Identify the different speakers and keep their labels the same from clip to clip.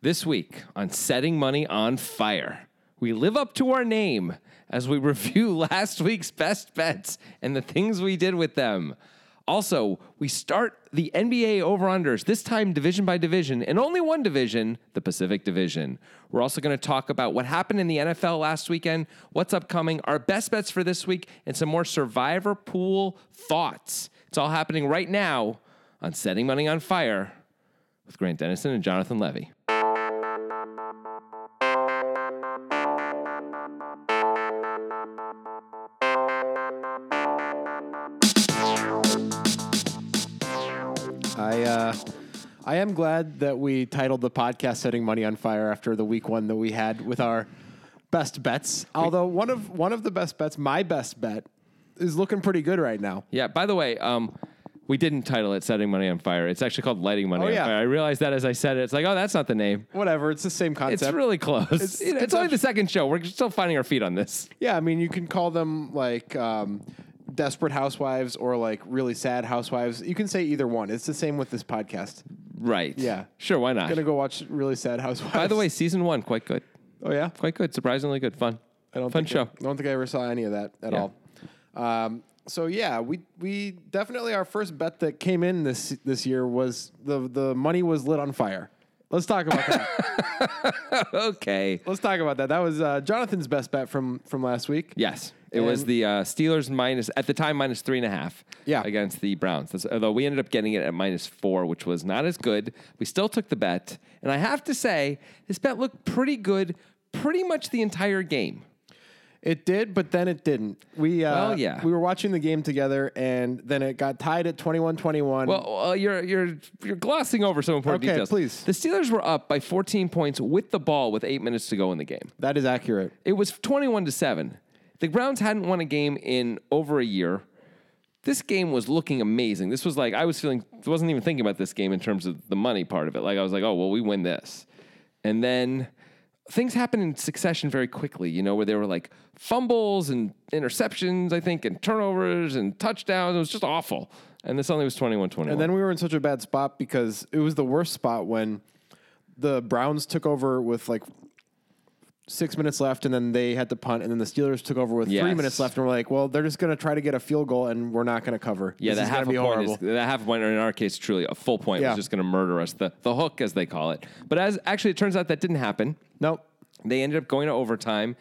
Speaker 1: This week on Setting Money on Fire, we live up to our name as we review last week's best bets and the things we did with them. Also, we start the NBA over unders, this time division by division, and only one division, the Pacific Division. We're also going to talk about what happened in the NFL last weekend, what's upcoming, our best bets for this week, and some more survivor pool thoughts. It's all happening right now on Setting Money on Fire with Grant Dennison and Jonathan Levy.
Speaker 2: I uh, I am glad that we titled the podcast "Setting Money on Fire" after the week one that we had with our best bets. Although one of one of the best bets, my best bet, is looking pretty good right now.
Speaker 1: Yeah. By the way, um, we didn't title it "Setting Money on Fire." It's actually called "Lighting Money
Speaker 2: Oh,
Speaker 1: on
Speaker 2: yeah.
Speaker 1: Fire." I realized that as I said it. It's like, oh, that's not the name.
Speaker 2: Whatever, it's the same
Speaker 1: It's
Speaker 2: concept.
Speaker 1: really close. It's,
Speaker 2: It's-
Speaker 1: you know, it's only the second show. We're still finding our feet on this.
Speaker 2: yeah, I mean, you can call them like um, desperate housewives or like really sad housewives. You can say either one. It's the same with this podcast.
Speaker 1: Right.
Speaker 2: Yeah.
Speaker 1: Sure. Why not?
Speaker 2: Gonna go watch really sad housewives.
Speaker 1: By the way, season one quite good.
Speaker 2: oh yeah,
Speaker 1: Quite good. Surprisingly good. Fun.
Speaker 2: I don't
Speaker 1: Fun
Speaker 2: think I-
Speaker 1: show.
Speaker 2: I don't think I ever saw any of that at
Speaker 1: Yeah.
Speaker 2: all. Um, so yeah, we we definitely our first bet that came in this this year was the the money was lit on fire. Let's talk about that.
Speaker 1: okay.
Speaker 2: Let's talk about that. That was uh, Jonathan's best bet from from last week.
Speaker 1: Yes. It was
Speaker 2: And-
Speaker 1: the uh, Steelers minus at the time minus three and a half.
Speaker 2: Yeah.
Speaker 1: Against the Browns. That's, although we ended up getting it at minus four, which was not as good. We still took the bet, and I have to say this bet looked pretty good, pretty much the entire game.
Speaker 2: It did, but then it didn't. We uh,
Speaker 1: Well, yeah.
Speaker 2: we were watching the game together, and then it got tied at 21-21.
Speaker 1: Well, uh, you're you're you're glossing over some important
Speaker 2: Okay,
Speaker 1: details.
Speaker 2: please.
Speaker 1: The Steelers were up by 14 points with the ball with eight minutes to go in the game.
Speaker 2: that is accurate.
Speaker 1: It was 21 to 7. The Browns hadn't won a game in over a year. This game was looking amazing. This was like I was feeling wasn't even thinking about this game in terms of the money part of it. Like I was like, "Oh, well, we win this." And then things happened in succession very quickly, you know, where there were like fumbles and interceptions, I think, and turnovers and touchdowns. It was just awful. And this only was 21-21.
Speaker 2: And then we were in such a bad spot because it was the worst spot when the Browns took over with like six minutes left, and then they had to punt, and then the Steelers took over with three
Speaker 1: Yes.
Speaker 2: minutes left, and we're like, well, they're just going to try to get a field goal, and we're not going to cover.
Speaker 1: Yeah,
Speaker 2: this
Speaker 1: that
Speaker 2: is
Speaker 1: half
Speaker 2: gonna
Speaker 1: a
Speaker 2: be
Speaker 1: point
Speaker 2: horrible.
Speaker 1: is that half a point, or in our case, truly a full point
Speaker 2: Yeah.
Speaker 1: was just going to murder us. The the hook, as they call it. But as actually, it turns out that didn't happen.
Speaker 2: nope.
Speaker 1: They ended up going to overtime,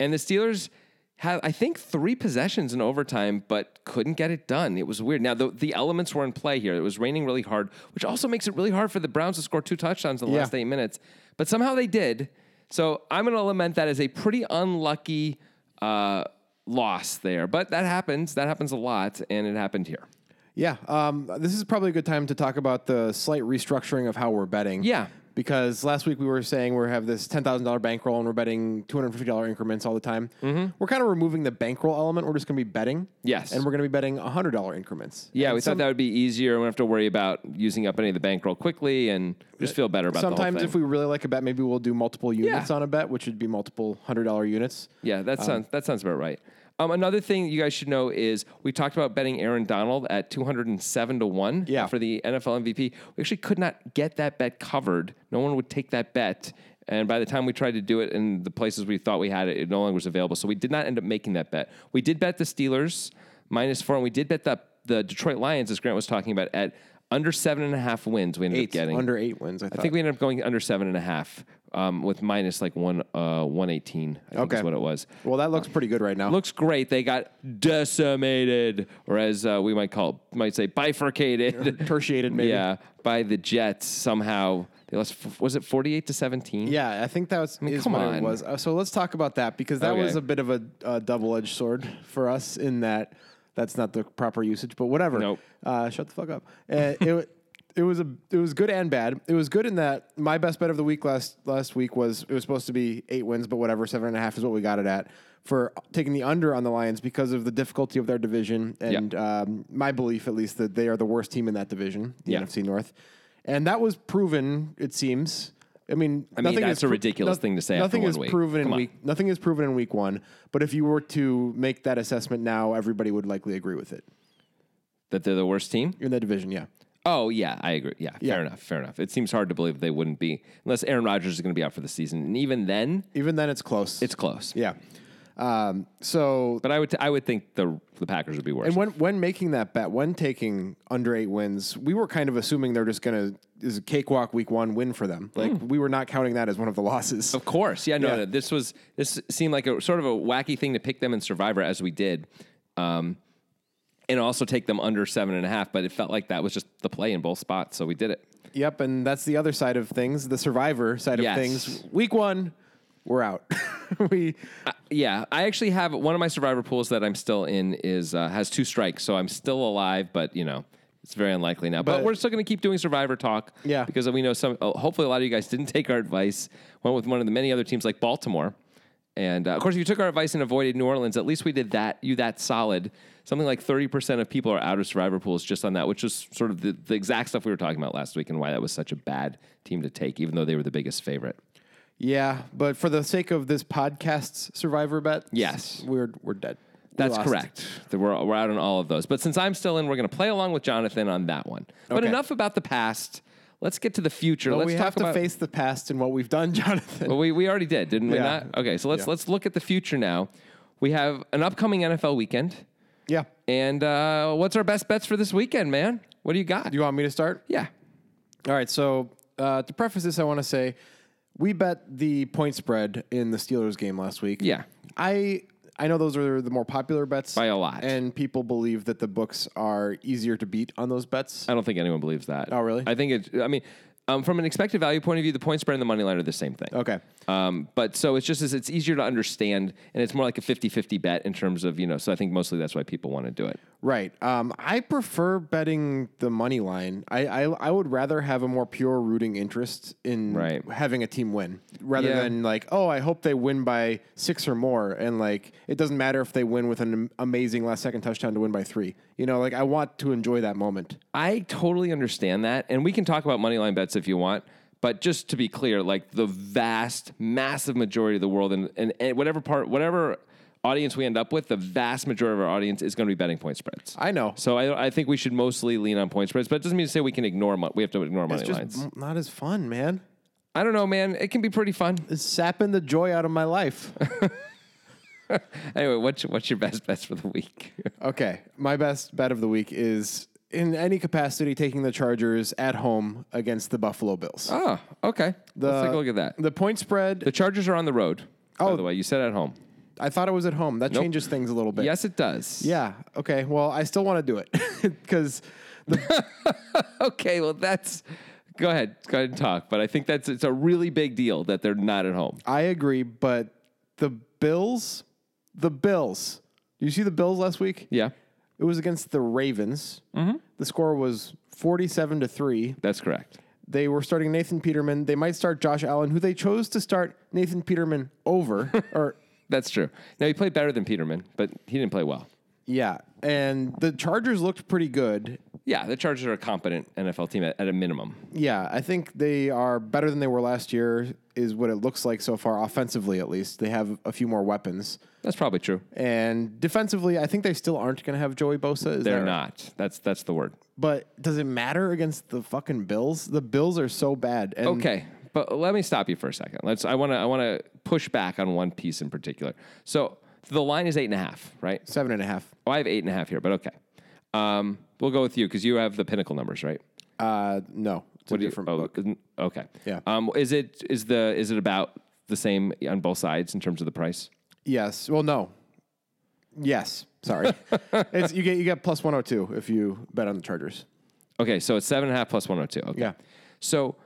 Speaker 1: and the Steelers had I think three possessions in overtime, but couldn't get it done. It was weird. Now the the elements were in play here. It was raining really hard, which also makes it really hard for the Browns to score two touchdowns in the
Speaker 2: Yeah.
Speaker 1: last eight minutes. But somehow they did. So I'm going to lament that as a pretty unlucky. Uh, loss there but that happens that happens a lot and it happened here
Speaker 2: Yeah, um, this is probably a good time to talk about the slight restructuring of how we're betting.
Speaker 1: Yeah.
Speaker 2: Because last week we were saying we have this ten thousand dollar bankroll and we're betting two hundred fifty dollar increments all the time. Mm-hmm. We're kind of removing the bankroll element. We're just going to be betting.
Speaker 1: Yes.
Speaker 2: And we're going to be betting hundred dollar increments.
Speaker 1: Yeah,
Speaker 2: And
Speaker 1: we
Speaker 2: some-
Speaker 1: thought that would be easier. We don't have to worry about using up any of the bankroll quickly and just feel better about the whole
Speaker 2: Uh, Sometimes
Speaker 1: thing.
Speaker 2: if we really like a bet, maybe we'll do multiple units
Speaker 1: Yeah.
Speaker 2: on a bet, which would be multiple hundred dollar units.
Speaker 1: yeah,
Speaker 2: uh,
Speaker 1: that sounds that sounds about right. Um, another thing you guys should know is we talked about betting Aaron Donald at 207 to 1
Speaker 2: Yeah.
Speaker 1: for the NFL MVP. We actually could not get that bet covered. No one would take that bet. And by the time we tried to do it in the places we thought we had it, it no longer was available. So we did not end up making that bet. We did bet the Steelers minus four, and we did bet the, the Detroit Lions, as Grant was talking about, at under seven and a half wins. We ended up getting
Speaker 2: under eight wins. I, thought.
Speaker 1: I think we ended up going under seven and a half um, with minus like one uh, one eighteen. I think is
Speaker 2: Okay.
Speaker 1: what it was.
Speaker 2: well, that looks pretty good right now.
Speaker 1: Looks great. They got decimated, or as uh, we might call might say bifurcated.
Speaker 2: tertiated maybe.
Speaker 1: Yeah, by the Jets somehow. They lost. f- Was it forty eight to seventeen?
Speaker 2: Yeah, I think that was, is
Speaker 1: come
Speaker 2: what
Speaker 1: on.
Speaker 2: it was. Uh, so let's talk about that because that
Speaker 1: Okay.
Speaker 2: was a bit of a, uh double-edged sword for us in that that's not the proper usage, but whatever.
Speaker 1: Nope.
Speaker 2: Uh, shut the fuck up. Uh, it wa- it was a it was good and bad. It was good in that my best bet of the week last last week was it was supposed to be eight wins, but whatever, seven and a half is what we got it at for taking the under on the Lions because of the difficulty of their division and um, my belief at least that they are the worst team in that division, the
Speaker 1: Yeah.
Speaker 2: NFC North, and that was proven. It seems. I mean, I
Speaker 1: mean, that's a ridiculous thing to say after
Speaker 2: Nothing
Speaker 1: one
Speaker 2: is
Speaker 1: week.
Speaker 2: proven
Speaker 1: Come
Speaker 2: in
Speaker 1: on.
Speaker 2: week. Nothing is proven in week one. But if you were to make that assessment now, everybody would likely agree with it
Speaker 1: that they're the worst team.
Speaker 2: in the division. Yeah,
Speaker 1: Oh yeah, I agree. Yeah, fair enough. Fair enough. It seems hard to believe they wouldn't be unless Aaron Rodgers is going to be out for the season, and even then,
Speaker 2: Even then, it's close.
Speaker 1: it's close.
Speaker 2: yeah. Um, so
Speaker 1: But I would t- I would think the the Packers would be worse.
Speaker 2: And when when making that bet, when taking under eight wins, we were kind of assuming they're just gonna is a cakewalk week one win for them. Like
Speaker 1: Hmm.
Speaker 2: we were not counting that as one of the losses.
Speaker 1: Of course, yeah. No,
Speaker 2: Yeah.
Speaker 1: no, this was this seemed like a sort of a wacky thing to pick them in Survivor as we did, um, and also take them under seven and a half. But it felt like that was just the play in both spots, so we did it.
Speaker 2: Yep, and that's the other side of things, the survivor side
Speaker 1: Yes.
Speaker 2: of things. Week one, we're out. we
Speaker 1: Yeah, I actually have one of my Survivor pools that I'm still in is uh, has two strikes, so I'm still alive, but you know. It's very unlikely now, but,
Speaker 2: But-
Speaker 1: we're still going to keep doing Survivor talk,
Speaker 2: Yeah.
Speaker 1: Because we know some. oh, Hopefully, a lot of you guys didn't take our advice. Went with one of the many other teams like Baltimore, and uh, of course, if you took our advice and avoided New Orleans, at least we did that. You that solid. Something like thirty percent of people are out of Survivor pools just on that, which is sort of the, the exact stuff we were talking about last week and why that was such a bad team to take, even though they were the biggest favorite.
Speaker 2: yeah, but for the sake of this podcast's survivor bet,
Speaker 1: Yes.
Speaker 2: we're we're dead. We
Speaker 1: That's
Speaker 2: lost.
Speaker 1: correct. That We're, we're out on all of those. But since I'm still in, we're going to play along with Jonathan on that one. But
Speaker 2: Okay.
Speaker 1: enough about the past. Let's get to the future.
Speaker 2: But
Speaker 1: let's
Speaker 2: we
Speaker 1: talk
Speaker 2: have to
Speaker 1: about.
Speaker 2: face the past and what we've done, Jonathan.
Speaker 1: well, we, we already did, didn't we?
Speaker 2: Yeah.
Speaker 1: Not? Okay, so let's
Speaker 2: Yeah.
Speaker 1: let's look at the future now. We have an upcoming NFL weekend,
Speaker 2: Yeah.
Speaker 1: and uh, what's our best bets for this weekend, man? What do you got?
Speaker 2: Do you want me to start?
Speaker 1: yeah,
Speaker 2: All right. So uh, to preface this, I want to say we bet the point spread in the Steelers game last week.
Speaker 1: Yeah.
Speaker 2: I I know those are the more popular bets
Speaker 1: By a lot.
Speaker 2: and people believe that the books are easier to beat on those bets.
Speaker 1: I don't think anyone believes that.
Speaker 2: Oh, really?
Speaker 1: I think it. I mean, um, from an expected value point of view, the point spread and the money line are the same thing.
Speaker 2: Okay.
Speaker 1: Um, but so it's just as it's easier to understand and it's more like a 50-50 bet in terms of, you know, so I think mostly that's why people want to do it.
Speaker 2: Right. Um, I prefer betting the money line. I, I I would rather have a more pure rooting interest in
Speaker 1: Right.
Speaker 2: having a team win rather
Speaker 1: Yeah.
Speaker 2: than like, oh, I hope they win by six or more, and like it doesn't matter if they win with an am- amazing last second touchdown to win by three. You know, like I want to enjoy that moment.
Speaker 1: I totally understand that. And we can talk about money line bets if you want. But just to be clear, like the vast, massive majority of the world and, and, and whatever part, whatever audience we end up with, the vast majority of our audience is going to be betting point spreads.
Speaker 2: I know.
Speaker 1: So I, I think we should mostly lean on point spreads, but it doesn't mean to say we can ignore, mon- we have to ignore money
Speaker 2: It's just
Speaker 1: lines.
Speaker 2: m- not as fun, man.
Speaker 1: I don't know, man. It can be pretty fun.
Speaker 2: It's sapping the joy out of my life.
Speaker 1: Anyway, what's, what's your best bets for the week?
Speaker 2: Okay, my best bet of the week is in any capacity taking the Chargers at home against the Buffalo Bills.
Speaker 1: Oh, okay. Let's take a look at that.
Speaker 2: The point spread.
Speaker 1: The Chargers are on the road. by
Speaker 2: Oh.
Speaker 1: the way, you said at home.
Speaker 2: I thought it was at home. That changes things a little bit.
Speaker 1: Yes, it does.
Speaker 2: Yeah. Okay. Well, I still want to do it because
Speaker 1: Okay. Well, that's. Go ahead. Go ahead and talk. But I think that's it's a really big deal that they're not at home.
Speaker 2: I agree. But the Bills, the Bills. You see the Bills last week?
Speaker 1: Yeah,
Speaker 2: It was against the Ravens. Mm-hmm. The score was forty-seven to three.
Speaker 1: that's correct.
Speaker 2: They were starting Nathan Peterman. They might start Josh Allen, who they chose to start Nathan Peterman over. or
Speaker 1: That's true. Now he played better than Peterman, but he didn't play well.
Speaker 2: yeah, and the Chargers looked pretty good.
Speaker 1: Yeah, the Chargers are a competent NFL team at, at a minimum.
Speaker 2: Yeah, I think they are better than they were last year, is what it looks like so far, offensively at least. They have a few more weapons.
Speaker 1: That's probably true.
Speaker 2: And defensively, I think they still aren't going to have Joey Bosa. Is
Speaker 1: They're
Speaker 2: there?
Speaker 1: not. That's that's the word.
Speaker 2: But does it matter against the fucking Bills? The Bills are so bad. And
Speaker 1: Okay, but let me stop you for a second. Let's. I want to. I want to push back on one piece in particular. So the line is eight and a half, right?
Speaker 2: Seven and a half.
Speaker 1: Oh, I have eight and a half here, but okay. Um, we'll go with you because you have the pinnacle numbers, right?
Speaker 2: Uh, no. It's
Speaker 1: What
Speaker 2: a
Speaker 1: do you-
Speaker 2: different
Speaker 1: oh,
Speaker 2: book.
Speaker 1: isn't- Okay.
Speaker 2: Yeah.
Speaker 1: Um, is it is the is it about the same on both sides in terms of the price?
Speaker 2: Yes. Well, no. Yes. Sorry. it's you get you get plus one hundred two if you bet on the Chargers.
Speaker 1: Okay, so it's seven and a half plus one hundred two. Okay.
Speaker 2: Yeah.
Speaker 1: So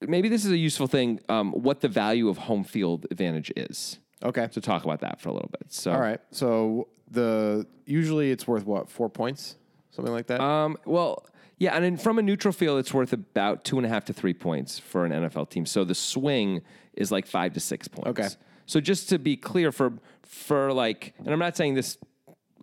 Speaker 1: maybe this is a useful thing. Um, what the value of home field advantage is
Speaker 2: Okay.
Speaker 1: to talk about that for a little bit. So
Speaker 2: All right. So the usually it's worth what four points, something like that.
Speaker 1: Um, well, yeah, and then from a neutral field, it's worth about two and a half to three points for an NFL team. So the swing is like five to six points.
Speaker 2: Okay.
Speaker 1: So just to be clear, for for like, and I'm not saying this,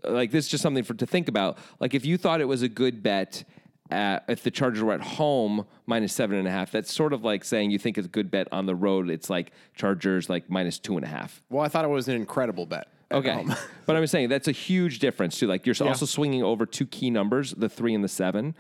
Speaker 1: like this is just something for to think about. Like if you thought it was a good bet. At, if the Chargers were at home minus seven and a half, that's sort of like saying you think it's a good bet on the road. It's like Chargers like minus two and a half.
Speaker 2: well, I thought it was an incredible bet. at
Speaker 1: Okay.
Speaker 2: home.
Speaker 1: but I'm saying that's a huge difference too. Like you're also swinging over two key numbers, the three and the seven.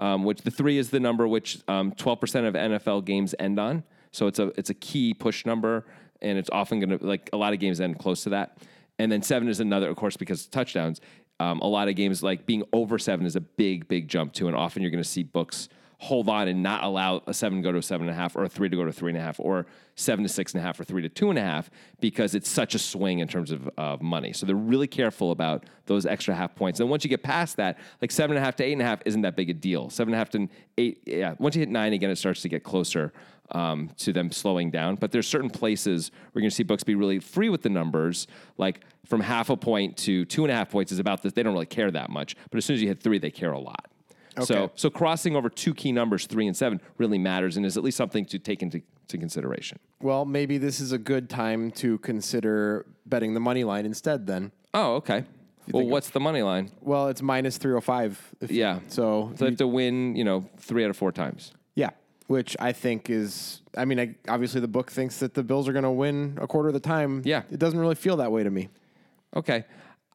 Speaker 1: um, which the three is the number which um, 12% of NFL games end on. So it's a it's a key push number, and it's often going to like a lot of games end close to that. And then seven is another, of course, because touchdowns. Um, a lot of games like being over seven is a big big jump too, and often you're going to see books hold on and not allow a seven to go to a seven and a half or a three to go to three and a half or seven to six and a half or three to two and a half because it's such a swing in terms of uh, money. So they're really careful about those extra half points. And once you get past that, like seven and a half to eight and a half isn't that big a deal. Seven and a half to eight, yeah. Once you hit nine again, it starts to get closer um, to them slowing down. But there's certain places where you're going to see books be really free with the numbers, like from half a point to two and a half points is about this. They don't really care that much, but as soon as you hit three, they care a lot. So,
Speaker 2: Okay.
Speaker 1: so crossing over two key numbers, three and seven, really matters and is at least something to take into to consideration.
Speaker 2: Well, maybe this is a good time to consider betting the money line instead. Then,
Speaker 1: Oh, okay. Well, what's the money line?
Speaker 2: well, it's minus three hundred five.
Speaker 1: Yeah.
Speaker 2: So,
Speaker 1: So they have to win, you know, three out of four times.
Speaker 2: yeah, which I think is. I mean, I, obviously the book thinks that the Bills are going to win a quarter of the time.
Speaker 1: Yeah.
Speaker 2: It doesn't really feel that way to me.
Speaker 1: Okay.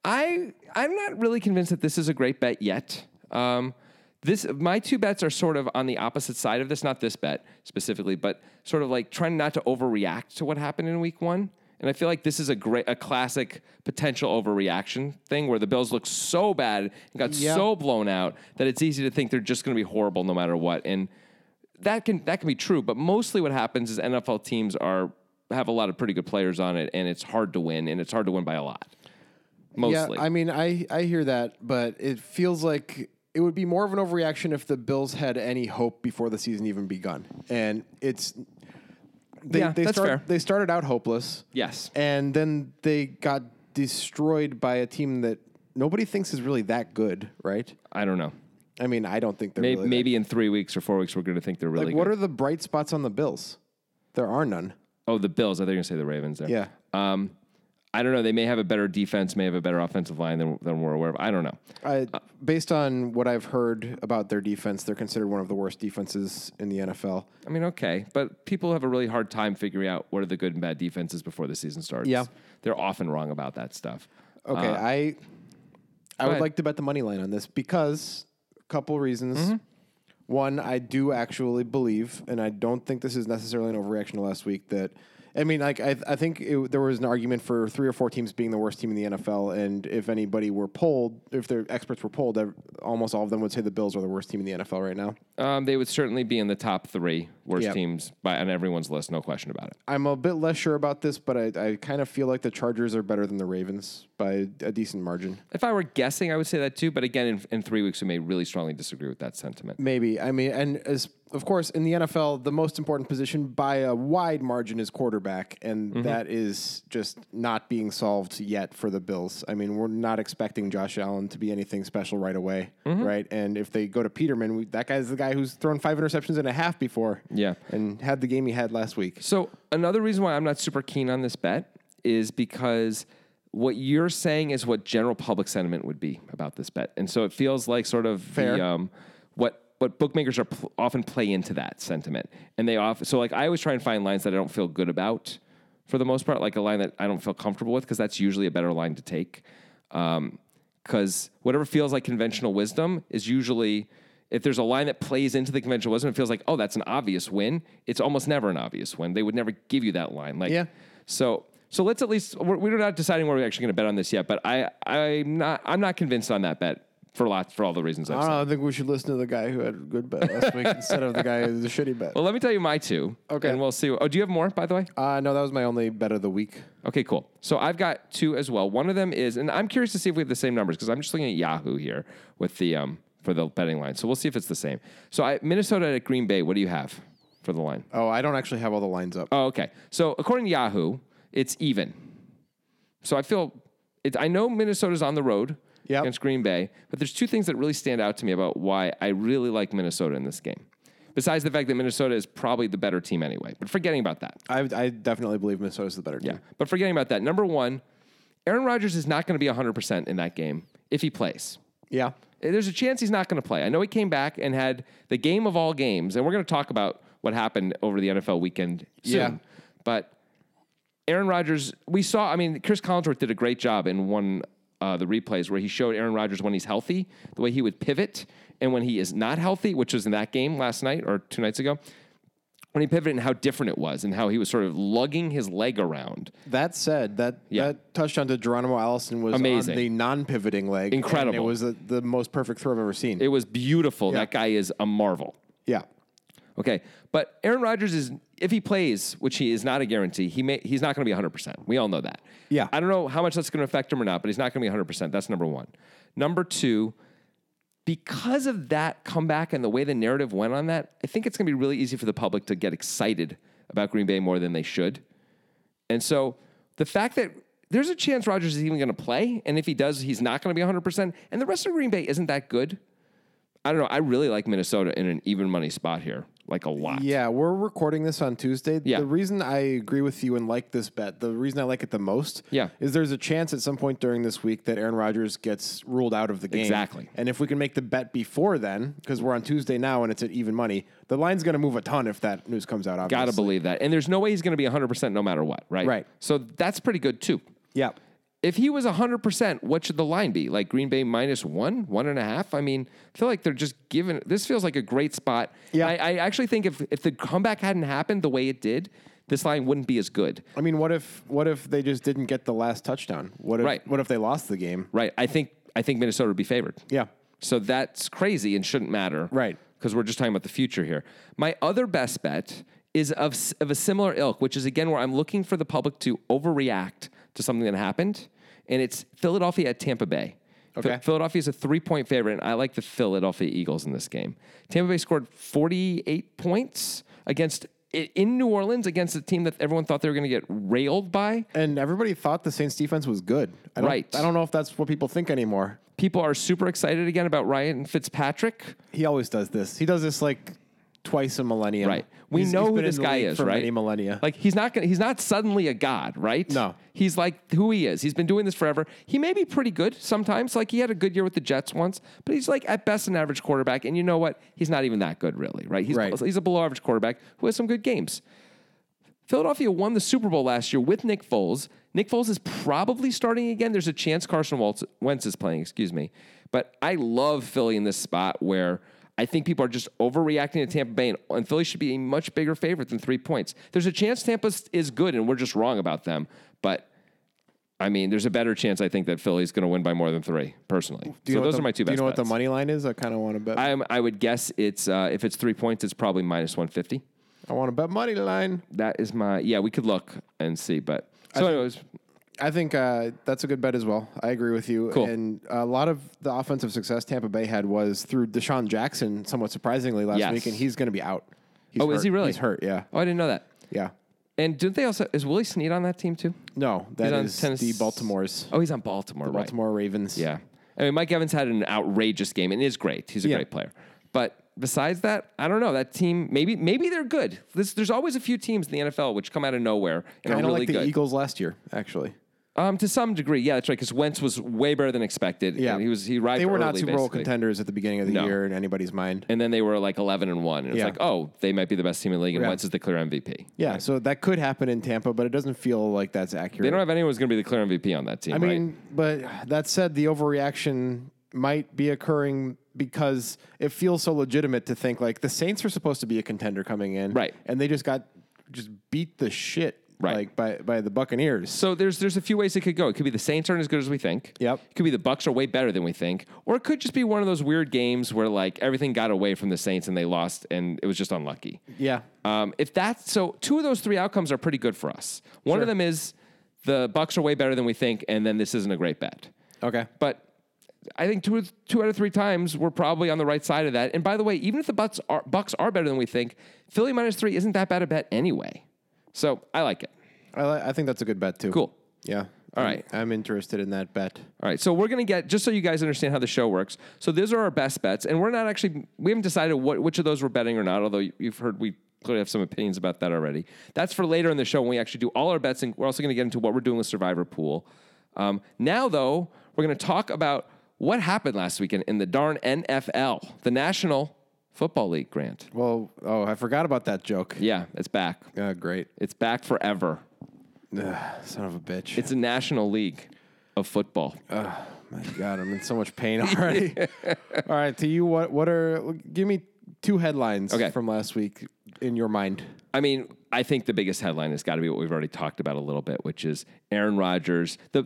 Speaker 1: I I'm not really convinced that this is a great bet yet. Um, this my two bets are sort of on the opposite side of this, not this bet specifically, but sort of like trying not to overreact to what happened in week one. And I feel like this is a great a classic potential overreaction thing where the Bills look so bad and got
Speaker 2: Yeah.
Speaker 1: so blown out that it's easy to think they're just gonna be horrible no matter what. And that can that can be true, but mostly what happens is NFL teams are have a lot of pretty good players on it and it's hard to win and it's hard to win by a lot. Mostly.
Speaker 2: Yeah, I mean, I I hear that, but it feels like it would be more of an overreaction if the Bills had any hope before the season even begun. And it's they
Speaker 1: Yeah,
Speaker 2: they
Speaker 1: that's
Speaker 2: start-
Speaker 1: fair.
Speaker 2: they started out hopeless.
Speaker 1: Yes.
Speaker 2: And then they got destroyed by a team that nobody thinks is really that good, right?
Speaker 1: I don't know.
Speaker 2: I mean, I don't think they're
Speaker 1: Maybe,
Speaker 2: really that-
Speaker 1: maybe in three weeks or four weeks, we're going to think they're really
Speaker 2: Like, what
Speaker 1: good.
Speaker 2: are the bright spots on the Bills? There are none.
Speaker 1: oh, the Bills. I think you're going to say the Ravens there.
Speaker 2: Yeah.
Speaker 1: Um, I don't know. They may have a better defense, may have a better offensive line than, than we're aware of. I don't know.
Speaker 2: I, based on what I've heard about their defense, they're considered one of the worst defenses in the NFL.
Speaker 1: I mean, okay, but people have a really hard time figuring out what are the good and bad defenses before the season starts.
Speaker 2: Yeah.
Speaker 1: They're often wrong about that stuff.
Speaker 2: Okay, I I would
Speaker 1: ahead.
Speaker 2: like to bet the money line on this because a couple reasons. One, I do actually believe, and I don't think this is necessarily an overreaction to last week. That I mean, like I, I think it, there was an argument for three or four teams being the worst team in the NFL, and if anybody were polled, if their experts were polled, ev- almost all of them would say the Bills are the worst team in the NFL right now.
Speaker 1: Um, they would certainly be in the top three worst
Speaker 2: Yep.
Speaker 1: teams by, on everyone's list, no question about it.
Speaker 2: I'm a bit less sure about this, but I, I kind of feel like the Chargers are better than the Ravens by a decent margin.
Speaker 1: If I were guessing, I would say that too. But again, in, in three weeks, we may really strongly disagree with that sentiment.
Speaker 2: Maybe. I mean, and as of course in the NFL, the most important position by a wide margin is quarterback, and
Speaker 1: Mm-hmm.
Speaker 2: that is just not being solved yet for the Bills. I mean, we're not expecting Josh Allen to be anything special right away,
Speaker 1: Mm-hmm.
Speaker 2: right? And if they go to Peterman, we, that guy's the guy who's thrown five interceptions and a half before,
Speaker 1: Yeah.
Speaker 2: and had the game he had last week.
Speaker 1: So another reason why I'm not super keen on this bet is because what you're saying is what general public sentiment would be about this bet, and so it feels like sort of
Speaker 2: Fair.
Speaker 1: the um, what what bookmakers are pl- often play into that sentiment, and they often so like I always try and find lines that I don't feel good about for the most part, like a line that I don't feel comfortable with because that's usually a better line to take. Um, because whatever feels like conventional wisdom is usually if there's a line that plays into the conventional wisdom, it feels like, oh, that's an obvious win. It's almost never an obvious win. They would never give you that line. Like,
Speaker 2: Yeah.
Speaker 1: So, so let's at least we're, we're not deciding where we're actually going to bet on this yet. But I, I'm not, I'm not convinced on that bet for lots for all the reasons I've
Speaker 2: I
Speaker 1: said.
Speaker 2: don't know. I think we should listen to the guy who had a good bet last week instead of the guy who had the shitty bet.
Speaker 1: Well, let me tell you my two.
Speaker 2: Okay.
Speaker 1: And we'll see. Oh, do you have more, by the way?
Speaker 2: Uh, no, that was my only bet of the week.
Speaker 1: Okay, cool. So I've got two as well. One of them is, and I'm curious to see if we have the same numbers because I'm just looking at Yahoo here with the um for the betting line. So we'll see if it's the same. So I, Minnesota at Green Bay. What do you have for the line?
Speaker 2: Oh, I don't actually have all the lines up.
Speaker 1: Oh, okay. So according to Yahoo, it's even. So I feel it, I know Minnesota's on the road
Speaker 2: Yep.
Speaker 1: against Green Bay, but there's two things that really stand out to me about why I really like Minnesota in this game. Besides the fact that Minnesota is probably the better team anyway, but forgetting about that.
Speaker 2: I, I definitely believe Minnesota's the better team.
Speaker 1: Yeah. But forgetting about that, number one, Aaron Rodgers is not going to be 100% in that game if he plays.
Speaker 2: Yeah.
Speaker 1: There's a chance he's not going to play. I know he came back and had the game of all games, and we're going to talk about what happened over the NFL weekend soon.
Speaker 2: Yeah.
Speaker 1: But Aaron Rodgers, we saw, I mean, Chris Collinsworth did a great job in one uh, the replays where he showed Aaron Rodgers when he's healthy, the way he would pivot and when he is not healthy, which was in that game last night or two nights ago, when he pivoted and how different it was and how he was sort of lugging his leg around.
Speaker 2: That said, that
Speaker 1: Yeah.
Speaker 2: that touchdown to Geronimo Allison was
Speaker 1: Amazing.
Speaker 2: on the non-pivoting leg. and
Speaker 1: Incredible.
Speaker 2: It was the, the most perfect throw I've ever seen.
Speaker 1: It was beautiful.
Speaker 2: Yeah.
Speaker 1: That guy is a marvel.
Speaker 2: yeah.
Speaker 1: Okay, but Aaron Rodgers is if he plays, which he is not a guarantee. He may he's not going to be 100. percent We all know that.
Speaker 2: Yeah.
Speaker 1: I don't know how much that's going to affect him or not, but he's not going to be 100. percent That's number one. Number two, because of that comeback and the way the narrative went on that, I think it's going to be really easy for the public to get excited about Green Bay more than they should. And so the fact that there's a chance Rodgers is even going to play, and if he does, he's not going to be 100. percent And the rest of Green Bay isn't that good. I don't know. I really like Minnesota in an even money spot here, like a lot.
Speaker 2: Yeah, we're recording this on Tuesday.
Speaker 1: Yeah.
Speaker 2: The reason I agree with you and like this bet, the reason I like it the most,
Speaker 1: Yeah.
Speaker 2: is there's a chance at some point during this week that Aaron Rodgers gets ruled out of the game.
Speaker 1: Exactly.
Speaker 2: And if we can make the bet before then, because we're on Tuesday now and it's at even money, the line's going to move a ton if that news comes out. Obviously.
Speaker 1: Got to believe that. And there's no way he's going to be 100% no matter what, right?
Speaker 2: Right.
Speaker 1: So that's pretty good too.
Speaker 2: Yeah.
Speaker 1: If he was 100%, what should the line be? Like Green Bay minus one, one and a half? I mean, I feel like they're just giving, this feels like a great spot.
Speaker 2: Yeah.
Speaker 1: I, I actually think if, if the comeback hadn't happened the way it did, this line wouldn't be as good.
Speaker 2: I mean, what if what if they just didn't get the last touchdown? What if
Speaker 1: Right.
Speaker 2: what if they lost the game?
Speaker 1: Right. I think, I think Minnesota would be favored.
Speaker 2: Yeah.
Speaker 1: So that's crazy and shouldn't matter.
Speaker 2: Right.
Speaker 1: Because we're just talking about the future here. My other best bet is of, s- of a similar ilk, which is again where I'm looking for the public to overreact to something that happened. And it's Philadelphia at Tampa Bay. Ph-
Speaker 2: Okay.
Speaker 1: Philadelphia is a three point favorite, and I like the Philadelphia Eagles in this game. Tampa Bay scored 48 points against i- in New Orleans against a team that everyone thought they were going to get railed by.
Speaker 2: And everybody thought the Saints defense was good. I don't,
Speaker 1: Right.
Speaker 2: I don't know if that's what people think anymore.
Speaker 1: People are super excited again about Ryan Fitzpatrick.
Speaker 2: He always does this. He does this like twice a millennium.
Speaker 1: Right. We
Speaker 2: He's-
Speaker 1: know
Speaker 2: he's
Speaker 1: who
Speaker 2: been
Speaker 1: this
Speaker 2: in the
Speaker 1: guy
Speaker 2: league
Speaker 1: is,
Speaker 2: for
Speaker 1: right?
Speaker 2: Many millennia.
Speaker 1: Like he's not gonna, he's not suddenly a god, right?
Speaker 2: No.
Speaker 1: He's like who he is. He's been doing this forever. He may be pretty good sometimes. Like he had a good year with the Jets once, but he's like at best an average quarterback. And you know what? He's not even that good really, right? He's
Speaker 2: Right.
Speaker 1: he's a below average quarterback who has some good games. Philadelphia won the Super Bowl last year with Nick Foles. Nick Foles is probably starting again. There's a chance Carson Waltz, Wentz is playing, excuse me. But I love Philly in this spot where I think people are just overreacting to Tampa Bay, and, and Philly should be a much bigger favorite than three points. There's a chance Tampa is good, and we're just wrong about them. But I mean, there's a better chance I think that Philly's going to win by more than three, personally.
Speaker 2: Do you
Speaker 1: so
Speaker 2: know what
Speaker 1: those
Speaker 2: the-
Speaker 1: are my two
Speaker 2: Do
Speaker 1: best
Speaker 2: you know what the
Speaker 1: bets.
Speaker 2: money line is? I kind of want to bet. I,
Speaker 1: I'm, I would guess it's uh, if it's three points, it's probably minus 150.
Speaker 2: want to bet money line.
Speaker 1: That is my yeah. We could look and see, but so anyways,
Speaker 2: I think uh, that's a good bet as well. I agree with you.
Speaker 1: Cool.
Speaker 2: And a lot of the offensive success Tampa Bay had was through Deshaun Jackson, somewhat surprisingly last
Speaker 1: Yes.
Speaker 2: week, and he's going to be out. He's
Speaker 1: Oh, is
Speaker 2: hurt.
Speaker 1: he really?
Speaker 2: He's hurt. Yeah.
Speaker 1: oh, I didn't know that.
Speaker 2: Yeah.
Speaker 1: And didn't they also is Willie Snead on that team too?
Speaker 2: No, that
Speaker 1: He's on
Speaker 2: is
Speaker 1: tennis-
Speaker 2: the Baltimore's.
Speaker 1: Oh, he's on Baltimore, right?
Speaker 2: Baltimore Ravens.
Speaker 1: Yeah. I mean, Mike Evans had an outrageous game and is great. He's a
Speaker 2: Yeah.
Speaker 1: great player. But besides that, I don't know. That team maybe maybe they're good. This, there's always a few teams in the NFL which come out of nowhere and
Speaker 2: Kind
Speaker 1: are
Speaker 2: of
Speaker 1: really
Speaker 2: like the
Speaker 1: good.
Speaker 2: Eagles last year, actually.
Speaker 1: Um, to some degree, yeah, that's right. Because Wentz was way better than expected.
Speaker 2: Yeah,
Speaker 1: and he was he arrived.
Speaker 2: They were not
Speaker 1: early,
Speaker 2: Super Bowl
Speaker 1: basically.
Speaker 2: contenders at the beginning of the
Speaker 1: No.
Speaker 2: year in anybody's mind.
Speaker 1: And then they were like 11 and one, and it's
Speaker 2: Yeah.
Speaker 1: like, oh, they might be the best team in the league, and
Speaker 2: Yeah.
Speaker 1: Wentz is the clear MVP.
Speaker 2: Yeah, so that could happen in Tampa, but it doesn't feel like that's accurate.
Speaker 1: They don't have anyone who's going to be the clear MVP on that team.
Speaker 2: I
Speaker 1: right?
Speaker 2: mean, but that said, the overreaction might be occurring because it feels so legitimate to think like the Saints were supposed to be a contender coming in,
Speaker 1: Right.
Speaker 2: And they just got just beat the shit,
Speaker 1: Right.
Speaker 2: Like by by the Buccaneers.
Speaker 1: So there's there's a few ways it could go. It could be the Saints aren't as good as we think.
Speaker 2: Yep.
Speaker 1: It could be the Bucks are way better than we think, or it could just be one of those weird games where like everything got away from the Saints and they lost, and it was just unlucky.
Speaker 2: Yeah,
Speaker 1: Um, if that's so, two of those three outcomes are pretty good for us. One of them is the Bucks are way better than we think, and then this isn't a great bet.
Speaker 2: okay.
Speaker 1: But I think two two out of three times we're probably on the right side of that. And by the way, even if the Bucks are Bucks are better than we think, Philly minus three isn't that bad a bet anyway. So I like it.
Speaker 2: I li- I think that's a good bet too.
Speaker 1: Cool.
Speaker 2: Yeah.
Speaker 1: All
Speaker 2: All
Speaker 1: right.
Speaker 2: I'm interested in that bet.
Speaker 1: All right, so we're gonna get just so you guys understand how the show works. So those are our best bets, and we're not actually we haven't decided what which of those we're betting or not. Although you- you've heard we clearly have some opinions about that already. That's for later in the show when we actually do all our bets, and we're also gonna get into what we're doing with Survivor Pool. Um, now though, we're gonna talk about what happened last weekend in the darn NFL, the National Football League. Grant,
Speaker 2: Well, oh, I forgot about that joke.
Speaker 1: yeah, it's back.
Speaker 2: Uh, great.
Speaker 1: It's back forever.
Speaker 2: Ugh, son of a bitch.
Speaker 1: It's a National League of football.
Speaker 2: My God, I'm in so much pain already. All right, to you, what what are? Give me two headlines
Speaker 1: Okay.
Speaker 2: from last week in your mind.
Speaker 1: I mean, I think the biggest headline has got to be what we've already talked about a little bit, which is Aaron Rodgers. The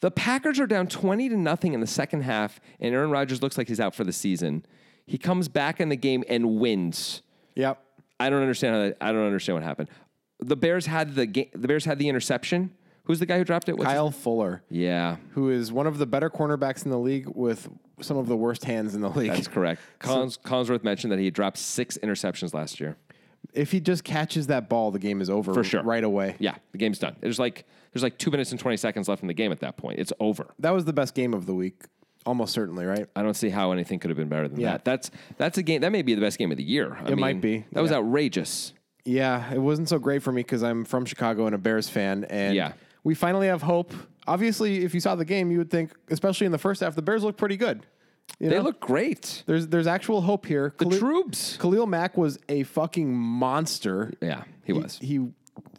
Speaker 1: the Packers are down 20 to nothing in the second half, and Aaron Rodgers looks like he's out for the season. He comes back in the game and wins.
Speaker 2: Yep.
Speaker 1: I don't understand how that, I don't understand what happened. The Bears had the ga- the Bears had the interception. Who's the guy who dropped it? What's his-
Speaker 2: Kyle Fuller,
Speaker 1: Yeah,
Speaker 2: who is one of the better cornerbacks in the league, with some of the worst hands in the league.
Speaker 1: that's correct. Collins, Collinsworth mentioned that he dropped six interceptions last year.
Speaker 2: if he just catches that ball, the game is over
Speaker 1: For sure.
Speaker 2: right away.
Speaker 1: Yeah, the game's done. There's like there's like two minutes and twenty seconds left in the game at that point. It's over.
Speaker 2: That was the best game of the week, almost certainly, right?
Speaker 1: I don't see how anything could have been better than
Speaker 2: Yeah.
Speaker 1: that. That's that's a game that may be the best game of the year. I
Speaker 2: It might be,
Speaker 1: That was
Speaker 2: yeah.
Speaker 1: outrageous.
Speaker 2: Yeah, it wasn't so great for me because I'm from Chicago and a Bears fan, and
Speaker 1: Yeah.
Speaker 2: we finally have hope. Obviously, if you saw the game, you would think, especially in the first half, the Bears looked pretty good. You
Speaker 1: They
Speaker 2: know?
Speaker 1: look great.
Speaker 2: there's there's actual hope here.
Speaker 1: The
Speaker 2: Khali-
Speaker 1: troops.
Speaker 2: Khalil Mack was a fucking monster.
Speaker 1: Yeah, he was.
Speaker 2: He,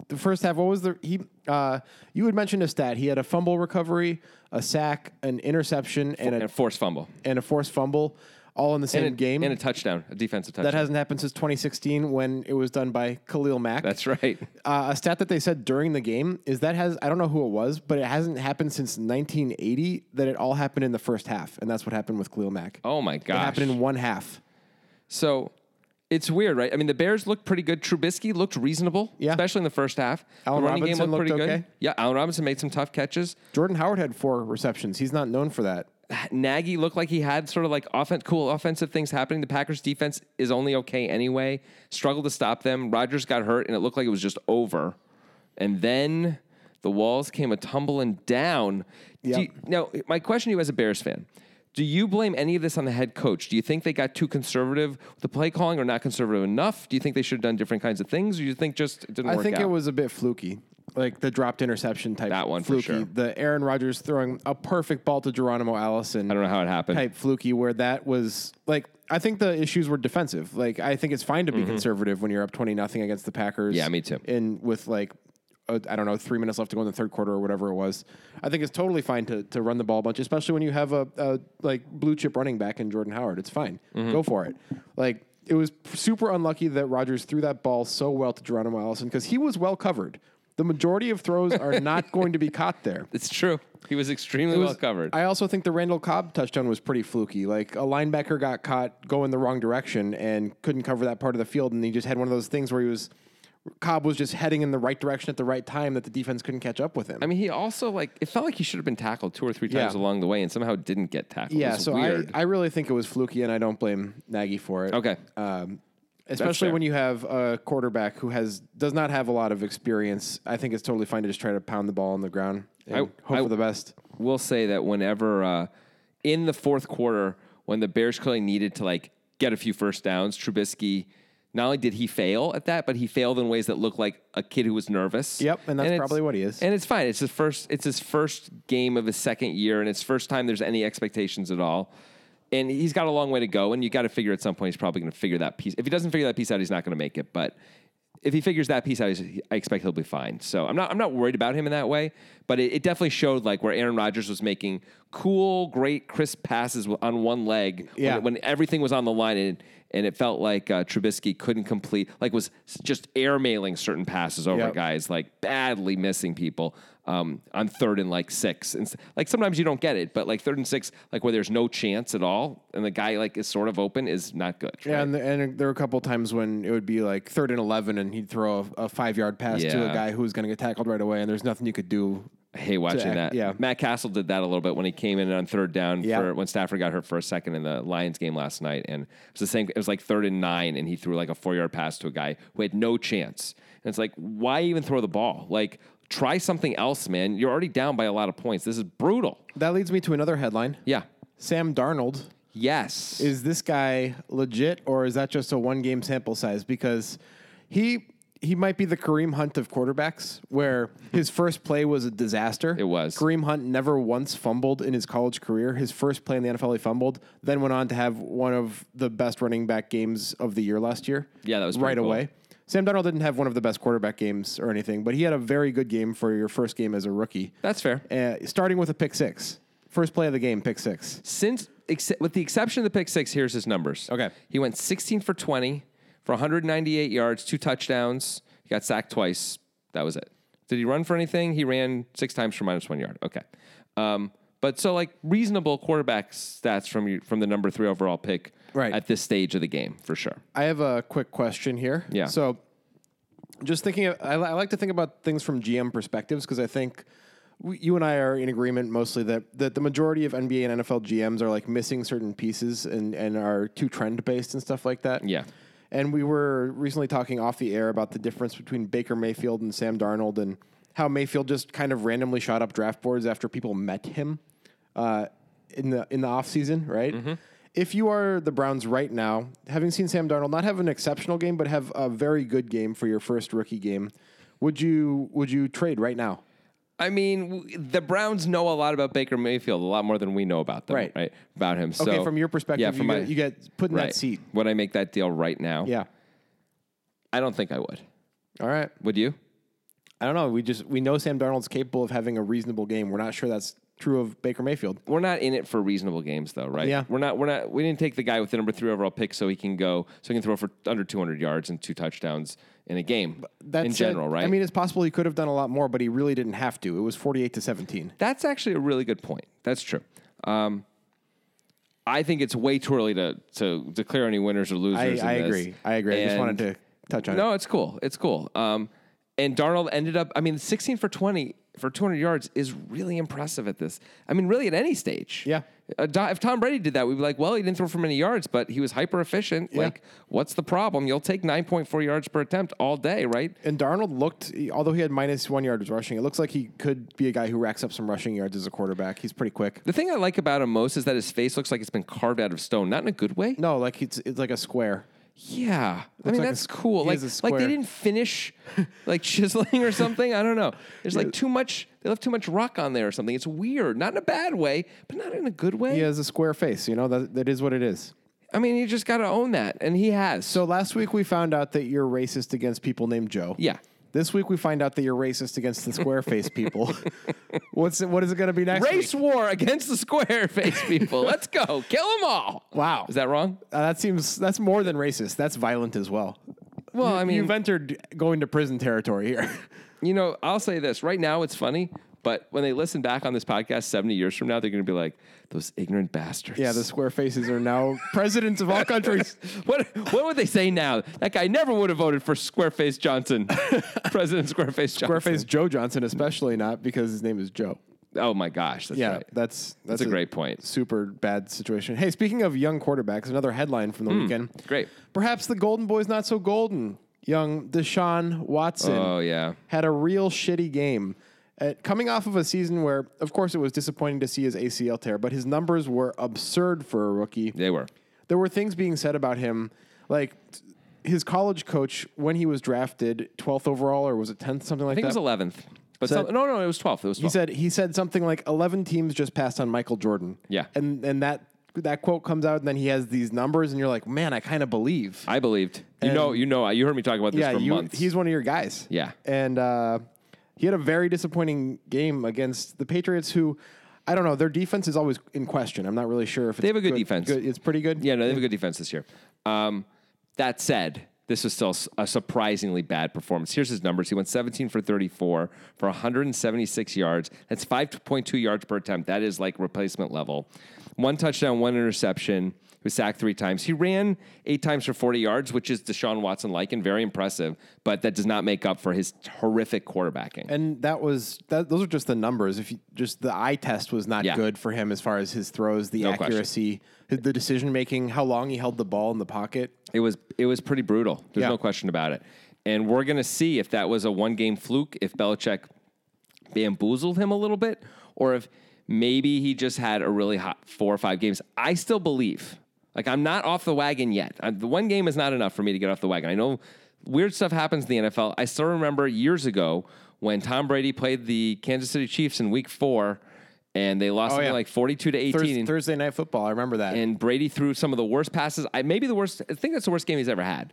Speaker 2: the first half. What was the he? Uh, you had mentioned a stat. He had a fumble recovery, a sack, an interception, and
Speaker 1: And a
Speaker 2: a
Speaker 1: forced fumble.
Speaker 2: and a forced fumble, all in the same
Speaker 1: And a,
Speaker 2: game.
Speaker 1: And a touchdown, a defensive touchdown.
Speaker 2: that hasn't happened since 2016 when it was done by Khalil Mack.
Speaker 1: That's right.
Speaker 2: Uh, a stat that they said during the game is that has I don't know who it was, but it hasn't happened since 1980 that it all happened in the first half, and that's what happened with Khalil Mack.
Speaker 1: Oh my
Speaker 2: it
Speaker 1: gosh.
Speaker 2: happened in one half.
Speaker 1: So it's weird, right? I mean, the Bears looked pretty good. Trubisky looked reasonable,
Speaker 2: Yeah.
Speaker 1: especially in the first half.
Speaker 2: Allen
Speaker 1: the running
Speaker 2: Robinson
Speaker 1: game looked,
Speaker 2: looked
Speaker 1: pretty good.
Speaker 2: okay.
Speaker 1: Yeah, Allen Robinson made some tough catches.
Speaker 2: Jordan Howard had four receptions. He's not known for that.
Speaker 1: Nagy looked like he had sort of like offen- cool offensive things happening. The Packers defense is only okay anyway. Struggled to stop them. Rodgers got hurt, and it looked like it was just over. And then the walls came a tumbling down. Do
Speaker 2: Yep.
Speaker 1: you- now, my question to you as a Bears fan. Do you blame any of this on the head coach? Do you think they got too conservative with the play calling or not conservative enough? Do you think they should have done different kinds of things? Or do you think just it didn't
Speaker 2: I
Speaker 1: work
Speaker 2: think
Speaker 1: out?
Speaker 2: it was a bit fluky, like the dropped interception type.
Speaker 1: That one for
Speaker 2: fluky.
Speaker 1: sure.
Speaker 2: The Aaron Rodgers throwing a perfect ball to Geronimo Allison.
Speaker 1: I don't know how it happened.
Speaker 2: type fluky where that was like I think the issues were defensive. Like I think it's fine to be conservative when you're up twenty nothing against the Packers.
Speaker 1: Mm-hmm. Yeah, me too.
Speaker 2: And with like I I don't know three minutes left to go in the third quarter or whatever it was. I think it's totally fine to to run the ball a bunch, especially when you have a, a like blue chip running back in Jordan Howard. It's fine.
Speaker 1: Mm-hmm.
Speaker 2: Go for it. Like. It was super unlucky that Rodgers threw that ball so well to Geronimo Allison because he was well covered. The majority of throws are not going to be caught there.
Speaker 1: It's true. He was extremely
Speaker 2: It
Speaker 1: well
Speaker 2: was-
Speaker 1: covered.
Speaker 2: I also think the Randall Cobb touchdown was pretty fluky. Like a linebacker got caught going the wrong direction and couldn't cover that part of the field, and he just had one of those things where he was Cobb was just heading in the right direction at the right time that the defense couldn't catch up with him.
Speaker 1: I mean, he also like it felt like he should have been tackled two or three times
Speaker 2: Yeah.
Speaker 1: along the way, and somehow didn't get tackled. It
Speaker 2: yeah,
Speaker 1: was
Speaker 2: so I,
Speaker 1: weird.
Speaker 2: I really think it was fluky, and I don't blame Nagy for it.
Speaker 1: okay,
Speaker 2: Um, especially
Speaker 1: fair.
Speaker 2: when you have a quarterback who has does not have a lot of experience, I think it's totally fine to just try to pound the ball on the ground and
Speaker 1: I-
Speaker 2: hope
Speaker 1: I-
Speaker 2: for the best.
Speaker 1: we'll say that whenever uh, in the fourth quarter, when the Bears clearly needed to like get a few first downs, Trubisky not only did he fail at that, but he failed in ways that looked like a kid who was nervous.
Speaker 2: Yep, and that's
Speaker 1: it's-
Speaker 2: probably what he is.
Speaker 1: And it's fine. It's his first. It's his first game of his second year, and it's first time there's any expectations at all. And he's got a long way to go, and you got to figure at some point he's probably going to figure that piece. If he doesn't figure that piece out, he's not going to make it. But if he figures that piece out, he's, I expect he'll be fine. So I'm not I'm not worried about him in that way. But it, it definitely showed like where Aaron Rodgers was making cool, great, crisp passes w- on one leg when-
Speaker 2: Yeah.
Speaker 1: when, everything was on the line, and and it felt like uh, Trubisky couldn't complete like was s- just air mailing certain passes over
Speaker 2: Yep.
Speaker 1: guys guys like badly missing people um, on third and like six. And s- like sometimes you don't get it, but like third and six, like where there's no chance at all, and the guy like is sort of open is not good.
Speaker 2: Yeah, and, the, and there were a couple times when it would be like third and eleven, and he'd throw a, a five yard pass to
Speaker 1: Yeah.
Speaker 2: a guy who was going to get tackled right away, and there's nothing you could do.
Speaker 1: I hate watching that.
Speaker 2: act- yeah.
Speaker 1: Matt Castle did that a little bit when he came in on third down
Speaker 2: Yeah.
Speaker 1: for when Stafford got hurt for a second in the Lions game last night, and it was the same. It was like third and nine, and he threw like a four yard pass to a guy who had no chance. And it's like, why even throw the ball? Like, try something else, man. You're already down by a lot of points. This is brutal.
Speaker 2: That leads me to another headline.
Speaker 1: Yeah.
Speaker 2: Sam Darnold
Speaker 1: Yes.
Speaker 2: is this guy legit, or is that just a one game sample size? Because he he might be the Kareem Hunt of quarterbacks, where his first play was a disaster.
Speaker 1: It was.
Speaker 2: Kareem Hunt never once fumbled in his college career. His first play in the NFL, he fumbled, then went on to have one of the best running back games of the year last year.
Speaker 1: Yeah, that was pretty
Speaker 2: right
Speaker 1: cool.
Speaker 2: away. Sam Darnold didn't have one of the best quarterback games or anything, but he had a very good game for your first game as a rookie.
Speaker 1: That's fair.
Speaker 2: Uh, starting with a pick six, first play of the game, pick six.
Speaker 1: Since, except, with the exception of the pick six, here's his numbers.
Speaker 2: Okay.
Speaker 1: He went 16 for 20 for 198 yards, two touchdowns. He got sacked twice. That was it. Did he run for anything? He ran six times for minus one yard. Okay. Um, but so like reasonable quarterback stats from your, from the number three overall pick
Speaker 2: Right.
Speaker 1: at this stage of the game for sure.
Speaker 2: I have a quick question here.
Speaker 1: Yeah.
Speaker 2: So, just thinking, of, I, li- I like to think about things from GM perspectives because I think we, you and I are in agreement mostly that that the majority of NBA and NFL GMs are like missing certain pieces and and are too trend based and stuff like that.
Speaker 1: Yeah.
Speaker 2: And we were recently talking off the air about the difference between Baker Mayfield and Sam Darnold and how Mayfield just kind of randomly shot up draft boards after people met him uh, in the in the offseason, right? If you are the Browns right now, having seen Sam Darnold not have an exceptional game but have a very good game for your first rookie game, would you would you trade right now?
Speaker 1: I mean, w- the Browns know a lot about Baker Mayfield, a lot more than we know about them, right?
Speaker 2: Right.
Speaker 1: About him. So,
Speaker 2: Okay, from your perspective,
Speaker 1: yeah,
Speaker 2: you,
Speaker 1: from my,
Speaker 2: get, you get put in
Speaker 1: right.
Speaker 2: that seat.
Speaker 1: Would I make that deal right now?
Speaker 2: Yeah.
Speaker 1: I don't think I would.
Speaker 2: All right.
Speaker 1: Would you?
Speaker 2: I don't know. We just we know Sam Darnold's capable of having a reasonable game. We're not sure that's true of Baker Mayfield.
Speaker 1: We're not in it for reasonable games, though, right?
Speaker 2: Yeah.
Speaker 1: We're not. We're not. We didn't take the guy with the number three overall pick so he can go so he can throw for under 200 yards and two touchdowns in a game.
Speaker 2: That
Speaker 1: in
Speaker 2: said,
Speaker 1: general, right?
Speaker 2: I mean, it's possible he could have done a lot more, but he really didn't have to. It was 48 to 17.
Speaker 1: That's actually a really good point. That's true. Um, I think it's way too early to to declare any winners or
Speaker 2: I,
Speaker 1: losers. in
Speaker 2: I
Speaker 1: this.
Speaker 2: agree. I agree. I just
Speaker 1: And-
Speaker 2: wanted to touch on it.
Speaker 1: No, it's cool. It's cool. Um, and Darnold ended up. I mean, 16 for 20 for 200 yards is really impressive at this. I mean, really at any stage.
Speaker 2: Yeah.
Speaker 1: Uh, Do- if Tom Brady did that, we'd be like, well, he didn't throw for many yards, but he was hyper efficient.
Speaker 2: Yeah.
Speaker 1: Like, what's the problem? You'll take 9.4 yards per attempt all day, right?
Speaker 2: And Darnold looked, although he had minus one yards rushing, it looks like he could be a guy who racks up some rushing yards as a quarterback. He's pretty quick.
Speaker 1: The thing I like about him most is that his face looks like it's been carved out of stone, not in a good way.
Speaker 2: No, like it's, it's like a square.
Speaker 1: Yeah, I mean
Speaker 2: like a
Speaker 1: that's
Speaker 2: s-
Speaker 1: cool.
Speaker 2: he
Speaker 1: Like,
Speaker 2: has a
Speaker 1: like they
Speaker 2: square.
Speaker 1: didn't finish, like chiseling or something. I don't know. There's like too much. They left too much rock on there or something. It's weird, not in a bad way, but not in a good way.
Speaker 2: He has a square face. You know that that is what it is.
Speaker 1: I mean, you just got to own that, and he has. So
Speaker 2: So last week we found out that you're racist against people named Joe.
Speaker 1: yeah,
Speaker 2: This week we find out that you're racist against the square face people. What's it, what is it going to be next?
Speaker 1: race
Speaker 2: week?
Speaker 1: war against the square face people. Let's go, kill them all.
Speaker 2: Wow.
Speaker 1: is that wrong?
Speaker 2: Uh, that seems that's more than racist. That's violent as well.
Speaker 1: Well, I mean,
Speaker 2: You've entered going to prison territory here.
Speaker 1: you know, I'll say this right now. It's funny. But when they listen back on this podcast 70 years from now, they're going to be like, those ignorant bastards.
Speaker 2: yeah, the square faces are now presidents of all countries.
Speaker 1: What what would they say now? That guy never would have voted for Squareface Johnson, President Squareface Johnson.
Speaker 2: Squareface Joe Johnson, especially not because his name is Joe.
Speaker 1: Oh my gosh, that's
Speaker 2: Yeah,
Speaker 1: right.
Speaker 2: that's, that's
Speaker 1: a great point.
Speaker 2: Super bad situation. Hey, speaking of young quarterbacks, another headline from the weekend.
Speaker 1: great.
Speaker 2: Perhaps the golden boy's not so golden. Young Deshaun Watson.
Speaker 1: Oh yeah,
Speaker 2: had a real shitty game. Uh, coming off of a season where, of course, it was disappointing to see his ACL tear, but his numbers were absurd for a rookie.
Speaker 1: they were.
Speaker 2: There were things being said about him, like t- his college coach when he was drafted, 12th overall, or was it 10th, something like
Speaker 1: I think it
Speaker 2: that.
Speaker 1: was eleventh, but
Speaker 2: So-
Speaker 1: some- no, no, it was twelfth. It was
Speaker 2: he
Speaker 1: twelfth.
Speaker 2: said he said something like 11 teams just passed on Michael Jordan.
Speaker 1: Yeah.
Speaker 2: and and that that quote comes out, and then he has these numbers, and you're like, man, I kind of believe.
Speaker 1: I believed. You know, you know, you heard me talk about this for
Speaker 2: you,
Speaker 1: months.
Speaker 2: He's one of your guys.
Speaker 1: Yeah.
Speaker 2: And uh, he had a very disappointing game against the Patriots, who I don't know. Their defense is always in question. I'm not really sure if it's they
Speaker 1: have a good defense.
Speaker 2: it's pretty good.
Speaker 1: yeah, no, they have a good defense this year. Um, that said, this was still s- a surprisingly bad performance. Here's his numbers. He went 17 for 34 for 176 yards. That's 5.2 yards per attempt. That is like replacement level. One touchdown, one interception. He was sacked three times. He ran eight times for 40 yards, which is Deshaun Watson like and very impressive, but that does not make up for his horrific quarterbacking.
Speaker 2: And that was that. Those are just the numbers. If you just the eye test was not
Speaker 1: Yeah.
Speaker 2: good for him as far as his throws, the
Speaker 1: question.
Speaker 2: accuracy, his, the decision making, how long he held the ball in the pocket.
Speaker 1: It was it was pretty brutal. There's
Speaker 2: Yeah.
Speaker 1: no question about it. And we're gonna see if that was a one game fluke, if Belichick bamboozled him a little bit, or if maybe he just had a really hot four or five games. I still believe. Like I'm not off the wagon yet. I, the one game is not enough for me to get off the wagon. I know weird stuff happens in the NFL. I still remember years ago when Tom Brady played the Kansas City Chiefs in Week Four, and they lost something
Speaker 2: Oh, yeah.
Speaker 1: like 42 to 18.
Speaker 2: Thursday,
Speaker 1: and-
Speaker 2: Thursday night football. I remember that.
Speaker 1: and Brady threw some of the worst passes. I maybe the worst. I think that's the worst game he's ever had.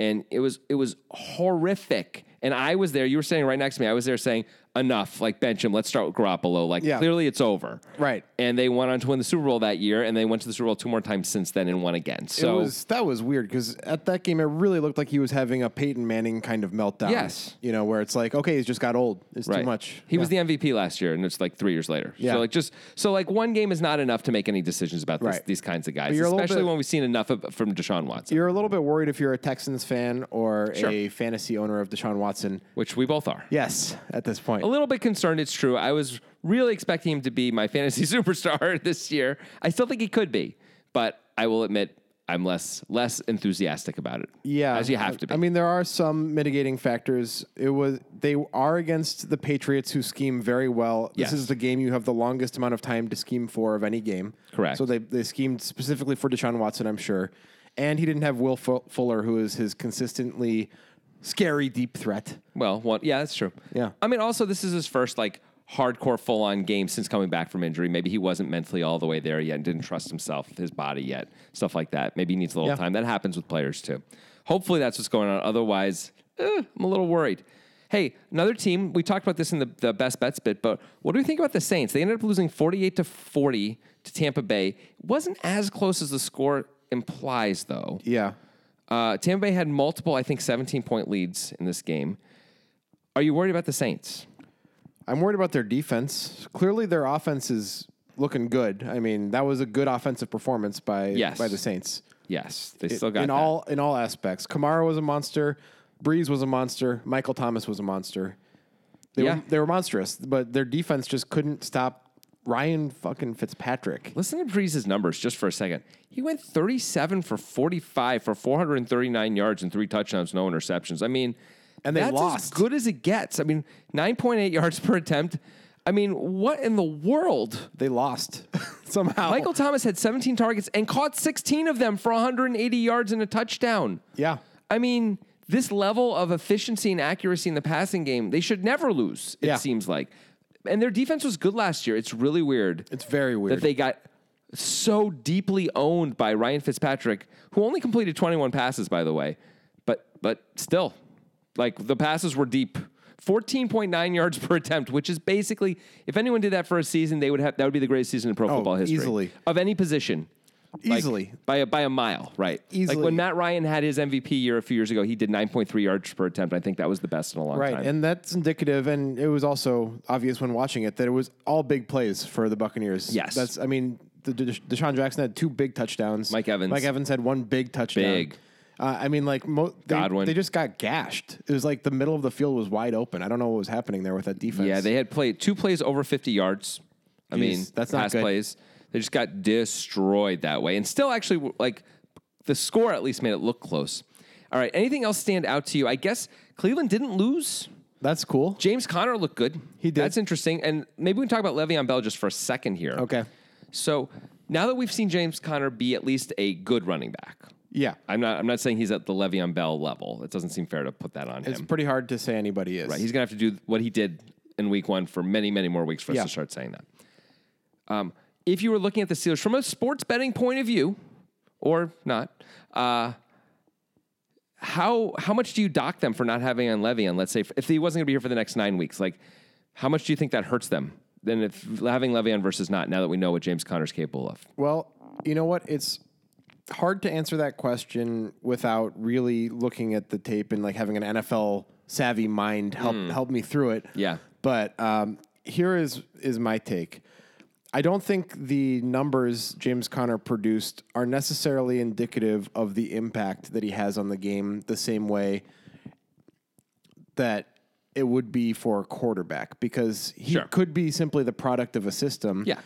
Speaker 1: and it was it was horrific. And I was there. You were sitting right next to me. I was there saying, "Enough! Like bench him. Let's start with Garoppolo. Like
Speaker 2: Yeah.
Speaker 1: clearly it's over."
Speaker 2: Right.
Speaker 1: And they went on to win the Super Bowl that year, and they went to the Super Bowl two more times since then and won again. So
Speaker 2: it was that was weird because at that game it really looked like he was having a Peyton Manning kind of meltdown.
Speaker 1: Yes.
Speaker 2: you know where it's like okay, he's just got old. It's too much.
Speaker 1: He was the MVP last year, and it's like three years later.
Speaker 2: Yeah.
Speaker 1: So like just so like one game is not enough to make any decisions about this,
Speaker 2: Right.
Speaker 1: these kinds of guys,
Speaker 2: you're a little
Speaker 1: especially
Speaker 2: bit-
Speaker 1: when we've seen enough of, from Deshaun Watson,
Speaker 2: You're a little bit worried if you're a Texans fan or
Speaker 1: Sure.
Speaker 2: a fantasy owner of Deshaun Watson.
Speaker 1: which we both are.
Speaker 2: Yes, at this point.
Speaker 1: A little bit concerned. It's true. I was really expecting him to be my fantasy superstar this year. I still think he could be, but I will admit I'm less less enthusiastic about it.
Speaker 2: Yeah,
Speaker 1: as you have to be.
Speaker 2: I mean, there are some mitigating factors. It was they are against the Patriots, who scheme very well.
Speaker 1: Yes.
Speaker 2: This is the game you have the longest amount of time to scheme for of any game.
Speaker 1: Correct.
Speaker 2: So they they schemed specifically for Deshaun Watson, I'm sure, and he didn't have Will Fu- Fuller, who is his consistently scary deep threat.
Speaker 1: Well, one, yeah, that's true.
Speaker 2: Yeah.
Speaker 1: I mean, also, this is his first like hardcore full on game since coming back from injury. Maybe he wasn't mentally all the way there yet and didn't trust himself, his body yet, stuff like that. Maybe he needs a little
Speaker 2: Yeah.
Speaker 1: time. That happens with players too. Hopefully, that's what's going on. Otherwise, eh, I'm a little worried. Hey, another team. We talked about this in the, the best bets bit, but what do we think about the Saints? They ended up losing 48 to 40 to Tampa Bay. It wasn't as close as the score implies, though.
Speaker 2: Yeah.
Speaker 1: Uh, Tampa Bay had multiple, I think, 17 point leads in this game. Are you worried about the Saints?
Speaker 2: I'm worried about their defense. Clearly, their offense is looking good. I mean, that was a good offensive performance by
Speaker 1: Yes.
Speaker 2: by the Saints.
Speaker 1: Yes, they still got
Speaker 2: in
Speaker 1: that.
Speaker 2: all in all aspects. Kamara was a monster. Breeze was a monster. Michael Thomas was a monster. They,
Speaker 1: Yeah.
Speaker 2: were, they were monstrous, but their defense just couldn't stop Ryan fucking Fitzpatrick.
Speaker 1: Listen to Breeze's numbers just for a second. He went 37 for 45 for 439 yards and three touchdowns, no interceptions. I mean,
Speaker 2: And they
Speaker 1: that's as
Speaker 2: lost.
Speaker 1: good as it gets. I mean, 9.8 yards per attempt. I mean, what in the world?
Speaker 2: They lost somehow.
Speaker 1: Michael Thomas had 17 targets and caught 16 of them for 180 yards and a touchdown.
Speaker 2: Yeah.
Speaker 1: I mean, this level of efficiency and accuracy in the passing game, they should never lose, it
Speaker 2: Yeah.
Speaker 1: seems like. And their defense was good last year. It's really weird
Speaker 2: It's very
Speaker 1: that
Speaker 2: weird.
Speaker 1: they got so deeply owned by Ryan Fitzpatrick, who only completed 21 passes, by the way. But but still, like the passes were deep. 14.9 yards per attempt, which is basically if anyone did that for a season, they would have that would be the greatest season in pro football history.
Speaker 2: Oh, easily.
Speaker 1: Of any position. Like,
Speaker 2: Easily.
Speaker 1: by a, by a mile, right? Like
Speaker 2: Easily.
Speaker 1: when Matt Ryan had his MVP year a few years ago, he did 9.3 yards per attempt. I think that was the best in a long
Speaker 2: Right.
Speaker 1: time.
Speaker 2: And that's indicative. And it was also obvious when watching it that it was all big plays for the Buccaneers.
Speaker 1: Yes.
Speaker 2: That's, I mean, the, the, Deshaun Jackson had two big touchdowns.
Speaker 1: Mike Evans.
Speaker 2: Mike Evans had one big touchdown.
Speaker 1: Big.
Speaker 2: Uh, I mean, like, mo- they,
Speaker 1: Godwin.
Speaker 2: They just got gashed. It was like the middle of the field was wide open. I don't know what was happening there with that defense.
Speaker 1: yeah, they had played two plays over 50 yards. I mean,
Speaker 2: that's not
Speaker 1: pass
Speaker 2: good.
Speaker 1: plays. They just got destroyed that way. And still, actually, like the score at least made it look close. All right. Anything else stand out to you? I guess Cleveland didn't lose.
Speaker 2: That's cool.
Speaker 1: James Conner looked good.
Speaker 2: He did.
Speaker 1: That's interesting. And maybe we can talk about Le'Veon Bell just for a second here.
Speaker 2: Okay.
Speaker 1: So now that we've seen James Conner be at least a good running back,
Speaker 2: Yeah.
Speaker 1: I'm not. I'm not saying he's at the Le'Veon Bell level. It doesn't seem fair to put that on
Speaker 2: It's
Speaker 1: him.
Speaker 2: pretty hard to say anybody is.
Speaker 1: Right. He's gonna have to do what he did in Week One for many, many more weeks for us
Speaker 2: Yeah.
Speaker 1: to start saying that. Um, if you were looking at the Steelers from a sports betting point of view, or not, uh, how how much do you dock them for not having on Le'Veon? Let's say if he wasn't gonna be here for the next nine weeks, like how much do you think that hurts them? Than if having Le'Veon versus not. Now that we know what James Conner's capable of.
Speaker 2: Well, you know what? It's hard to answer that question without really looking at the tape and like having an NFL savvy mind help help me through it.
Speaker 1: Yeah.
Speaker 2: But um, here is is my take. I don't think the numbers James Conner produced are necessarily indicative of the impact that he has on the game the same way that it would be for a quarterback because he
Speaker 1: Sure.
Speaker 2: could be simply the product of a system.
Speaker 1: Yeah.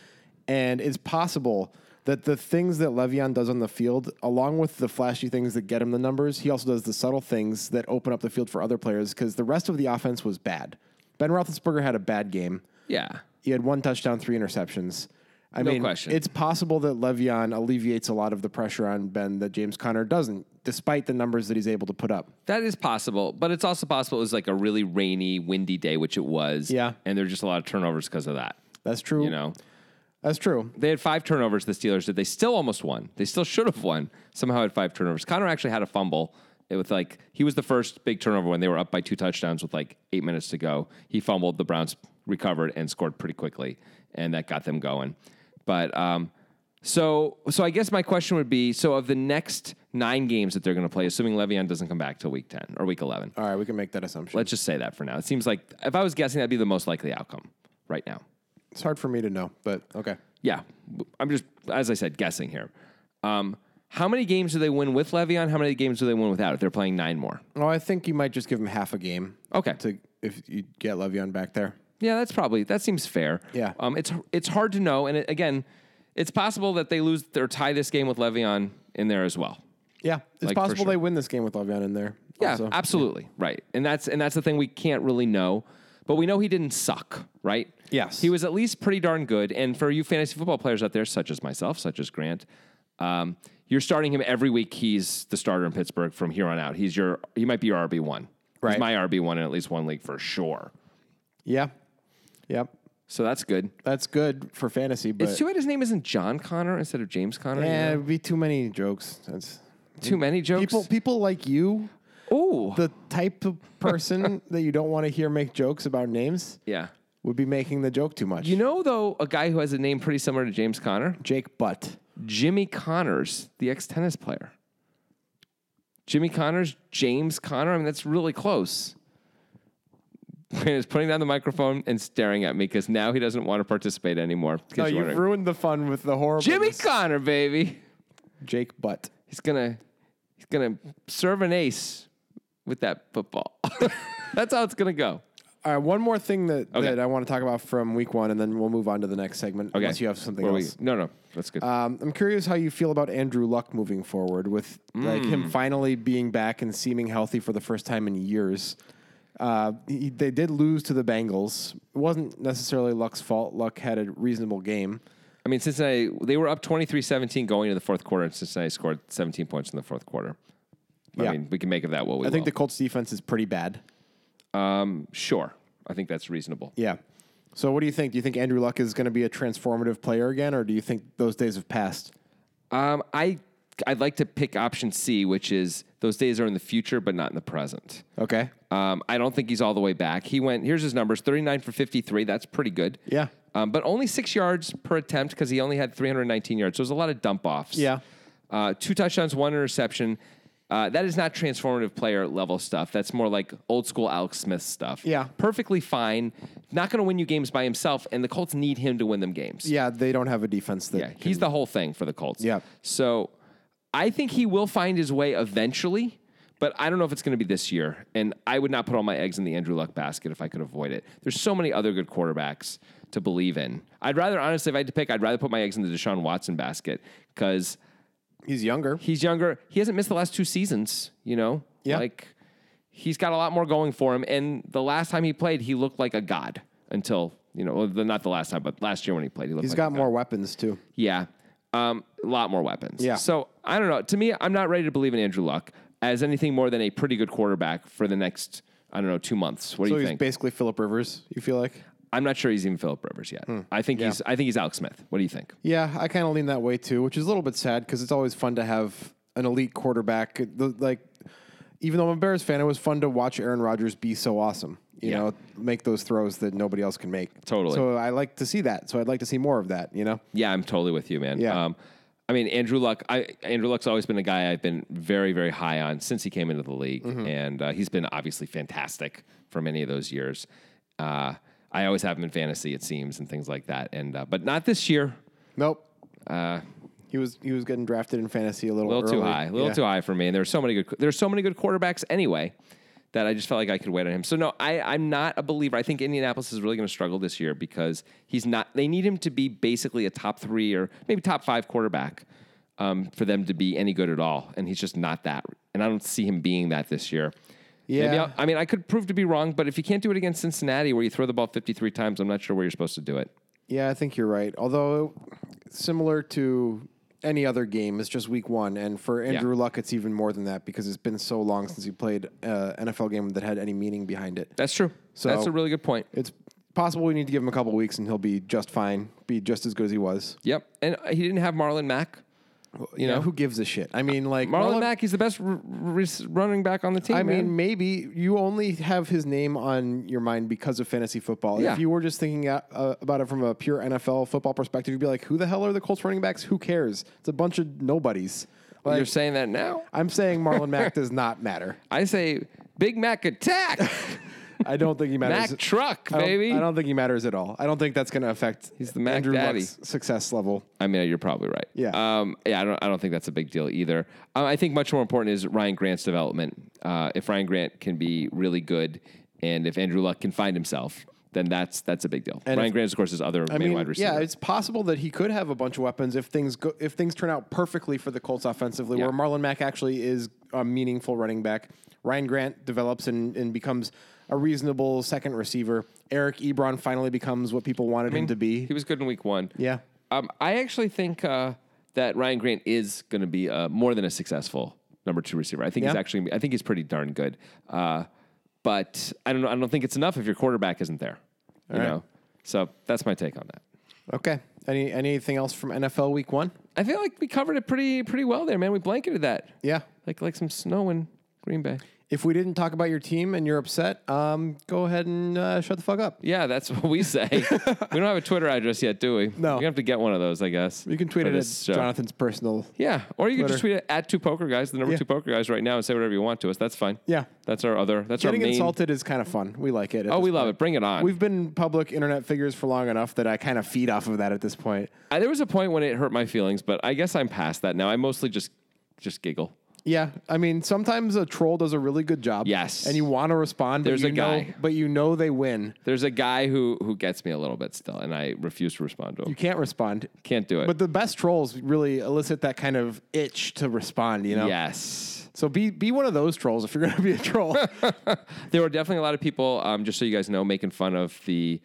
Speaker 2: And it's possible that the things that Le'Veon does on the field, along with the flashy things that get him the numbers, he also does the subtle things that open up the field for other players because the rest of the offense was bad. Ben Roethlisberger had a bad game.
Speaker 1: Yeah.
Speaker 2: He had one touchdown, three interceptions. I
Speaker 1: No
Speaker 2: mean,
Speaker 1: question.
Speaker 2: it's possible that Le'Veon alleviates a lot of the pressure on Ben that James Conner doesn't, despite the numbers that he's able to put up.
Speaker 1: That is possible, but it's also possible it was like a really rainy, windy day, which it was.
Speaker 2: Yeah.
Speaker 1: And there were just a lot of turnovers because of that.
Speaker 2: That's true.
Speaker 1: You know,
Speaker 2: That's true.
Speaker 1: they had five turnovers, the Steelers did. They still almost won. They still should have won. Somehow had five turnovers. Connor actually had a fumble It was like he was the first big turnover when they were up by two touchdowns with like eight minutes to go. He fumbled, the Browns recovered and scored pretty quickly, and that got them going. But um, so so I guess my question would be: so of the next nine games that they're going to play, assuming Le'Veon doesn't come back till week ten or week eleven,
Speaker 2: All right, we can make that assumption.
Speaker 1: let's just say that for now. It seems like if I was guessing, that'd be the most likely outcome right now.
Speaker 2: it's hard for me to know, but okay.
Speaker 1: Yeah, I'm just as I said, guessing here. Um, how many games do they win with Le'Veon? How many games do they win without? If they're playing nine more,
Speaker 2: Well, I think you might just give him half a game.
Speaker 1: okay.
Speaker 2: to if you get Le'Veon back there.
Speaker 1: Yeah, that's probably that seems fair.
Speaker 2: Yeah.
Speaker 1: um, it's it's hard to know, and it, again, it's possible that they lose or tie this game with Le'Veon in there as well.
Speaker 2: Yeah, it's
Speaker 1: Like, for sure.
Speaker 2: possible they win this game with Le'Veon in there.
Speaker 1: Yeah,
Speaker 2: also.
Speaker 1: absolutely right, and that's and that's the thing we can't really know, but we know he didn't suck, right?
Speaker 2: Yes.
Speaker 1: he was at least pretty darn good. And for you fantasy football players out there, such as myself, such as Grant, um, you're starting him every week. He's the starter in Pittsburgh from here on out. He's your he might be your RB one.
Speaker 2: Right.
Speaker 1: he's my RB one in at least one league for sure.
Speaker 2: yeah, yep.
Speaker 1: So that's good.
Speaker 2: That's good for fantasy, but
Speaker 1: It's too bad his name isn't John Connor instead of James Connor.
Speaker 2: yeah, it'd be too many jokes. That's
Speaker 1: Too many jokes.
Speaker 2: people. People like you,
Speaker 1: oh,
Speaker 2: the type of person that you don't want to hear make jokes about names,
Speaker 1: yeah.
Speaker 2: would be making the joke too much.
Speaker 1: You know, though, a guy who has a name pretty similar to James Connor,
Speaker 2: Jake Butt.
Speaker 1: Jimmy Connors, the ex tennis player. Jimmy Connors, James Connor. I mean, that's really close. And he's putting down the microphone and staring at me because now he doesn't want to participate anymore. 'Cause
Speaker 2: No,
Speaker 1: you
Speaker 2: you've
Speaker 1: wanna-
Speaker 2: ruined the fun with the horrible
Speaker 1: Jimmy Connor, baby.
Speaker 2: Jake Butt.
Speaker 1: He's gonna he's gonna serve an ace with that football. that's how it's gonna go.
Speaker 2: All right, one more thing that, that I want to talk about from week one, and then we'll move on to the next segment.
Speaker 1: Okay.
Speaker 2: Unless you have something
Speaker 1: Where we-
Speaker 2: else.
Speaker 1: no, no, that's good.
Speaker 2: Um, I'm curious how you feel about Andrew Luck moving forward with like
Speaker 1: Hmm.
Speaker 2: him finally being back and seeming healthy for the first time in years. Uh, he, they did lose to the Bengals. It wasn't necessarily Luck's fault. Luck had a reasonable game.
Speaker 1: I mean, Cincinnati, they were up 23 17 going into the fourth quarter, and Cincinnati scored 17 points in the fourth quarter. I
Speaker 2: Yeah.
Speaker 1: mean, we can make of that what we
Speaker 2: I think the Colts defense is pretty bad.
Speaker 1: sure. I think that's reasonable.
Speaker 2: Yeah. So what do you think? Do you think Andrew Luck is going to be a transformative player again, or do you think those days have passed?
Speaker 1: Um, I, I'd like to pick option C, which is those days are in the future, but not in the present.
Speaker 2: Okay.
Speaker 1: Um, I don't think he's all the way back. He went, here's his numbers 39 for 53. That's pretty good.
Speaker 2: Yeah.
Speaker 1: Um, but only six yards per attempt because he only had 319 yards. So it was a lot of dump offs.
Speaker 2: Yeah.
Speaker 1: Uh, two touchdowns, one interception. Uh, that is not transformative player level stuff. That's more like old school Alex Smith stuff.
Speaker 2: Yeah.
Speaker 1: Perfectly fine. Not going to win you games by himself, and the Colts need him to win them games.
Speaker 2: Yeah, they don't have a defense that.
Speaker 1: Yeah, he's the whole thing for the Colts.
Speaker 2: Yeah.
Speaker 1: So I think he will find his way eventually, but I don't know if it's going to be this year. And I would not put all my eggs in the Andrew Luck basket if I could avoid it. There's so many other good quarterbacks to believe in. I'd rather, honestly, if I had to pick, I'd rather put my eggs in the Deshaun Watson basket because
Speaker 2: He's younger.
Speaker 1: he's younger. He hasn't missed the last two seasons, you know?
Speaker 2: Yeah.
Speaker 1: Like, he's got a lot more going for him. And the last time he played, he looked like a god until, you know, well, the, not the last time, but last year when he played, he looked
Speaker 2: He's
Speaker 1: like a
Speaker 2: got
Speaker 1: god.
Speaker 2: more weapons too.
Speaker 1: Yeah. Um, a lot more weapons.
Speaker 2: Yeah.
Speaker 1: So I don't know. To me, I'm not ready to believe in Andrew Luck as anything more than a pretty good quarterback for the next, I don't know, two months. What
Speaker 2: So
Speaker 1: do you
Speaker 2: he's
Speaker 1: think?
Speaker 2: basically Philip Rivers. You feel like?
Speaker 1: I'm not sure he's even Philip Rivers yet.
Speaker 2: Hmm.
Speaker 1: I think he's I think he's Alex Smith. What do you think?
Speaker 2: Yeah, I kind of lean that way too, which is a little bit sad because it's always fun to have an elite quarterback. The- Like, even though I'm a Bears fan, it was fun to watch Aaron Rodgers be so awesome. You
Speaker 1: Yeah.
Speaker 2: know, make those throws that nobody else can make.
Speaker 1: Totally.
Speaker 2: So I like to see that. So I'd like to see more of that. You know.
Speaker 1: Yeah, I'm totally with you, man.
Speaker 2: Yeah.
Speaker 1: Um, I mean, Andrew Luck. I, Andrew Luck's always been a guy I've been very, very high on since he came into the league,
Speaker 2: Mm-hmm.
Speaker 1: and uh, he's been obviously fantastic for many of those years. Uh, I always have him in fantasy, it seems, and things like that. And uh, but not this year.
Speaker 2: Nope. he was he was getting drafted in fantasy a Uh, little,
Speaker 1: A little too
Speaker 2: early.
Speaker 1: high, a little
Speaker 2: Yeah.
Speaker 1: too high for me. And there's so many good there's so many good quarterbacks anyway that I just felt like I could wait on him. So no, I I'm not a believer. I think Indianapolis is really going to struggle this year because he's not. They need him to be basically a top three or maybe top five quarterback um, for them to be any good at all. And he's just not that. And I don't see him being that this year. Maybe
Speaker 2: Yeah.
Speaker 1: I'll- I mean, I could prove to be wrong, but if you can't do it against Cincinnati, where you throw the ball 53 times, I'm not sure where you're supposed to do it.
Speaker 2: Yeah, I think you're right. Although similar to any other game, it's just week one, and for Andrew Luck, it's even more than that because it's been so long since he played uh, an NFL game that had any meaning behind it.
Speaker 1: That's true.
Speaker 2: So-
Speaker 1: That's a really good point.
Speaker 2: It's possible we need to give him a couple weeks, and he'll be just fine, be just as good as he was.
Speaker 1: uh, Yep. And he didn't have Marlon Mack. You
Speaker 2: Yeah,
Speaker 1: know,
Speaker 2: who gives a shit? I mean, like
Speaker 1: Uh, Marlon Mack, he's the best r- r- running back on the team.
Speaker 2: I
Speaker 1: man.
Speaker 2: mean, maybe you only have his name on your mind because of fantasy football.
Speaker 1: Yeah.
Speaker 2: If you were just thinking uh, uh, about it from a pure NFL football perspective, you'd be like, "Who the hell are the Colts running backs? Who cares? It's a bunch of nobodies." Like,
Speaker 1: you're saying that now.
Speaker 2: I'm saying Marlon Mack does not matter.
Speaker 1: I say Big Mac attack,
Speaker 2: I don't think he matters.
Speaker 1: Mac truck,
Speaker 2: I don't-
Speaker 1: baby.
Speaker 2: I don't think he matters at all. I don't think that's going to affect He's
Speaker 1: the Mac
Speaker 2: Andrew
Speaker 1: daddy.
Speaker 2: Luck's success level.
Speaker 1: I mean, you're probably right.
Speaker 2: Yeah.
Speaker 1: Um, yeah. I don't. I don't think that's a big deal either. Uh, I think much more important is Ryan Grant's development. Uh, if Ryan Grant can be really good, and if Andrew Luck can find himself, then that's that's a big deal. Ryan
Speaker 2: if-
Speaker 1: Grant, is, of course, is other
Speaker 2: I
Speaker 1: main
Speaker 2: mean,
Speaker 1: wide
Speaker 2: yeah,
Speaker 1: receiver.
Speaker 2: it's possible that he could have a bunch of weapons if things go if things turn out perfectly for the Colts offensively,
Speaker 1: Yeah.
Speaker 2: where Marlon Mack actually is a meaningful running back. Ryan Grant develops and, and becomes a reasonable second receiver. Eric Ebron finally becomes what people wanted him to be.
Speaker 1: he was good in week one.
Speaker 2: Yeah.
Speaker 1: Um, I actually think uh, that Ryan Grant is going to be uh, more than a successful number two receiver. I think he's
Speaker 2: Yeah.
Speaker 1: actually. I think he's pretty darn good. Uh, but I don't. know. I don't think it's enough if your quarterback isn't there. You
Speaker 2: right.
Speaker 1: know. So that's my take on that.
Speaker 2: Okay. Any anything else from NFL Week One?
Speaker 1: I feel like we covered it pretty pretty well there, man. We blanketed that.
Speaker 2: Yeah.
Speaker 1: Like like some snow in Green Bay.
Speaker 2: If we didn't talk about your team and you're upset, um, go ahead and uh, shut the fuck up.
Speaker 1: Yeah, that's what we say. we don't have a Twitter address yet, do we?
Speaker 2: No.
Speaker 1: We're gonna have to get one of those, I guess.
Speaker 2: You can tweet
Speaker 1: for
Speaker 2: it at
Speaker 1: this show.
Speaker 2: Jonathan's personal.
Speaker 1: Yeah, or you can just tweet
Speaker 2: Twitter.
Speaker 1: it at two poker guys, the number
Speaker 2: Yeah.
Speaker 1: two poker guys, right now, and say whatever you want to us. That's fine.
Speaker 2: Yeah.
Speaker 1: that's our other. That's
Speaker 2: Getting
Speaker 1: our main.
Speaker 2: insulted is kind of fun. We like it.
Speaker 1: Oh, we love it. Bring it on.
Speaker 2: We've been public internet figures for long enough that I kind of feed off of that at this point.
Speaker 1: I, there was a point when it hurt my feelings, but I guess I'm past that now. I mostly just just giggle.
Speaker 2: Yeah, I mean, sometimes a troll does a really good job.
Speaker 1: Yes.
Speaker 2: and you want to respond. but
Speaker 1: There's
Speaker 2: you
Speaker 1: a
Speaker 2: know-
Speaker 1: guy.
Speaker 2: but you know they win.
Speaker 1: There's a guy who who gets me a little bit still, and I refuse to respond to him.
Speaker 2: You can't respond.
Speaker 1: Can't do it.
Speaker 2: But the best trolls really elicit that kind of itch to respond. You know.
Speaker 1: yes.
Speaker 2: So be be one of those trolls if you're going to be a troll.
Speaker 1: There were definitely a lot of people, um, just so you guys know, making fun of the.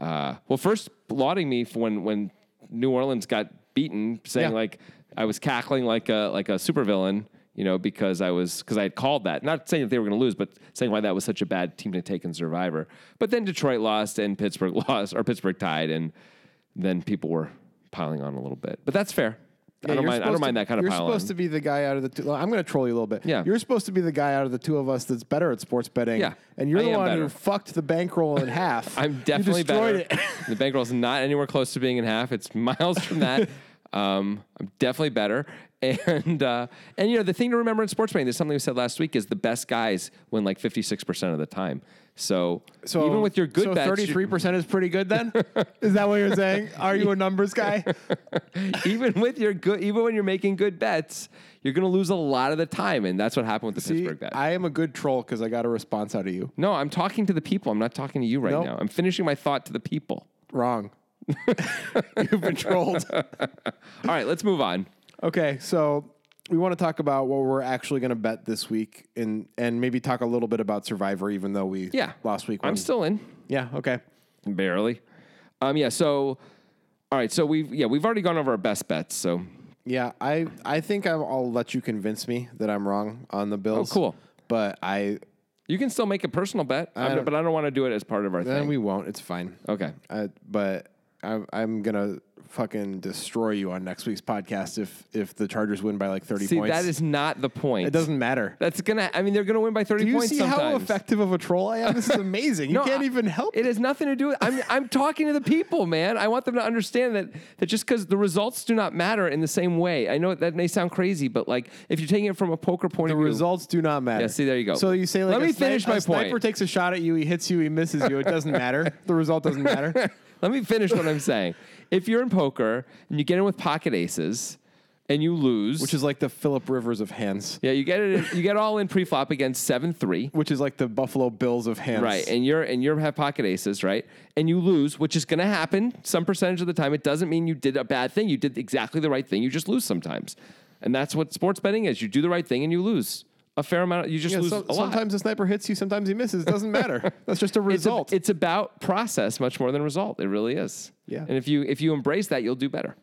Speaker 1: Uh, well, first lauding me for when when New Orleans got beaten, saying
Speaker 2: Yeah.
Speaker 1: like I was cackling like a like a supervillain, you know, because I was because I had called that. Not saying that they were going to lose, but saying why that was such a bad team to take in Survivor. But then Detroit lost and Pittsburgh lost or Pittsburgh tied, and then people were piling on a little bit. But that's fair. I don't
Speaker 2: you're
Speaker 1: mind. I don't
Speaker 2: supposed
Speaker 1: mind
Speaker 2: to-
Speaker 1: that kind of
Speaker 2: You're
Speaker 1: pile on.
Speaker 2: supposed to be the guy out of the. Two, I'm going to troll you a little bit.
Speaker 1: Yeah.
Speaker 2: You're supposed to be the guy out of the two of us that's better at sports betting.
Speaker 1: Yeah,
Speaker 2: And you're
Speaker 1: I
Speaker 2: the
Speaker 1: am
Speaker 2: one
Speaker 1: better.
Speaker 2: who fucked the bankroll in half.
Speaker 1: I'm definitely
Speaker 2: you destroyed
Speaker 1: better.
Speaker 2: It.
Speaker 1: the bankroll's not anywhere close to being in half. It's miles from that. um, I'm definitely better. And uh, and you know the thing to remember in sports betting, there's something we said last week is the best guys win like 56 percent of the time. So,
Speaker 2: So
Speaker 1: even with your good
Speaker 2: so
Speaker 1: bets,
Speaker 2: thirty-three percent is pretty good. Then is that what you're saying? Are you a numbers guy?
Speaker 1: even with your good, even when you're making good bets, you're going to lose a lot of the time, and that's what happened with the
Speaker 2: See,
Speaker 1: Pittsburgh bet.
Speaker 2: I am a good troll because I got a response out of you.
Speaker 1: no, I'm talking to the people. I'm not talking to you right
Speaker 2: Nope.
Speaker 1: now. I'm finishing my thought to the people.
Speaker 2: Wrong. You've been trolled.
Speaker 1: All right, let's move on.
Speaker 2: Okay, so we want to talk about what we're actually going to bet this week, and and maybe talk a little bit about Survivor, even though we
Speaker 1: Yeah,
Speaker 2: lost week.
Speaker 1: I'm
Speaker 2: one.
Speaker 1: still in.
Speaker 2: yeah okay.
Speaker 1: barely. Um, yeah. So, all right. So we've yeah we've already gone over our best bets. So
Speaker 2: Yeah, I I think I'm, I'll let you convince me that I'm wrong on the Bills.
Speaker 1: cool.
Speaker 2: But I
Speaker 1: you can still make a personal bet, I but I don't want to do it as part of our
Speaker 2: then
Speaker 1: thing.
Speaker 2: we won't. It's fine.
Speaker 1: okay.
Speaker 2: Uh, but I'm, I'm gonna fucking destroy you on next week's podcast if if the Chargers win by like thirty
Speaker 1: See,
Speaker 2: points.
Speaker 1: that is not the point.
Speaker 2: it doesn't matter.
Speaker 1: That's gonna. I mean, they're gonna win by thirty
Speaker 2: Do you
Speaker 1: points.
Speaker 2: see
Speaker 1: sometimes.
Speaker 2: how effective of a troll I am? This is amazing. you can't
Speaker 1: I-
Speaker 2: even help.
Speaker 1: It has nothing to do with. I'm I'm talking to the people, man. I want them to understand that that just because the results do not matter in the same way. I know that may sound crazy, but like if you're taking it from a poker point
Speaker 2: The
Speaker 1: of view,
Speaker 2: results do not matter.
Speaker 1: Yeah, see, there you go.
Speaker 2: So you say like
Speaker 1: Let
Speaker 2: a
Speaker 1: me
Speaker 2: sni-
Speaker 1: finish my
Speaker 2: a sniper
Speaker 1: point.
Speaker 2: takes a shot at you, he hits you, he misses you. It doesn't matter. The result doesn't matter.
Speaker 1: Let me finish what I'm saying. If you're in poker and you get in with pocket aces and you lose,
Speaker 2: Which is like the Philip Rivers of hands.
Speaker 1: yeah, you get it. You get all in pre-flop against seven three,
Speaker 2: Which is like the Buffalo Bills of hands.
Speaker 1: right? And you're and you have pocket aces, right? And you lose, which is going to happen some percentage of the time. It doesn't mean you did a bad thing. You did exactly the right thing. You just lose sometimes, and that's what sports betting is. You do the right thing and you lose a fair amount. You just
Speaker 2: Yeah,
Speaker 1: lose
Speaker 2: so-
Speaker 1: a lot.
Speaker 2: sometimes the sniper hits you, sometimes he misses. It doesn't matter. That's just a
Speaker 1: It's, a-
Speaker 2: result.
Speaker 1: it's about process much more than result. It really is.
Speaker 2: Yeah.
Speaker 1: And if you if you embrace that, you'll do better.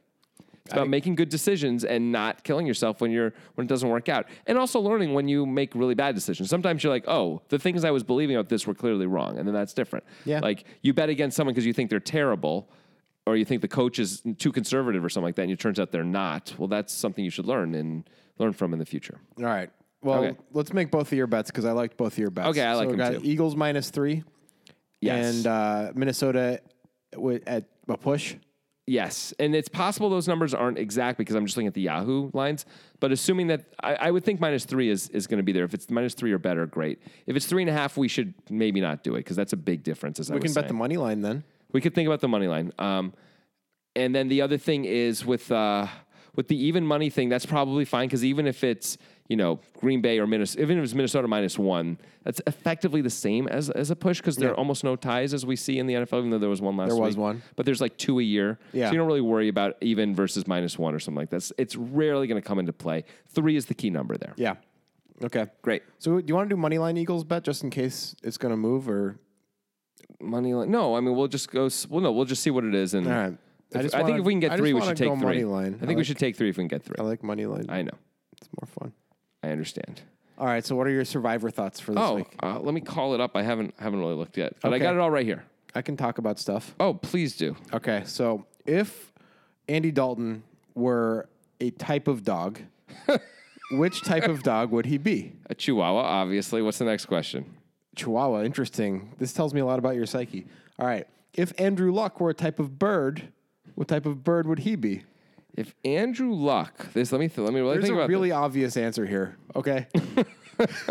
Speaker 1: It's about making good decisions and not killing yourself when you're when it doesn't work out. And also learning when you make really bad decisions. Sometimes you're like, oh, the things I was believing about this were clearly wrong, and then that's different.
Speaker 2: Yeah.
Speaker 1: Like you bet against someone because you think they're terrible. or you think the coach is too conservative or something like that, and it turns out they're not. Well, that's something you should learn and learn from in the future.
Speaker 2: All right. Well,
Speaker 1: Okay.
Speaker 2: let's make both of your bets because I liked both of your bets.
Speaker 1: Okay, I like
Speaker 2: so we
Speaker 1: them
Speaker 2: got
Speaker 1: too.
Speaker 2: Eagles minus three
Speaker 1: Yes.
Speaker 2: and uh, Minnesota wi- at a push.
Speaker 1: Yes, and it's possible those numbers aren't exact because I'm just looking at the Yahoo lines. But assuming that, I, I would think minus three is, is going to be there. If it's minus three or better, great. If it's three and a half, we should maybe not do it because that's a big difference. As I
Speaker 2: We can
Speaker 1: was
Speaker 2: bet the
Speaker 1: saying.
Speaker 2: money line then.
Speaker 1: we could think about the money line. Um, and then the other thing is with uh, with the even money thing, that's probably fine because even if it's you know Green Bay or Minnesota, even if it's Minnesota minus one, that's effectively the same as as a push because there are almost no ties as we see in the NFL. Even though there was one last
Speaker 2: There was
Speaker 1: week.
Speaker 2: one.
Speaker 1: but there's like two a year,
Speaker 2: Yeah.
Speaker 1: so you don't really worry about even versus minus one or something like that. It's rarely going to come into play. Three is the key number there.
Speaker 2: Yeah. Okay.
Speaker 1: Great
Speaker 2: So do you want to do money line Eagles bet just in case it's going to move or
Speaker 1: money line. No, I mean we'll just go. s- Well, no, we'll just see what it is. And
Speaker 2: All right. I
Speaker 1: if-
Speaker 2: just
Speaker 1: I, think
Speaker 2: wanna-
Speaker 1: if we can
Speaker 2: I
Speaker 1: get
Speaker 2: just
Speaker 1: three, we
Speaker 2: wanna
Speaker 1: should take
Speaker 2: go
Speaker 1: three.
Speaker 2: money line.
Speaker 1: I
Speaker 2: I
Speaker 1: think we
Speaker 2: like-
Speaker 1: should take three if we can get three.
Speaker 2: I like money line?
Speaker 1: I know.
Speaker 2: It's more fun.
Speaker 1: I understand.
Speaker 2: All right. So what are your survivor thoughts for this
Speaker 1: Oh,
Speaker 2: week?
Speaker 1: uh, let me call it up. I haven't haven't really looked yet, but I
Speaker 2: Okay.
Speaker 1: got it all right here.
Speaker 2: I can talk about stuff.
Speaker 1: Oh, please do.
Speaker 2: Okay. So if Andy Dalton were a type of dog, which type of dog would he be?
Speaker 1: A Chihuahua, obviously. What's the next question?
Speaker 2: Chihuahua. Interesting. This tells me a lot about your psyche. All right. If Andrew Luck were a type of bird, what type of bird would he be?
Speaker 1: If Andrew Luck, this let me th- let me really
Speaker 2: There's
Speaker 1: think
Speaker 2: a
Speaker 1: about
Speaker 2: really obvious answer here. Okay.
Speaker 1: this.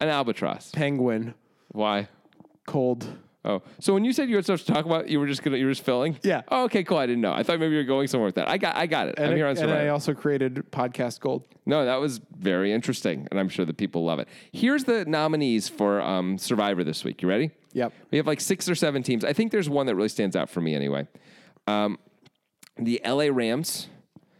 Speaker 1: an albatross.
Speaker 2: Penguin.
Speaker 1: Why?
Speaker 2: Cold.
Speaker 1: Oh, so when you said you had stuff to talk about, you were just gonna you were just filling.
Speaker 2: Yeah.
Speaker 1: Oh, okay, cool. I didn't know. I thought maybe you were going somewhere with that. I got I got it.
Speaker 2: And,
Speaker 1: I'm here
Speaker 2: I,
Speaker 1: on
Speaker 2: and I
Speaker 1: Survivor.
Speaker 2: also created podcast gold.
Speaker 1: No, that was very interesting, and I'm sure the people love it. Here's the nominees for um, Survivor this week. You ready?
Speaker 2: Yep.
Speaker 1: We have like six or seven teams. I think there's one that really stands out for me anyway. Um, the LA Rams,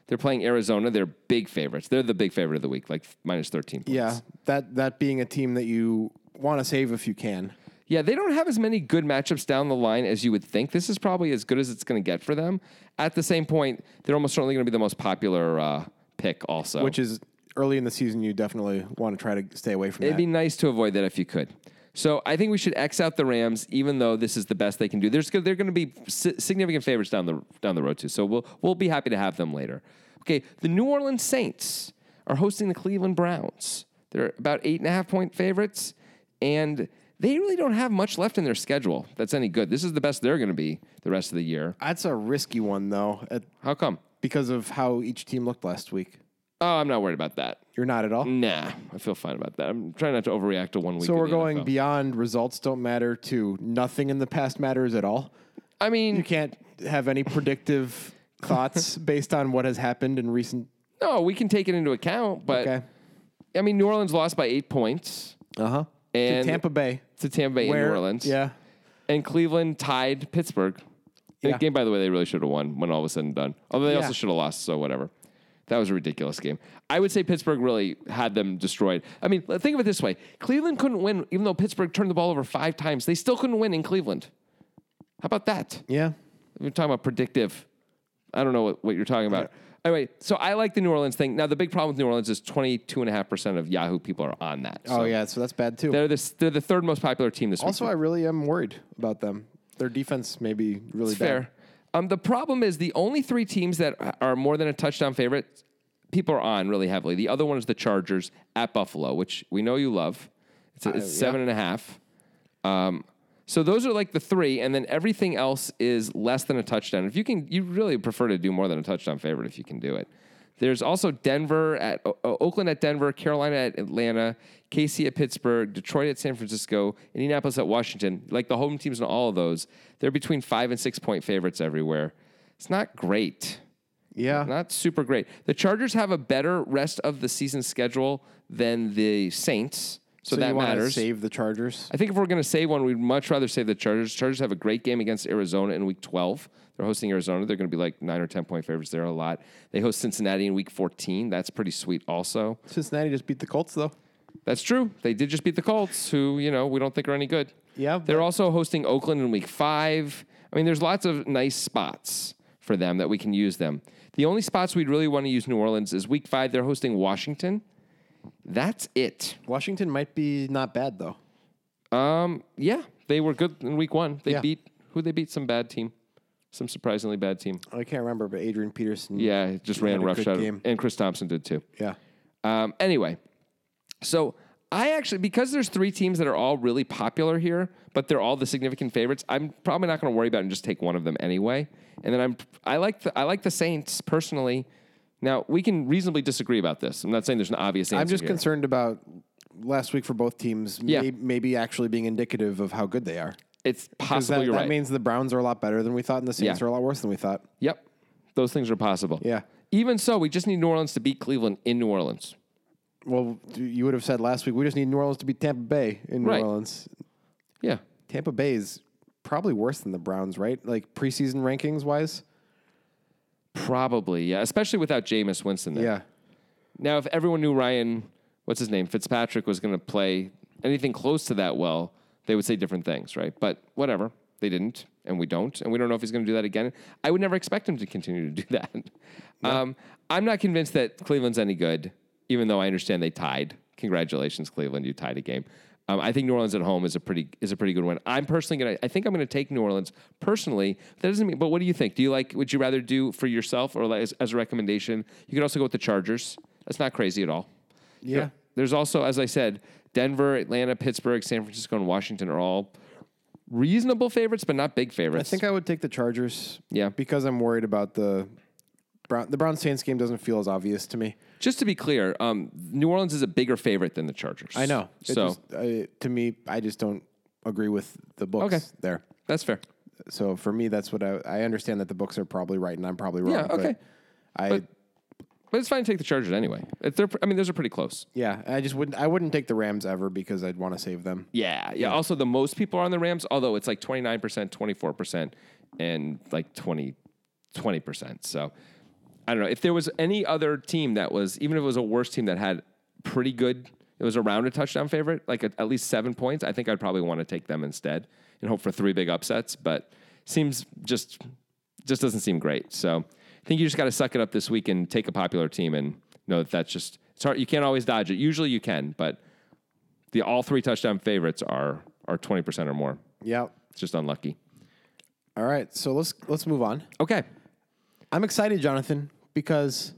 Speaker 1: they're playing Arizona. They're big favorites. They're the big favorite of the week, like minus 13 points.
Speaker 2: Yeah. That that being a team that you want to save if you can.
Speaker 1: Yeah, they don't have as many good matchups down the line as you would think. This is probably as good as it's going to get for them. At the same point, they're almost certainly going to be the most popular uh, pick also.
Speaker 2: Which is early in the season you definitely want to try to stay away from
Speaker 1: It'd
Speaker 2: that.
Speaker 1: be nice to avoid that if you could. So I think we should X out the Rams, even though this is the best they can do. There's go- they're going to be si- significant favorites down the down the road too. So we'll we'll be happy to have them later. Okay, the New Orleans Saints are hosting the Cleveland Browns. They're about eight and a half point favorites, and they really don't have much left in their schedule that's any good. This is the best they're going to be the rest of the year.
Speaker 2: That's a risky one though, at,
Speaker 1: How come?
Speaker 2: because of how each team looked last week.
Speaker 1: Oh, I'm not worried about that.
Speaker 2: You're not at all.
Speaker 1: Nah, I feel fine about that. I'm trying not to overreact to one week.
Speaker 2: So
Speaker 1: Mm, in
Speaker 2: we're
Speaker 1: the
Speaker 2: going
Speaker 1: NFL.
Speaker 2: beyond results don't matter to nothing in the past matters at all.
Speaker 1: I mean,
Speaker 2: You can't have any predictive thoughts based on what has happened in recent.
Speaker 1: No, we can take it into account, but
Speaker 2: Okay.
Speaker 1: I mean, New Orleans lost by eight points
Speaker 2: Uh huh.
Speaker 1: And-
Speaker 2: to Tampa Bay,
Speaker 1: to Tampa Bay
Speaker 2: where
Speaker 1: and New Orleans,
Speaker 2: Yeah.
Speaker 1: and Cleveland tied Pittsburgh. In
Speaker 2: Yeah.
Speaker 1: a game, by the way, they really should have won when all was said and done. Although they
Speaker 2: Yeah.
Speaker 1: also should have lost, so whatever. That was a ridiculous game. I would say Pittsburgh really had them destroyed. I mean, think of it this way: Cleveland couldn't win, even though Pittsburgh turned the ball over five times. They still couldn't win in Cleveland. How about that?
Speaker 2: Yeah.
Speaker 1: We're talking about predictive. I don't know what, what you're talking about. Anyway, so I like the New Orleans thing. Now, the big problem with New Orleans is 22.5% of Yahoo people are on that.
Speaker 2: Oh
Speaker 1: So
Speaker 2: yeah. So that's bad too.
Speaker 1: They're the, they're the third most popular team this
Speaker 2: Also,
Speaker 1: week.
Speaker 2: I really am worried about them. Their defense may be really
Speaker 1: It's fair. Um, the problem is the only three teams that are more than a touchdown favorite, people are on really heavily. The other one is the Chargers at Buffalo, which we know you love. It's, it's seven and a half. Um, so those are like the three, and then everything else is less than a touchdown. If you can, you really prefer to do more than a touchdown favorite if you can do it. There's also Denver at O- O- Oakland at Denver, Carolina at Atlanta, KC at Pittsburgh, Detroit at San Francisco, Indianapolis at Washington. Like the home teams in all of those, they're between five and six point favorites everywhere. It's not great.
Speaker 2: bad. Yeah.
Speaker 1: Not super great. The Chargers have a better rest of the season schedule than the Saints, so,
Speaker 2: So
Speaker 1: that
Speaker 2: you wanna
Speaker 1: matters.
Speaker 2: Save the Chargers.
Speaker 1: I think if we're going to save one, we'd much rather save the Chargers. Chargers have a great game against Arizona in Week 12. They're hosting Arizona. They're going to be like nine or ten point favorites there a lot. They host Cincinnati in Week 14. That's pretty sweet. Also,
Speaker 2: Cincinnati just beat the Colts though.
Speaker 1: that's true. They did just beat the Colts, who you know we don't think are any good.
Speaker 2: Yeah,
Speaker 1: They're also hosting Oakland in Week 5. I mean, there's lots of nice spots for them that we can use them. The only spots we'd really want to use New Orleans is Week 5. They're hosting Washington. That's it.
Speaker 2: Washington might be not bad though.
Speaker 1: Um, yeah, they were good in week one. They
Speaker 2: Yeah.
Speaker 1: beat who they beat some bad team. Some surprisingly bad team.
Speaker 2: I can't remember, but Adrian Peterson.
Speaker 1: Yeah, it just
Speaker 2: He had
Speaker 1: ran
Speaker 2: a good
Speaker 1: roughshod.
Speaker 2: game.
Speaker 1: And Chris Thompson did too.
Speaker 2: Yeah.
Speaker 1: Um, anyway, so I actually because there's three teams that are all really popular here, but they're all the significant favorites. I'm probably not going to worry about it and just take one of them anyway. And then I'm I like the I like the Saints personally. Now we can reasonably disagree about this. I'm not saying there's an obvious answer.
Speaker 2: I'm just
Speaker 1: here.
Speaker 2: concerned about last week for both teams
Speaker 1: Yeah.
Speaker 2: may- maybe actually being indicative of how good they are.
Speaker 1: It's
Speaker 2: 'Cause
Speaker 1: possible
Speaker 2: That,
Speaker 1: you're
Speaker 2: that
Speaker 1: right.
Speaker 2: means the Browns are a lot better than we thought, and the Saints
Speaker 1: Yeah.
Speaker 2: are a lot worse than we thought.
Speaker 1: yep, those things are possible.
Speaker 2: Yeah.
Speaker 1: Even so, we just need New Orleans to beat Cleveland in New Orleans.
Speaker 2: Well, you would have said last week, we just need New Orleans to beat Tampa Bay in New
Speaker 1: Right.
Speaker 2: Orleans.
Speaker 1: Yeah.
Speaker 2: Tampa Bay is probably worse than the Browns, right? Like preseason rankings wise.
Speaker 1: Probably, yeah. Especially without Jameis Winston there.
Speaker 2: Yeah.
Speaker 1: Now, if everyone knew Ryan, what's his name, Fitzpatrick was going to play anything close to that well, they would say different things, right? But whatever, they didn't, and we don't, and we don't know if he's going to do that again. I would never expect him to continue to do that. Um, I'm not convinced that Cleveland's any good, even though I understand they tied. Congratulations, Cleveland, you tied a game. Um, I think New Orleans at home is a pretty is a pretty good win. I'm personally gonna. I think I'm gonna take New Orleans personally. That doesn't mean. But what do you think? Do you like? Would you rather do for yourself or like as, as a recommendation? You could also go with the Chargers. That's not crazy at all.
Speaker 2: Yeah.
Speaker 1: There- There's also, as I said, Denver, Atlanta, Pittsburgh, San Francisco, and Washington are all reasonable favorites, but not big
Speaker 2: I
Speaker 1: favorites.
Speaker 2: think I would take the Chargers.
Speaker 1: Yeah.
Speaker 2: Because I'm worried about the Brown the Brown Saints game doesn't feel as obvious to me.
Speaker 1: Just to be clear, um, New Orleans is a bigger favorite than the Chargers.
Speaker 2: I know. It
Speaker 1: So
Speaker 2: just, I- to me, I just don't agree with the books
Speaker 1: Okay.
Speaker 2: there.
Speaker 1: that's fair.
Speaker 2: So for me, that's what I, I understand that the books are probably right and I'm probably wrong.
Speaker 1: Yeah, okay.
Speaker 2: But I
Speaker 1: But it's fine to take the Chargers anyway. If they're, I mean, those are pretty close.
Speaker 2: yeah, I just wouldn't I wouldn't take the Rams ever because I'd want to save them.
Speaker 1: Yeah, yeah. Also, the most people are on the Rams, although it's like 29%, 24%, and like 20, 20%. So I don't know. If there was any other team that was, even if it was a worse team that had pretty good, it was around a touchdown favorite, like at at least seven points, I think I'd probably want to take them instead and hope for three big upsets. But seems just, just doesn't seem great. So I think you just got to suck it up this week and take a popular team and know that that's just, it's hard. You can't always dodge it. Usually you can, but the all three touchdown favorites are are twenty percent or more.
Speaker 2: Yeah.
Speaker 1: It's just unlucky.
Speaker 2: All right. So let's let's move on.
Speaker 1: Okay.
Speaker 2: I'm excited, Jonathan, because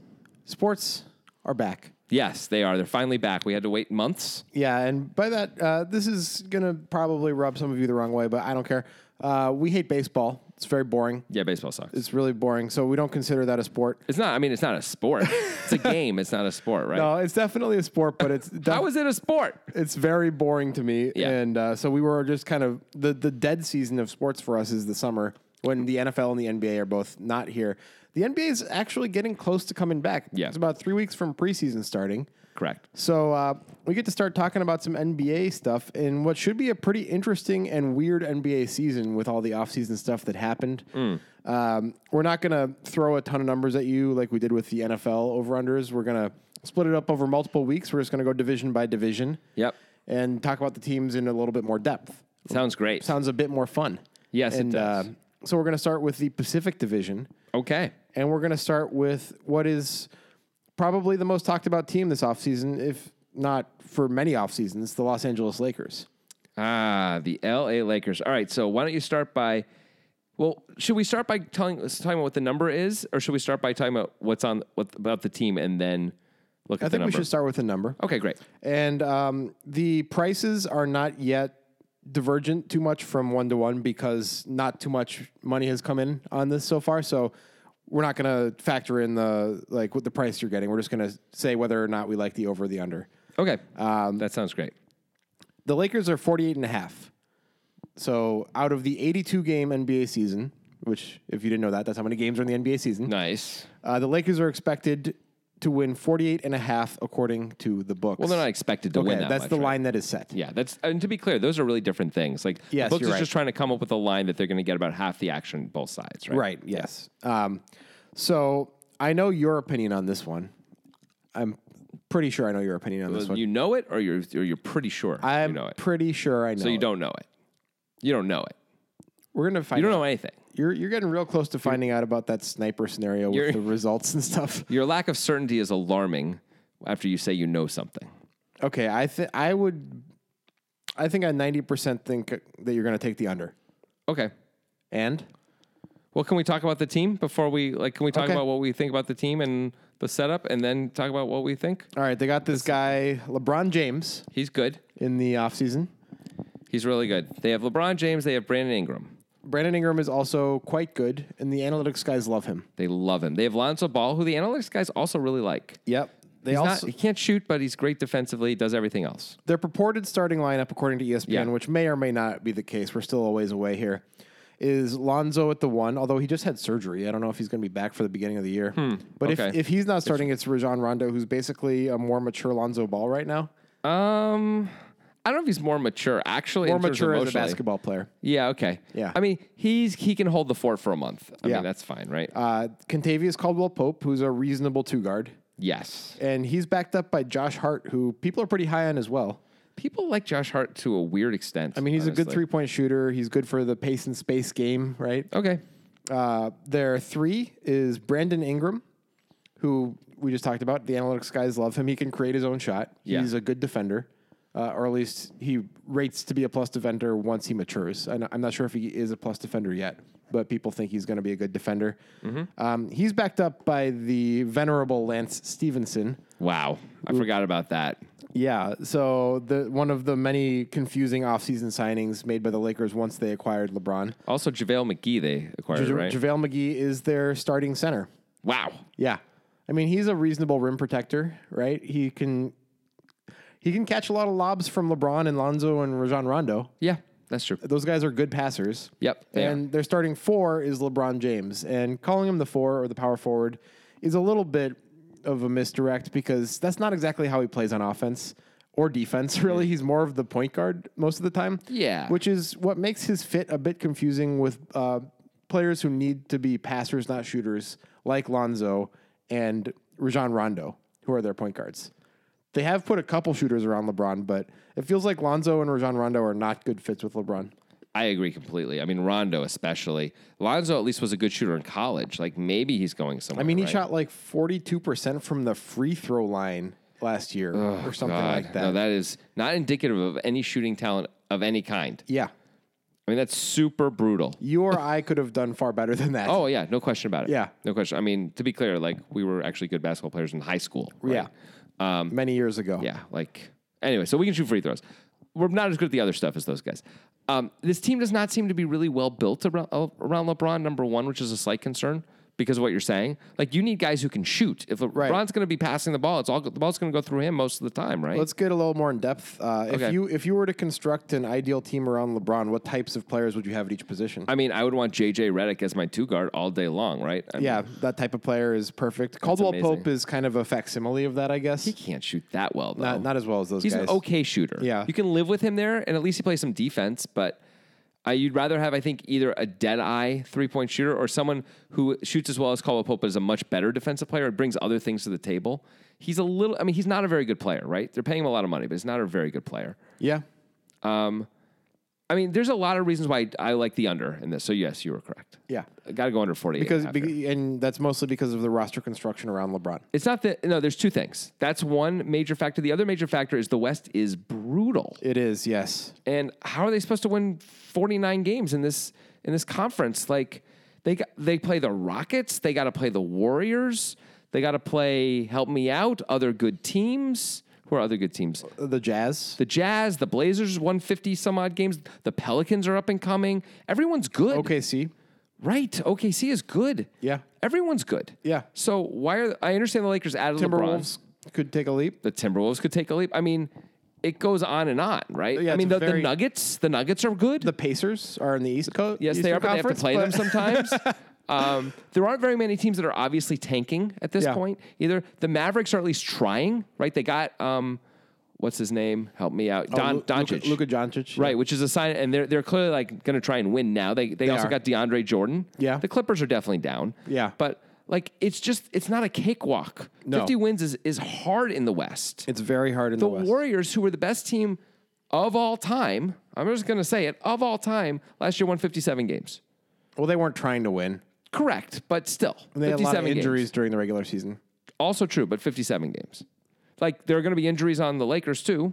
Speaker 2: sports are back.
Speaker 1: Yes, they are. They're finally back. We had to wait months.
Speaker 2: Yeah, and by that, uh, this is gonna probably rub some of you the wrong way, but I don't care. Uh, we hate baseball. It's very boring.
Speaker 1: Yeah, baseball sucks. It's,
Speaker 2: It's really boring. So we don't consider that a sport.
Speaker 1: not. I mean, it's not a sport. it's a game. It's not a sport, right?
Speaker 2: No, it's definitely a sport, but it's def-
Speaker 1: How is it a sport?
Speaker 2: it's very boring to me.
Speaker 1: Yeah.
Speaker 2: And uh, so we were just kind of the the dead season of sports for us is the summer when the NFL and the NBA are both not here. The NBA is actually getting close to coming back.
Speaker 1: Yeah.
Speaker 2: it's about three weeks from preseason starting.
Speaker 1: Correct.
Speaker 2: So uh, we get to start talking about some NBA stuff in what should be a pretty interesting and weird NBA season with all the offseason stuff that happened.
Speaker 1: Mm.
Speaker 2: Um, we're not going to throw a ton of numbers at you like we did with the NFL over-unders. We're going to split it up over multiple weeks. We're just going to go division by division
Speaker 1: Yep.
Speaker 2: and talk about the teams in a little bit more depth.
Speaker 1: Sounds great.
Speaker 2: Sounds a bit more fun.
Speaker 1: Yes, it
Speaker 2: and,
Speaker 1: does.
Speaker 2: Uh, so we're going to start with the Pacific Division.
Speaker 1: okay.
Speaker 2: And we're going to start with what is probably the most talked about team this offseason, if not for many off seasons, the Los Angeles Lakers.
Speaker 1: Ah, the L.A. Lakers. All right. So why don't you start by? Well, should we start by telling talking about what the number is, or should we start by talking about what's on what about the team and then look at
Speaker 2: I
Speaker 1: the
Speaker 2: think we
Speaker 1: number?
Speaker 2: should start with a number.
Speaker 1: okay, great.
Speaker 2: And um, the prices are not yet divergent too much from one to one because not too much money has come in on this so far. So we're not going to factor in the like what the price you're getting. We're just going to say whether or not we like the over or the under.
Speaker 1: Okay. Um, that sounds great.
Speaker 2: The Lakers are 48 and a half. So out of the 82 game NBA season, which if you didn't know that, that's how many games are in the NBA season.
Speaker 1: Nice.
Speaker 2: Uh, the Lakers are expected to win 48 and a half according to the books.
Speaker 1: Well, they're not expected to
Speaker 2: okay,
Speaker 1: win that
Speaker 2: that's
Speaker 1: much,
Speaker 2: the
Speaker 1: right?
Speaker 2: line that is set.
Speaker 1: Yeah, that's and to be clear, those are really different things. Like the
Speaker 2: Yes,
Speaker 1: books
Speaker 2: you're
Speaker 1: is
Speaker 2: right.
Speaker 1: just trying to come up with a line that they're going to get about half the action both sides, right?
Speaker 2: Right. Yes. Um, so I know your opinion on this one. I'm pretty sure I know your opinion on this one.
Speaker 1: You know it, or you're or you're pretty sure
Speaker 2: I'm
Speaker 1: you know it.
Speaker 2: pretty sure I know.
Speaker 1: So you don't know it. You don't know it.
Speaker 2: We're gonna find.
Speaker 1: You don't
Speaker 2: out.
Speaker 1: know anything.
Speaker 2: You're you're getting real close to finding out about that sniper scenario
Speaker 1: You're-
Speaker 2: with the results and stuff.
Speaker 1: Your lack of certainty is alarming. After you say you know something,
Speaker 2: Okay, I think I would. I think I ninety percent think that you're going to take the under.
Speaker 1: okay.
Speaker 2: And
Speaker 1: Well, can we talk about the team before we like? Can we talk
Speaker 2: Okay.
Speaker 1: about what we think about the team and the setup, and then talk about what we think?
Speaker 2: All right, they got this guy, LeBron James,
Speaker 1: He's good.
Speaker 2: in the offseason.
Speaker 1: He's really good. They have LeBron James. They have Brandon Ingram.
Speaker 2: Brandon Ingram is also quite good, and the analytics guys love him.
Speaker 1: They love him. They have Lonzo Ball, who the analytics guys also really like.
Speaker 2: Yep. They
Speaker 1: He's
Speaker 2: also
Speaker 1: not, he can't shoot, but he's great defensively. Does everything else.
Speaker 2: their purported starting lineup, according to E ESPN,
Speaker 1: Yeah.
Speaker 2: which may or may not be the case. We're still a ways away here. Is Lonzo at the one? Although he just had surgery, I don't know if he's going to be back for the beginning of the year. But if,
Speaker 1: Okay.
Speaker 2: if he's not starting, it's Rajon Rondo, who's basically a more mature Lonzo Ball right now,
Speaker 1: Um, I don't know if he's more mature actually.
Speaker 2: more
Speaker 1: in terms of
Speaker 2: mature as a
Speaker 1: emotionally.
Speaker 2: basketball player.
Speaker 1: Yeah. Okay.
Speaker 2: Yeah.
Speaker 1: I mean, he's he can hold the fort for a month. I
Speaker 2: Yeah.
Speaker 1: mean, that's fine, right?
Speaker 2: Uh, Contavious Caldwell Pope, who's a reasonable two guard,
Speaker 1: yes.
Speaker 2: and he's backed up by Josh Hart, who people are pretty high on as well.
Speaker 1: People like Josh Hart to a weird extent.
Speaker 2: I mean, he's a good three point shooter. He's good for the pace and space game, right?
Speaker 1: Okay.
Speaker 2: Uh, their three is Brandon Ingram, who we just talked about. The analytics guys love him. He can create his own shot.
Speaker 1: Yeah.
Speaker 2: He's a good defender, uh, or at least he rates to be a plus defender once he matures. And I'm not sure if he is a plus defender yet, but people think he's going to be a good defender. Um, he's backed up by the venerable Lance Stevenson.
Speaker 1: Wow. I forgot about that.
Speaker 2: Yeah, so the one of the many confusing offseason signings made by the Lakers once they acquired LeBron.
Speaker 1: Also, JaVale McGee they acquired,
Speaker 2: Ja-
Speaker 1: right?
Speaker 2: JaVale McGee is their starting center.
Speaker 1: wow.
Speaker 2: Yeah. I mean, he's a reasonable rim protector, right? He can he can catch a lot of lobs from LeBron and Lonzo and Rajon Rondo.
Speaker 1: Yeah, that's true.
Speaker 2: Those guys are good passers.
Speaker 1: Yep, they
Speaker 2: and their starting four is LeBron James. And calling him the four or the power forward is a little bit of a misdirect because that's not exactly how he plays on offense or defense, really. He's more of the point guard most of the time.
Speaker 1: Yeah.
Speaker 2: Which is what makes his fit a bit confusing with uh, players who need to be passers, not shooters, like Lonzo and Rajon Rondo, who are their point guards. They have put a couple shooters around LeBron, but it feels like Lonzo and Rajon Rondo are not good fits with LeBron.
Speaker 1: I agree completely. I mean, Rondo especially. Lonzo at least was a good shooter in college. Like maybe he's going somewhere.
Speaker 2: I mean, he
Speaker 1: right?
Speaker 2: shot like 42% from the free throw line last year or something
Speaker 1: God,
Speaker 2: like that.
Speaker 1: No, that is not indicative of any shooting talent of any kind.
Speaker 2: yeah.
Speaker 1: I mean, that's super brutal.
Speaker 2: You or I could have done far better than that.
Speaker 1: Oh yeah, no question about it.
Speaker 2: Yeah.
Speaker 1: no question. I mean, to be clear, like we were actually good basketball players in high school. right? Um,
Speaker 2: yeah. Many years ago.
Speaker 1: Yeah, like anyway, so we can shoot free throws. We're not as good at the other stuff as those guys. Um, this team does not seem to be really well built around, around LeBron, number one, which is a slight concern because of what you're saying. Like you need guys who can shoot. If LeBron's going to be passing the ball, it's all the ball's going to go through him most of the time, right?
Speaker 2: Let's get a little more in depth. Uh, If
Speaker 1: Okay.
Speaker 2: you if you were to construct an ideal team around LeBron, what types of players would you have at each position?
Speaker 1: I mean, I would want JJ Redick as my two guard all day long, right? I mean,
Speaker 2: yeah, that type of player is perfect. Caldwell
Speaker 1: amazing.
Speaker 2: Pope is kind of a facsimile of that, I guess.
Speaker 1: he can't shoot that well though.
Speaker 2: not, not as well as those
Speaker 1: He's
Speaker 2: guys.
Speaker 1: an okay shooter.
Speaker 2: Yeah.
Speaker 1: You can live with him there, and at least he plays some defense, but uh, you'd rather have, I think, either a dead eye three point shooter or someone who shoots as well as Caldwell Pope, but is a much better defensive player and brings other things to the table. He's a little, I mean, he's not a very good player, right? They're paying him a lot of money, but he's not a very good player.
Speaker 2: Yeah.
Speaker 1: I mean, there's a lot of reasons why I like the under in this. So, yes, you were correct.
Speaker 2: Yeah.
Speaker 1: Got to go under 48.
Speaker 2: Because
Speaker 1: after.
Speaker 2: be, and that's mostly because of the roster construction around LeBron.
Speaker 1: it's not that, no, there's two things. That's one major factor. The other major factor is the West is brutal.
Speaker 2: It is, yes.
Speaker 1: And how are they supposed to win 49 games in this in this conference? Like they got, they play the Rockets, they got to play the Warriors, they got to play help me out other good teams. Who are other good teams?
Speaker 2: The Jazz.
Speaker 1: The Jazz, the Blazers, 150 some odd games. The Pelicans are up and coming. Everyone's good.
Speaker 2: OKC.
Speaker 1: Right. OKC is good.
Speaker 2: Yeah.
Speaker 1: Everyone's good.
Speaker 2: Yeah.
Speaker 1: So why are I understand the Lakers added LeBron
Speaker 2: Timberwolves could take a leap.
Speaker 1: the Timberwolves could take a leap. I mean, it goes on and on, right?
Speaker 2: Yeah,
Speaker 1: I mean,
Speaker 2: it's
Speaker 1: the,
Speaker 2: a very-
Speaker 1: the Nuggets, the Nuggets are good.
Speaker 2: The Pacers are in the East Coast.
Speaker 1: yes, they
Speaker 2: Eastern
Speaker 1: are, but they have to
Speaker 2: Conference,
Speaker 1: play them
Speaker 2: but-
Speaker 1: sometimes. um, there aren't very many teams that are obviously tanking at this
Speaker 2: Yeah.
Speaker 1: point either. The Mavericks are at least trying, right? They got um, what's his name? Help me out, Don
Speaker 2: Oh, Lu-
Speaker 1: Doncic.
Speaker 2: Luka, Luka Doncic.
Speaker 1: Right, which is a sign, and they're they're clearly like going to try and win now. They they, also
Speaker 2: are.
Speaker 1: got DeAndre Jordan.
Speaker 2: Yeah.
Speaker 1: the Clippers are definitely down.
Speaker 2: Yeah.
Speaker 1: but like it's just it's not a cakewalk.
Speaker 2: No.
Speaker 1: Fifty wins is is hard in the West
Speaker 2: It's very hard in the,
Speaker 1: the
Speaker 2: West.
Speaker 1: Warriors, who were the best team of all time, I'm just going to say it, of all time, last year won 57 games.
Speaker 2: well, they weren't trying to win.
Speaker 1: Correct, but still.
Speaker 2: And they had a
Speaker 1: 57
Speaker 2: lot of injuries
Speaker 1: Games.
Speaker 2: during the regular season.
Speaker 1: Also true, but 57 games. Like, there are going to be injuries on the Lakers, too.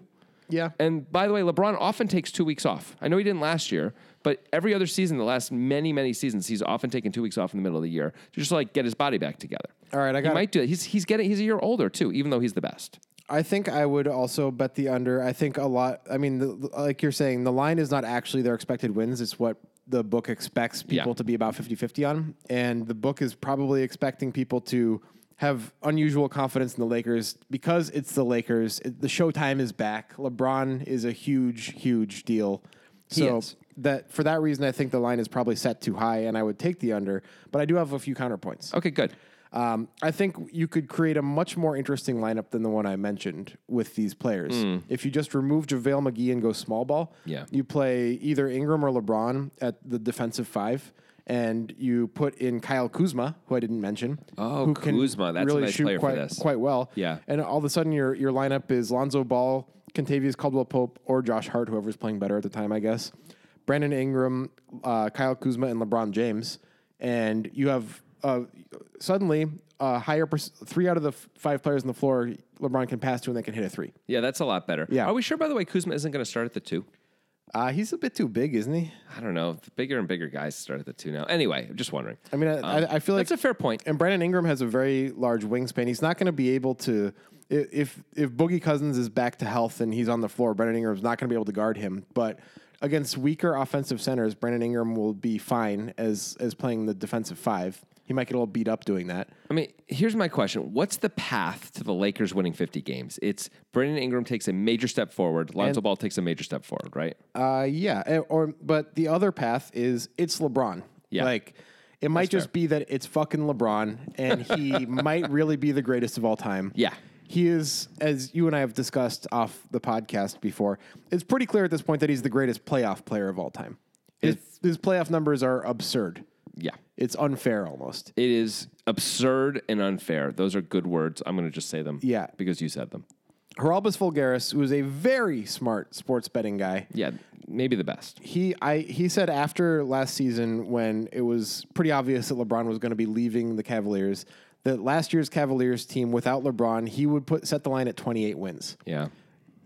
Speaker 2: Yeah.
Speaker 1: And by the way, LeBron often takes two weeks off. I know he didn't last year, but every other season, the last many, many seasons, he's often taken two weeks off in the middle of the year to just like get his body back together.
Speaker 2: All right, I
Speaker 1: He
Speaker 2: got it.
Speaker 1: might do it. He's he's getting he's a year older too, even though he's the best.
Speaker 2: I think I would also bet the under. I think a lot. I mean, the, like you're saying, the line is not actually their expected wins. It's what the book expects people
Speaker 1: Yeah.
Speaker 2: to be about 50 50 on. And the book is probably expecting people to have unusual confidence in the Lakers because it's the Lakers. It, the showtime is back. LeBron is a huge, huge deal. So
Speaker 1: is.
Speaker 2: that for that reason, I think the line is probably set too high, and I would take the under. But I do have a few counterpoints.
Speaker 1: Okay, good.
Speaker 2: Um, I think you could create a much more interesting lineup than the one I mentioned with these players. If you just remove JaVale McGee and go small ball,
Speaker 1: Hmm. Yeah.
Speaker 2: you play either Ingram or LeBron at the defensive five, and you put in Kyle Kuzma, who I didn't mention.
Speaker 1: Oh,
Speaker 2: who
Speaker 1: Kuzma. That's a
Speaker 2: really
Speaker 1: nice
Speaker 2: shoot
Speaker 1: player for
Speaker 2: quite,
Speaker 1: this.
Speaker 2: quite well.
Speaker 1: Yeah.
Speaker 2: And all of a sudden, your, your lineup is Lonzo Ball, Contavious Caldwell Pope, or Josh Hart, whoever's playing better at the time, I guess. Brandon Ingram, uh, Kyle Kuzma, and LeBron James. And you have uh, suddenly a higher perc- three out of the f- five players on the floor LeBron can pass to, and they can hit a three.
Speaker 1: Yeah, that's a lot better.
Speaker 2: Yeah.
Speaker 1: Are we sure, by the way, Kuzma isn't going to start at the two?
Speaker 2: Uh, he's a bit too big, isn't he?
Speaker 1: I don't know. The bigger and bigger guys start at the two now. Anyway, I'm just wondering.
Speaker 2: I mean, I, I, I feel like
Speaker 1: that's a fair point.
Speaker 2: And Brandon Ingram has a very large wingspan. He's not going to be able to i- if if Boogie Cousins is back to health and he's on the floor. Brandon Ingram's not going to be able to guard him. But against weaker offensive centers, Brandon Ingram will be fine as as playing the defensive five. He might get a little beat up doing that.
Speaker 1: I mean, here's my question. What's the path to the Lakers winning 50 games? It's Brandon Ingram takes a major step forward. Lonzo Ball takes a major step forward, right?
Speaker 2: Uh, yeah. eh, Or but the other path is it's LeBron.
Speaker 1: Yeah.
Speaker 2: Like. It might just be that it's fucking LeBron, and he might really be the greatest of all time.
Speaker 1: Yeah.
Speaker 2: He is, as you and I have discussed off the podcast before, it's pretty clear at this point that he's the greatest playoff player of all time. His, his playoff numbers are absurd.
Speaker 1: Yeah.
Speaker 2: It's unfair almost.
Speaker 1: It is absurd and unfair. Those are good words. I'm going to just say them.
Speaker 2: Yeah.
Speaker 1: Because you said them.
Speaker 2: Haralbus Vulgaris, who is a very smart sports betting guy,
Speaker 1: Yeah. Maybe the best.
Speaker 2: he I he said after last season when it was pretty obvious that LeBron was going to be leaving the Cavaliers, that last year's Cavaliers team without LeBron, he would put set the line at 28 wins.
Speaker 1: Yeah.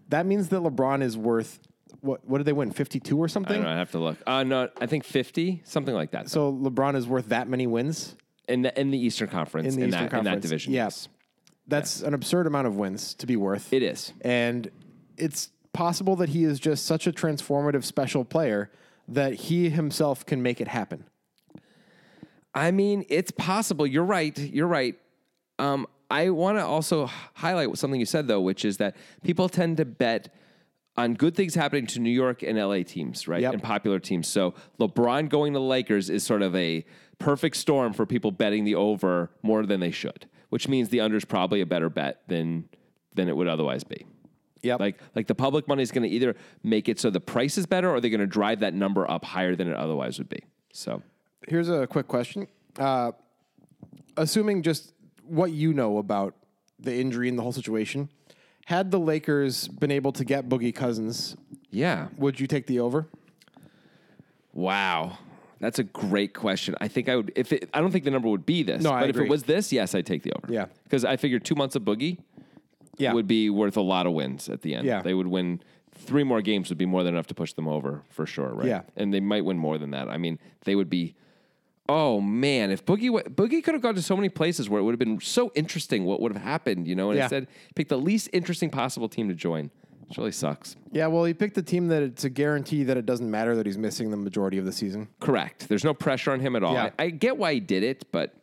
Speaker 2: That means that LeBron is worth what what did they win? 52 or
Speaker 1: I
Speaker 2: something?
Speaker 1: don't know. I have to look. Uh, no, I think 50, something like that.
Speaker 2: So LeBron is worth that many wins
Speaker 1: in the, in the Eastern Conference, in,
Speaker 2: in the Eastern
Speaker 1: that,
Speaker 2: Conference.
Speaker 1: in that division.
Speaker 2: Yeah. That's an absurd amount of wins to be worth.
Speaker 1: It is.
Speaker 2: And it's possible that he is just such a transformative special player that he himself can make it happen.
Speaker 1: I mean, it's possible. You're right. You're right. Um, I want to also h- highlight something you said though, which is that people tend to bet on good things happening to New York and LA teams, right?
Speaker 2: Yep.
Speaker 1: And popular teams. So LeBron going to the Lakers is sort of a perfect storm for people betting the over more than they should, which means the under is probably a better bet than than it would otherwise be.
Speaker 2: Yep.
Speaker 1: Like like the public money is going to either make it so the price is better or they're going to drive that number up higher than it otherwise would be. So
Speaker 2: Here's a quick question. Uh, assuming just what you know about the injury and the whole situation, had the Lakers been able to get Boogie Cousins,
Speaker 1: yeah,
Speaker 2: would you take the over?
Speaker 1: Wow. That's a great question. I think I would if it, I don't think the number would be this.
Speaker 2: No, I
Speaker 1: but if
Speaker 2: agree.
Speaker 1: it was this, yes, I'd take the over.
Speaker 2: Yeah.
Speaker 1: Because I figured two months of boogie
Speaker 2: Yeah.
Speaker 1: would be worth a lot of wins at the end.
Speaker 2: Yeah.
Speaker 1: They would win three more games would be more than enough to push them over for sure, right?
Speaker 2: Yeah.
Speaker 1: And they might win more than that. I mean, they would be Oh man, if Boogie w- Boogie could have gone to so many places where it would have been so interesting what would have happened, you know, and
Speaker 2: Yeah.
Speaker 1: instead pick the least interesting possible team to join. Which really sucks.
Speaker 2: yeah, well, he picked a team that it's a guarantee that it doesn't matter that he's missing the majority of the season.
Speaker 1: Correct. There's no pressure on him at all.
Speaker 2: Yeah.
Speaker 1: I, I get why he did it, but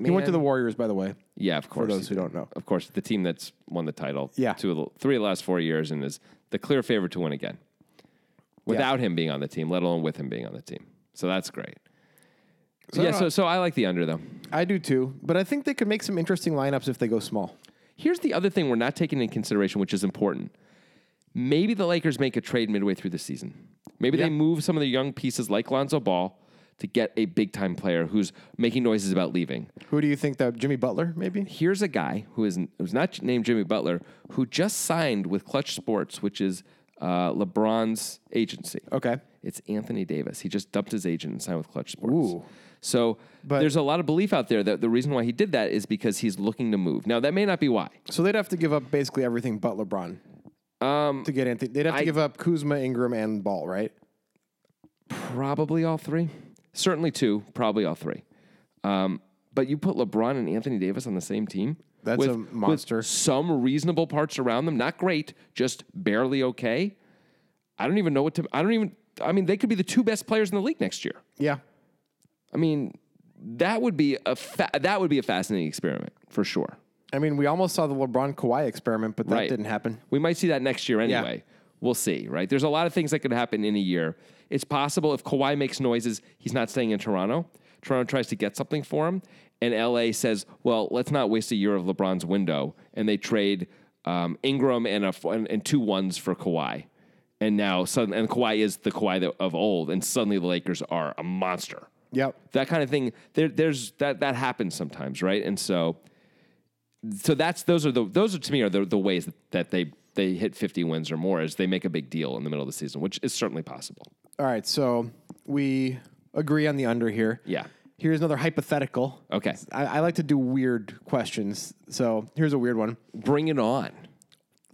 Speaker 2: He went to the Warriors, by the way.
Speaker 1: Yeah, of course.
Speaker 2: For those who don't know.
Speaker 1: Of course, the team that's won the title
Speaker 2: Yeah.
Speaker 1: two of the, three of the last four years and is the clear favorite to win again without him being on the team, let alone with him being on the team. So that's great.
Speaker 2: So
Speaker 1: yeah,
Speaker 2: I-
Speaker 1: so, so I like the under, though.
Speaker 2: I do too, but I think they could make some interesting lineups if they go small.
Speaker 1: Here's the other thing we're not taking into consideration, which is important. Maybe the Lakers make a trade midway through the season. Maybe they move some of the young pieces like Lonzo Ball to get a big time player who's making noises about leaving.
Speaker 2: Who do you think that Jimmy Butler maybe?
Speaker 1: here's a guy who is who's not named Jimmy Butler who just signed with Clutch Sports, which is uh, LeBron's agency.
Speaker 2: Okay.
Speaker 1: It's Anthony Davis. He just dumped his agent and signed with Clutch Sports.
Speaker 2: Ooh.
Speaker 1: So
Speaker 2: But-
Speaker 1: there's a lot of belief out there that the reason why he did that is because he's looking to move. Now that may not be why.
Speaker 2: So they'd have to give up basically everything but LeBron. Um, to get Anthony, they'd have to give up Kuzma, Ingram, and Ball, right?
Speaker 1: Probably all three. Certainly two. Probably all three. Um, but you put LeBron and Anthony Davis on the same team.
Speaker 2: That's a monster.
Speaker 1: With some reasonable parts around them, not great, just barely okay. I don't even know what to. I don't even. I mean, they could be the two best players in the league next year.
Speaker 2: Yeah,
Speaker 1: I mean, that would be a fa- that would be a fascinating experiment for sure.
Speaker 2: I mean, we almost saw the LeBron Kawhi experiment, but that
Speaker 1: Right.
Speaker 2: didn't happen.
Speaker 1: We might see that next year anyway. We'll see, right? There's a lot of things that could happen in a year. It's possible if Kawhi makes noises, he's not staying in Toronto. Toronto tries to get something for him, and LA says, well, let's not waste a year of LeBron's window. And they trade um, Ingram and, a, f- and, and two ones for Kawhi. And now, suddenly, and Kawhi is the Kawhi that, of old, and suddenly the Lakers are a monster
Speaker 2: Yep.
Speaker 1: that kind of thing there, there's that that happens sometimes right and so so that's those are the those are to me are the, the ways that they they hit 50 wins or more is they make a big deal in the middle of the season which is certainly possible
Speaker 2: All right, so we agree on the under here.
Speaker 1: Yeah.
Speaker 2: Here's another hypothetical.
Speaker 1: Okay.
Speaker 2: I, I like to do weird questions. So here's a weird one.
Speaker 1: bring it on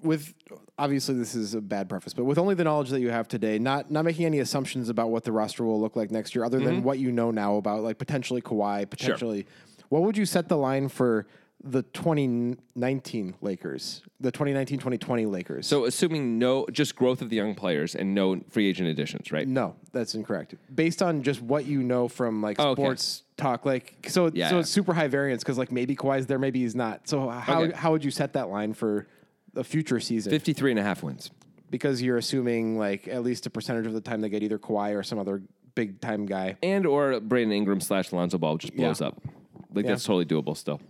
Speaker 2: With obviously this is a bad preface, but with only the knowledge that you have today, not not making any assumptions about what the roster will look like next year, other
Speaker 1: Mm-hmm.
Speaker 2: than what you know now about like potentially Kawhi, potentially what would you set the line for the 2019 Lakers, the 2019-2020 Lakers?
Speaker 1: so assuming no just growth of the young players and no free agent additions right
Speaker 2: No, that's incorrect. Based on just what you know from like
Speaker 1: Oh, okay.
Speaker 2: sports talk, like so,
Speaker 1: Yeah.
Speaker 2: so it's super high variance because like maybe Kawhi's there, maybe he's not. So how
Speaker 1: Okay.
Speaker 2: how would you set that line for a future season?
Speaker 1: 53 and a half wins
Speaker 2: Because you're assuming like at least a percentage of the time they get either Kawhi or some other big time guy.
Speaker 1: and or Brandon Ingram slash Lonzo Ball just blows
Speaker 2: Yeah.
Speaker 1: up like that's totally doable still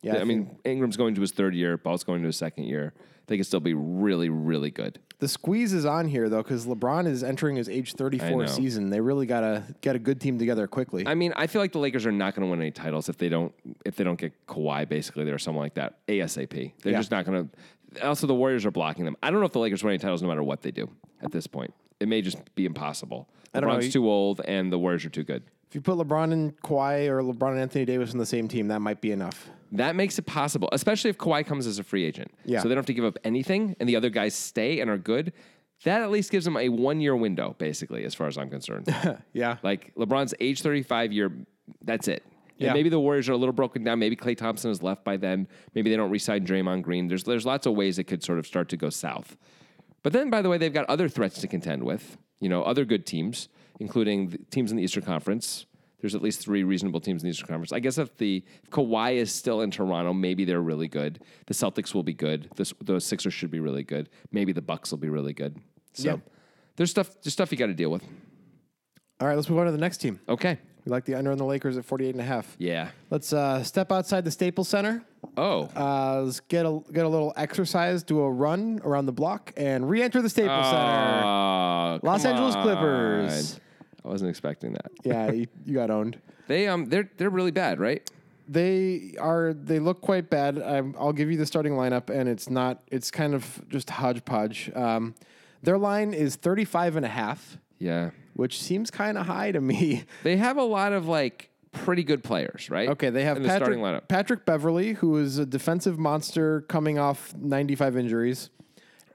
Speaker 2: Yeah, I
Speaker 1: I mean Ingram's going to his third year Ball's going to his second year they could still be really really good
Speaker 2: The squeeze is on here though because LeBron is entering his age 34
Speaker 1: know.
Speaker 2: season. They really gotta get a good team together quickly.
Speaker 1: I mean, I feel like the Lakers are not going to win any titles if they don't if they don't get Kawhi basically or someone like that ASAP. They're
Speaker 2: Yeah.
Speaker 1: just not going to. Also, the Warriors are blocking them. I don't know if the Lakers win any titles no matter what they do at this point. It may just be impossible.
Speaker 2: I don't know.
Speaker 1: LeBron's too old, and the Warriors are too good.
Speaker 2: if you put LeBron and Kawhi or LeBron and Anthony Davis on the same team, that might be enough.
Speaker 1: That makes it possible, especially if Kawhi comes as a free agent.
Speaker 2: Yeah.
Speaker 1: So they don't have to give up anything, and the other guys stay and are good. That at least gives them a one year window, basically, as far as I'm concerned.
Speaker 2: Yeah.
Speaker 1: Like LeBron's age 35 year, that's it. And
Speaker 2: Yeah.
Speaker 1: maybe the Warriors are a little broken down. Maybe Clay Thompson is left by then. Maybe they don't re-sign Draymond Green. There's there's lots of ways it could sort of start to go south. But then, by the way, they've got other threats to contend with. You know, other good teams, including the teams in the Eastern Conference. There's at least three reasonable teams in the Eastern Conference. I guess if the if Kawhi is still in Toronto, maybe they're really good. The Celtics will be good. The, the Sixers should be really good. Maybe the Bucks will be really good. So
Speaker 2: Yeah.
Speaker 1: there's stuff there's stuff you got to deal with.
Speaker 2: All right, let's move on to the next team.
Speaker 1: Okay.
Speaker 2: We like the under on the Lakers at 48 and a half.
Speaker 1: Yeah.
Speaker 2: Let's uh, step outside the Staples Center.
Speaker 1: Oh.
Speaker 2: Uh, let's get a get a little exercise, do a run around the block, and re-enter the Staples
Speaker 1: Ah.
Speaker 2: Center.
Speaker 1: Aw,
Speaker 2: Los
Speaker 1: come
Speaker 2: Angeles
Speaker 1: on.
Speaker 2: Clippers.
Speaker 1: I wasn't expecting that.
Speaker 2: Yeah, you, you got owned.
Speaker 1: They um they're they're really bad, right?
Speaker 2: They are they look quite bad. I'm, I'll give you the starting lineup, and it's not. It's kind of just hodgepodge. Um, their line is 35 and a half,
Speaker 1: Yeah.
Speaker 2: which seems kind of high to me.
Speaker 1: They have a lot of like pretty good players, right?
Speaker 2: Okay, they have
Speaker 1: in the
Speaker 2: Patrick,
Speaker 1: starting lineup.
Speaker 2: Patrick Beverly, who is a defensive monster coming off 95 injuries.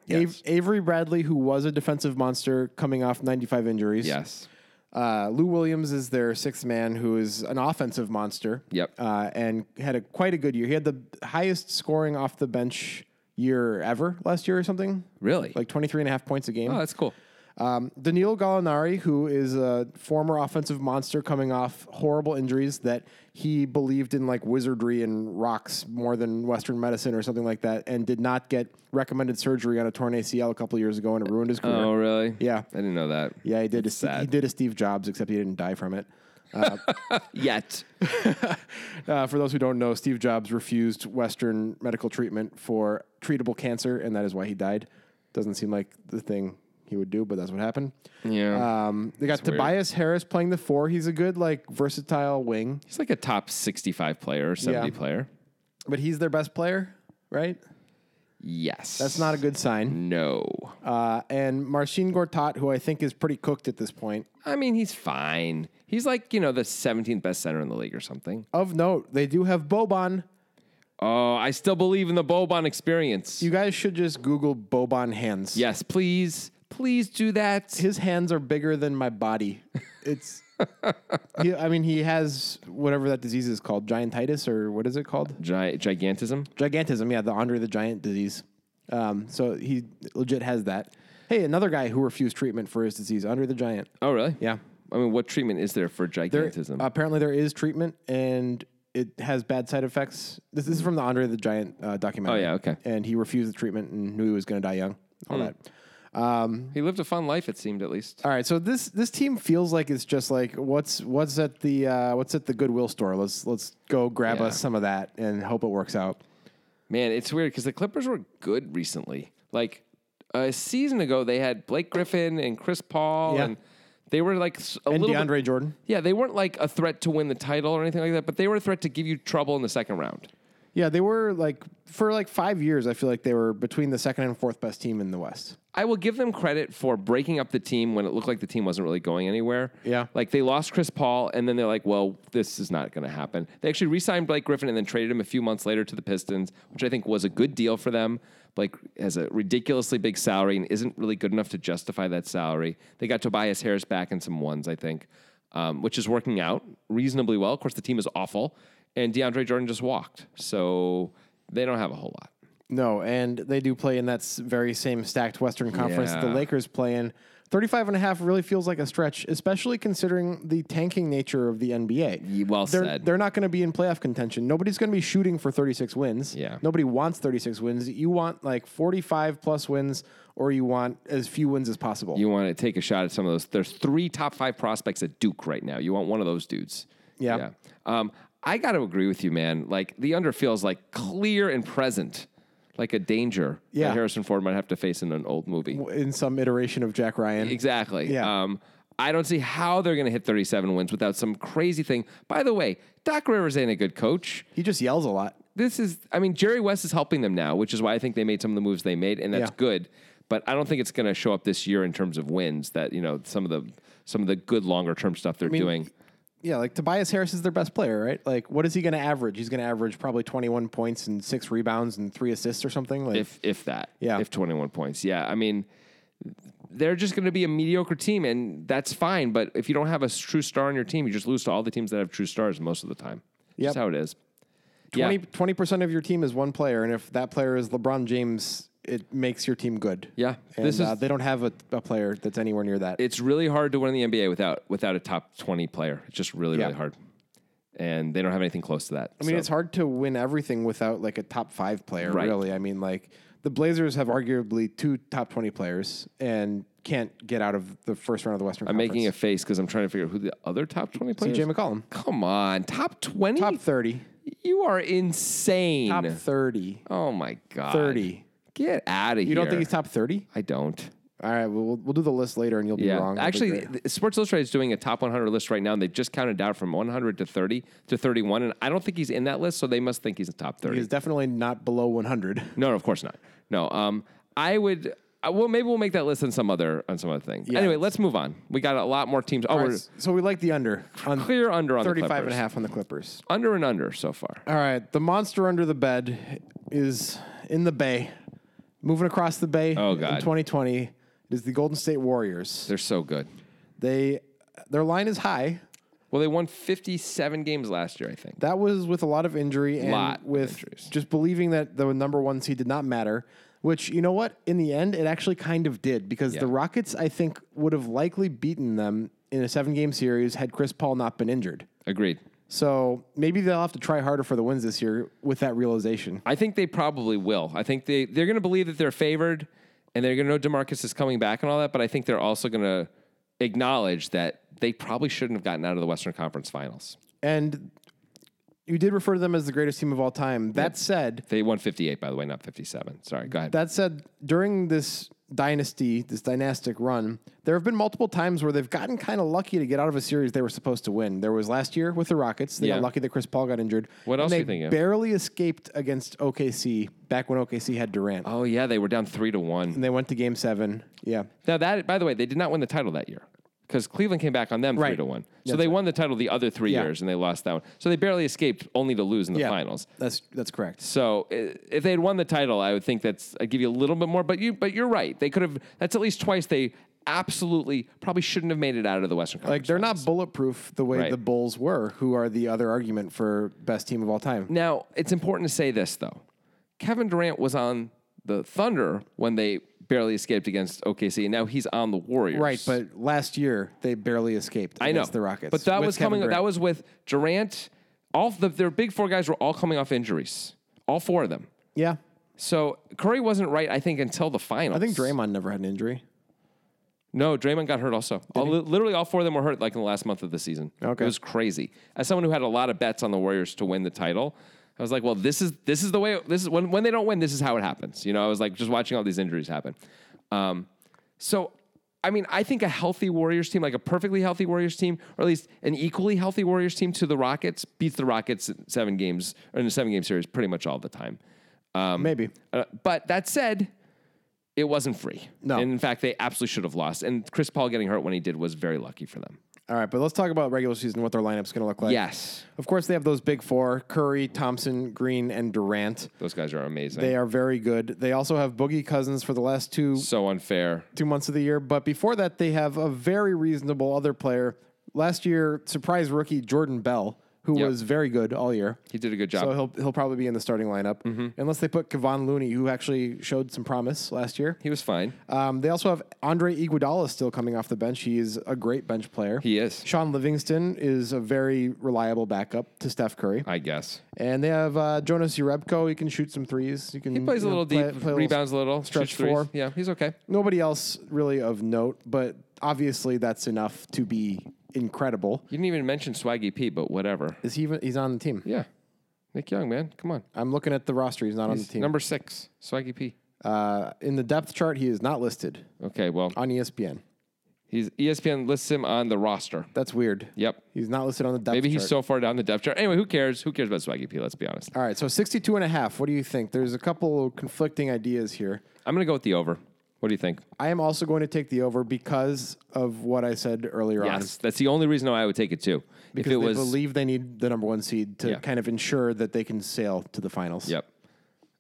Speaker 1: Yes.
Speaker 2: Av- Avery Bradley, who was a defensive monster coming off 95 injuries.
Speaker 1: Yes.
Speaker 2: Uh, Lou Williams is their sixth man, who is an offensive monster.
Speaker 1: Yep.
Speaker 2: Uh, and had a quite a good year. He had the highest scoring off the bench year ever last year or something.
Speaker 1: Really?
Speaker 2: Like 23 and a half points a game.
Speaker 1: oh, that's cool.
Speaker 2: Um, Danilo Gallinari, who is a former offensive monster coming off horrible injuries that he believed in like wizardry and rocks more than Western medicine or something like that, and did not get recommended surgery on a torn ACL a couple years ago, and it ruined his career.
Speaker 1: Oh, really?
Speaker 2: Yeah.
Speaker 1: I didn't know that.
Speaker 2: yeah, he did. A,
Speaker 1: sad.
Speaker 2: he did a Steve Jobs, except he didn't die from it.
Speaker 1: Yet.
Speaker 2: Uh, for those who don't know, Steve Jobs refused Western medical treatment for treatable cancer, and that is why he died. Doesn't seem like the thing he would do, but that's what happened.
Speaker 1: Yeah.
Speaker 2: Um, they got Tobias Harris playing the four. He's a good, like, versatile wing,
Speaker 1: He's like a top 65 player or 70
Speaker 2: Yeah.
Speaker 1: player.
Speaker 2: but he's their best player, right?
Speaker 1: Yes.
Speaker 2: That's not a good sign.
Speaker 1: No.
Speaker 2: Uh, and Marcin Gortat, who I think is pretty cooked at this point.
Speaker 1: I mean, he's fine. He's like, you know, the 17th best center in the league or something.
Speaker 2: Of note, they do have Boban,
Speaker 1: Oh, I still believe in the Bobon experience.
Speaker 2: You guys should just Google Boban hands.
Speaker 1: yes, please, please do that.
Speaker 2: His hands are bigger than my body. It's. he, I mean, he has whatever that disease is called, giantitis or what is it called?
Speaker 1: Gi- gigantism.
Speaker 2: Gigantism. Yeah, the Andre the Giant disease. Um, so he legit has that. Hey, another guy who refused treatment for his disease, Andre the Giant.
Speaker 1: Oh, really?
Speaker 2: Yeah.
Speaker 1: I mean, what treatment is there for gigantism?
Speaker 2: Apparently, there is treatment, and it has bad side effects. This, this is from the Andre the Giant uh, documentary.
Speaker 1: Oh, yeah, okay. Hmm.
Speaker 2: And he refused the treatment and knew he was going to die young. All that. Um,
Speaker 1: he lived a fun life, it seemed at least.
Speaker 2: all right, so this this team feels like it's just like what's what's at the uh, what's at the Goodwill store. Let's let's go grab
Speaker 1: Yeah.
Speaker 2: us some of that and hope it works out.
Speaker 1: Man, it's weird because the Clippers were good recently. Like a season ago, they had Blake Griffin and Chris Paul,
Speaker 2: Yeah.
Speaker 1: and they were like s- a
Speaker 2: And
Speaker 1: little bit-
Speaker 2: DeAndre Jordan.
Speaker 1: yeah, they weren't like a threat to win the title or anything like that, but they were a threat to give you trouble in the second round.
Speaker 2: Yeah, they were like for like five years. I feel like they were between the second and fourth best team in the West.
Speaker 1: I will give them credit for breaking up the team when it looked like the team wasn't really going anywhere.
Speaker 2: Yeah.
Speaker 1: Like they lost Chris Paul and then they're like, well, this is not going to happen. They actually re signed Blake Griffin and then traded him a few months later to the Pistons, which I think was a good deal for them. Blake has a ridiculously big salary and isn't really good enough to justify that salary. They got Tobias Harris back and some ones, I think, um, which is working out reasonably well. Of course, the team is awful and DeAndre Jordan just walked. So they don't have a whole lot.
Speaker 2: No, and they do play in that s- very same stacked Western Conference that
Speaker 1: Yeah.
Speaker 2: the Lakers play in. 35 and a half really feels like a stretch, especially considering the tanking nature of the NBA.
Speaker 1: Ye- well
Speaker 2: they're,
Speaker 1: said.
Speaker 2: They're not going to be in playoff contention. Nobody's going to be shooting for 36 wins.
Speaker 1: Yeah.
Speaker 2: Nobody wants 36 wins. You want like 45 plus wins, or you want as few wins as possible.
Speaker 1: You want to take a shot at some of those. There's three top five prospects at Duke right now. You want one of those dudes.
Speaker 2: Yeah.
Speaker 1: Um, I got to agree with you, man. Like the under feels like clear and present, like a danger
Speaker 2: Yeah.
Speaker 1: that Harrison Ford might have to face in an old movie.
Speaker 2: in some iteration of Jack Ryan.
Speaker 1: Exactly.
Speaker 2: Yeah.
Speaker 1: Um, I don't see how they're going to hit 37 wins without some crazy thing. By the way, Doc Rivers ain't a good coach.
Speaker 2: He just yells a lot.
Speaker 1: This is, I mean, Jerry West is helping them now, which is why I think they made some of the moves they made, and that's
Speaker 2: Yeah.
Speaker 1: good. But I don't think it's going to show up this year in terms of wins. That you know some of the some of the good longer term stuff they're doing.
Speaker 2: Yeah, like Tobias Harris is their best player, right? Like, what is he going to average? He's going to average probably 21 points and six rebounds and three assists or something. Like,
Speaker 1: If if that,
Speaker 2: Yeah.
Speaker 1: if twenty one points, yeah. I mean, they're just going to be a mediocre team, and that's fine. But if you don't have a true star on your team, you just lose to all the teams that have true stars most of the time.
Speaker 2: Yep.
Speaker 1: That's how it is.
Speaker 2: 20
Speaker 1: yeah.
Speaker 2: percent of your team is one player, and if that player is LeBron James, it makes your team good.
Speaker 1: Yeah,
Speaker 2: and
Speaker 1: this is-
Speaker 2: uh, they don't have a, a player that's anywhere near that.
Speaker 1: it's really hard to win in the NBA without without a top twenty player. It's just really
Speaker 2: Yeah.
Speaker 1: really hard, and they don't have anything close to that.
Speaker 2: I mean, it's hard to win everything without like a top five player.
Speaker 1: Right.
Speaker 2: Really, I mean, like the Blazers have arguably two top twenty players and can't get out of the first round of the Western.
Speaker 1: I'm making a
Speaker 2: Conference.
Speaker 1: face because I'm trying to figure out who the other top 20 players.
Speaker 2: CJ McCollum,
Speaker 1: Come on, top 20?
Speaker 2: top thirty,
Speaker 1: you are insane.
Speaker 2: top thirty.
Speaker 1: oh my god.
Speaker 2: 30.
Speaker 1: Get out of here.
Speaker 2: You don't think he's top thirty?
Speaker 1: I don't.
Speaker 2: All right, well, we'll, we'll do the list later, and you'll be
Speaker 1: Yeah.
Speaker 2: wrong. That'll be
Speaker 1: Actually,
Speaker 2: great.
Speaker 1: th- Sports Illustrated is doing a top 100 list right now and they've just counted down from 100 to 30 to 31 and I don't think he's in that list so they must think he's in the top 30.
Speaker 2: he's definitely not below one hundred.
Speaker 1: No, no, of course not. No. Um, I would. I, well, maybe we'll make that list on some other on some other thing. Anyway, let's move on. We got a lot more teams. Oh, we're
Speaker 2: So we like the under on
Speaker 1: clear under on
Speaker 2: 35
Speaker 1: the
Speaker 2: and a
Speaker 1: Clippers.
Speaker 2: half on the Clippers.
Speaker 1: Under and under so far.
Speaker 2: All right, the monster under the bed is in the bay, moving across the bay.
Speaker 1: Oh,
Speaker 2: In
Speaker 1: God.
Speaker 2: 2020, it is the Golden State Warriors.
Speaker 1: They're so good.
Speaker 2: They their line is high.
Speaker 1: Well, they won 57 games last year, I think.
Speaker 2: That was with a lot of injury and
Speaker 1: Lot of
Speaker 2: with
Speaker 1: injuries.
Speaker 2: just believing that the number one seed did not matter. Which you know what? In the end, it actually kind of did because the Rockets, I think, would have likely beaten them in a seven-game series had Chris Paul not been injured.
Speaker 1: Agreed.
Speaker 2: So maybe they'll have to try harder for the wins this year with that realization.
Speaker 1: I think they probably will. I think they, they're going to believe that they're favored and they're going to know DeMarcus is coming back and all that, but I think they're also going to acknowledge that they probably shouldn't have gotten out of the Western Conference Finals.
Speaker 2: And you did refer to them as the greatest team of all time. That said,
Speaker 1: They won 58, by the way, not 57. Sorry, go ahead.
Speaker 2: that said, during this dynasty, this dynastic run, there have been multiple times where they've gotten kind of lucky to get out of a series they were supposed to win. There was last year with the Rockets. They
Speaker 1: Yeah.
Speaker 2: got lucky that Chris Paul got injured.
Speaker 1: What
Speaker 2: And
Speaker 1: else
Speaker 2: they
Speaker 1: are you thinking of?
Speaker 2: Barely escaped against OKC back when OKC had Durant.
Speaker 1: oh,
Speaker 2: Mm.
Speaker 1: yeah, they were down three to one.
Speaker 2: And they went to game seven. Yeah.
Speaker 1: Now, that, by the way, they did not win the title that year. because Cleveland came back on them three
Speaker 2: Right.
Speaker 1: to one. So
Speaker 2: That's
Speaker 1: they won the title the other three
Speaker 2: Yeah.
Speaker 1: years and they lost that one. So they barely escaped, only to lose in the
Speaker 2: Yeah.
Speaker 1: finals.
Speaker 2: That's that's correct.
Speaker 1: So i- if they had won the title, I would think that's I'd give you a little bit more. But you but you're right. They could have. That's at least twice. They absolutely probably shouldn't have made it out of the Western Conference.
Speaker 2: Like they're not bulletproof the way
Speaker 1: Right.
Speaker 2: the Bulls were, who are the other argument for best team of all time.
Speaker 1: Now, it's important to say this, though. Kevin Durant was on the Thunder when they barely escaped against OKC, and now he's on the Warriors.
Speaker 2: Right, but last year they barely escaped
Speaker 1: I know
Speaker 2: against the Rockets.
Speaker 1: But that
Speaker 2: with
Speaker 1: was
Speaker 2: Kevin
Speaker 1: coming.
Speaker 2: Durant.
Speaker 1: That was with Durant. All the their big four guys were all coming off injuries. All four of them.
Speaker 2: yeah.
Speaker 1: So Curry wasn't right, I think, until the finals.
Speaker 2: I think Draymond never had an injury.
Speaker 1: No, Draymond got hurt also. All, literally, all four of them were hurt like in the last month of the season.
Speaker 2: Okay.
Speaker 1: it was crazy. As someone who had a lot of bets on the Warriors to win the title, I was like, "Well, this is this is the way. This is when when they don't win, this is how it happens." You know, I was like just watching all these injuries happen. Um, so, I mean, I think a healthy Warriors team, like a perfectly healthy Warriors team, or at least an equally healthy Warriors team to the Rockets, beats the Rockets in seven games or in a seven game series pretty much all the time.
Speaker 2: Maybe.
Speaker 1: Uh, but that said, it wasn't free.
Speaker 2: No.
Speaker 1: And in fact, they absolutely should have lost. And Chris Paul getting hurt when he did was very lucky for them.
Speaker 2: All right, but let's talk about regular season, what their lineup's going to look like.
Speaker 1: Yes.
Speaker 2: Of course, they have those big four Curry, Thompson, Green, and Durant.
Speaker 1: Those guys are amazing.
Speaker 2: They are very good. They also have Boogie Cousins for the last two
Speaker 1: so unfair.
Speaker 2: two months of the year. But before that, they have a very reasonable other player. Last year, surprise rookie Jordan Bell, who
Speaker 1: Yep.
Speaker 2: was very good all year.
Speaker 1: He did a good job.
Speaker 2: So he'll he'll probably be in the starting lineup unless they put Kevon Looney, who actually showed some promise last year.
Speaker 1: he was fine.
Speaker 2: Um, they also have Andre Iguodala still coming off the bench. He is a great bench player.
Speaker 1: He is.
Speaker 2: Sean Livingston is a very reliable backup to Steph Curry,
Speaker 1: I guess.
Speaker 2: and they have uh, Jonas Urebko. He can shoot some threes. He can.
Speaker 1: He plays
Speaker 2: you
Speaker 1: a
Speaker 2: know,
Speaker 1: little
Speaker 2: Mm, play-
Speaker 1: deep,
Speaker 2: play a little-
Speaker 1: rebounds a little,
Speaker 2: stretch
Speaker 1: shoots threes.
Speaker 2: four.
Speaker 1: Yeah, he's okay.
Speaker 2: Nobody else really of note, but obviously that's enough to be incredible.
Speaker 1: You didn't even mention Swaggy P, but whatever.
Speaker 2: Is he even? He's on the team.
Speaker 1: Yeah. Nick Young, man. Come on.
Speaker 2: I'm looking at the roster. He's not on the team.
Speaker 1: Number six, Swaggy P.
Speaker 2: uh, in the depth chart, he is not listed
Speaker 1: Okay, well,
Speaker 2: on E ESPN.
Speaker 1: he's E ESPN lists him on the roster.
Speaker 2: That's weird.
Speaker 1: Yep.
Speaker 2: He's not listed on the depth
Speaker 1: Maybe
Speaker 2: chart.
Speaker 1: he's so far down the depth chart. Anyway, who cares? Who cares about Swaggy P? Let's be honest.
Speaker 2: All right, so 62 and a half. What do you think? There's a couple conflicting ideas here.
Speaker 1: I'm going to go with the over. What do you think?
Speaker 2: I am also going to take the over because of what I said earlier on.
Speaker 1: Yes, that's the only reason why I would take it too.
Speaker 2: Because
Speaker 1: if it
Speaker 2: they
Speaker 1: was,
Speaker 2: believe they need the number one seed to
Speaker 1: Yeah.
Speaker 2: kind of ensure that they can sail to the finals.
Speaker 1: yep,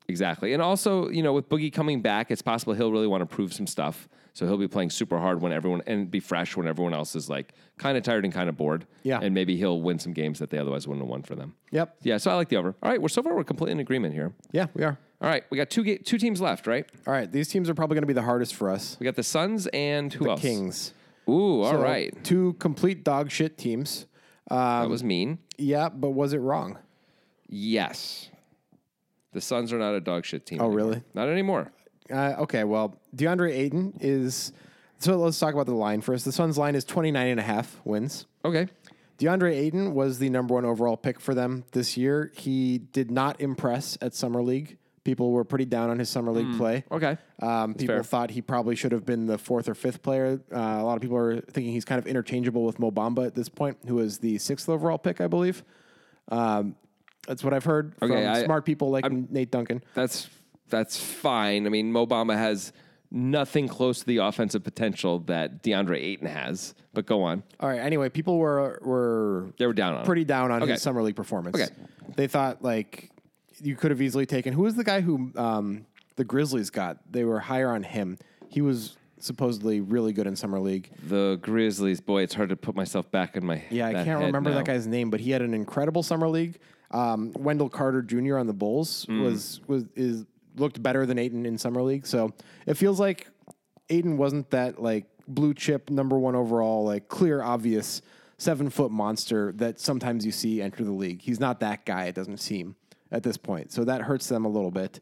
Speaker 1: exactly. And also, you know, with Boogie coming back, it's possible he'll really want to prove some stuff. So he'll be playing super hard when everyone and be fresh when everyone else is like kind of tired and kind of bored.
Speaker 2: Yeah.
Speaker 1: and maybe he'll win some games that they otherwise wouldn't have won for them.
Speaker 2: Yep.
Speaker 1: Yeah, so I like the over. All right, we're so far we're completely in agreement here.
Speaker 2: Yeah, we are.
Speaker 1: All right, we got two ga- two teams left, right?
Speaker 2: All right, these teams are probably going to be the hardest for us.
Speaker 1: We got the Suns and who else?
Speaker 2: Kings.
Speaker 1: Ooh, all right,
Speaker 2: So, Two complete dog shit teams. um,
Speaker 1: that was mean.
Speaker 2: Yeah, but was it wrong?
Speaker 1: Yes, the Suns are not a dog shit team.
Speaker 2: Oh,
Speaker 1: anymore.
Speaker 2: really?
Speaker 1: Not anymore.
Speaker 2: Uh, okay, well, DeAndre Ayton is. So let's talk about the line first. The Suns line is 29 and a half wins.
Speaker 1: Okay.
Speaker 2: DeAndre Ayton was the number one overall pick for them this year. He did not impress at Summer League. People were pretty down on his Summer League play.
Speaker 1: Hmm. Okay.
Speaker 2: Um, people
Speaker 1: fair.
Speaker 2: thought he probably should have been the fourth or fifth player. Uh, a lot of people are thinking he's kind of interchangeable with Mobamba at this point, who was the sixth overall pick, I believe. Um, that's what I've heard
Speaker 1: Okay,
Speaker 2: from
Speaker 1: I-
Speaker 2: smart people like Nate Duncan.
Speaker 1: That's that's fine. I mean, Mobama has nothing close to the offensive potential that DeAndre Ayton has. But go on.
Speaker 2: All right. Anyway, people were were
Speaker 1: They were down on him.
Speaker 2: pretty down on
Speaker 1: Okay.
Speaker 2: his summer league performance.
Speaker 1: Okay.
Speaker 2: They thought like you could have easily taken who was the guy who um, the Grizzlies got? They were higher on him. He was supposedly really good in summer league.
Speaker 1: The Grizzlies, boy, it's hard to put myself back in my
Speaker 2: Yeah, I
Speaker 1: that
Speaker 2: can't
Speaker 1: head
Speaker 2: remember that
Speaker 1: now.
Speaker 2: guy's name, but he had an incredible summer league. Um, Wendell Carter Jr. on the Bulls
Speaker 1: Mm.
Speaker 2: was was is looked better than Aiden in summer league. So it feels like Aiden wasn't that like blue chip number one overall, like clear obvious seven foot monster that sometimes you see enter the league. He's not that guy. It doesn't seem at this point, so that hurts them a little bit.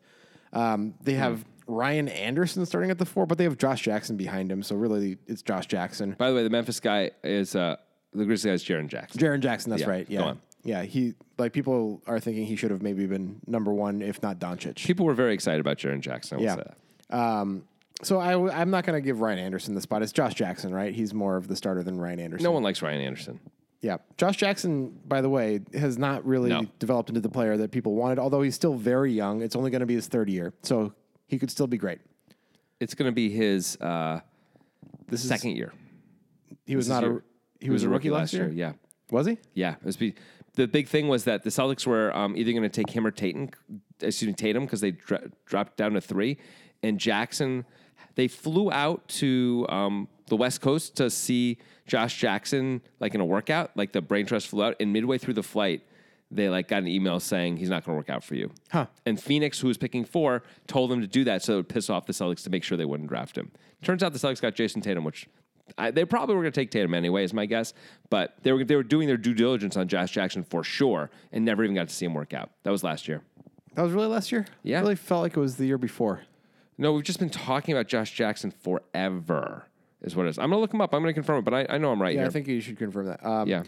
Speaker 2: Um, they
Speaker 1: Hmm.
Speaker 2: have. Ryan Anderson starting at the four, but they have Josh Jackson behind him. So really, it's Josh Jackson.
Speaker 1: By the way, the Memphis guy is uh, the Grizzlies guy is Jaron Jackson.
Speaker 2: Jaron Jackson, that's
Speaker 1: Yeah,
Speaker 2: right.
Speaker 1: go
Speaker 2: Yeah.
Speaker 1: on.
Speaker 2: Yeah. He like people are thinking he should have maybe been number one, if not Doncic.
Speaker 1: People were very excited about Jaron Jackson. I will
Speaker 2: Yeah.
Speaker 1: say that.
Speaker 2: Um so I w- I'm not going to give Ryan Anderson the spot. It's Josh Jackson, right? He's more of the starter than Ryan Anderson.
Speaker 1: No one likes Ryan Anderson.
Speaker 2: Yeah. Josh Jackson, by the way, has not really
Speaker 1: No.
Speaker 2: developed into the player that people wanted, although he's still very young. It's only going to be his third year. So he could still be great.
Speaker 1: It's going to be his uh, second year.
Speaker 2: he was
Speaker 1: is
Speaker 2: not a
Speaker 1: your-
Speaker 2: he was, a rookie, last year.
Speaker 1: Yeah.
Speaker 2: Was he?
Speaker 1: Yeah, it was be, the big thing was that the Celtics were um, either going to take him or Tatum, excuse me, Tatum, because they dro- dropped down to three, and Jackson. They flew out to um, the West Coast to see Josh Jackson, like in a workout, like the brain trust flew out, and midway through the flight, they like got an email saying he's not going to work out for you.
Speaker 2: Huh.
Speaker 1: And Phoenix, who was picking four, told them to do that so it would piss off the Celtics to make sure they wouldn't draft him. Turns out the Celtics got Jason Tatum, which I, they probably were going to take Tatum anyway, is my guess. But they were they were doing their due diligence on Josh Jackson for sure, and never even got to see him work out. That was last year.
Speaker 2: That was really last year.
Speaker 1: Yeah.
Speaker 2: really felt like it was the year before.
Speaker 1: No, we've just been talking about Josh Jackson forever. Is what it is. I'm going to look him up. I'm going to confirm it, but I, I know I'm right
Speaker 2: Yeah,
Speaker 1: here.
Speaker 2: I think you should confirm that. Um,
Speaker 1: Yeah.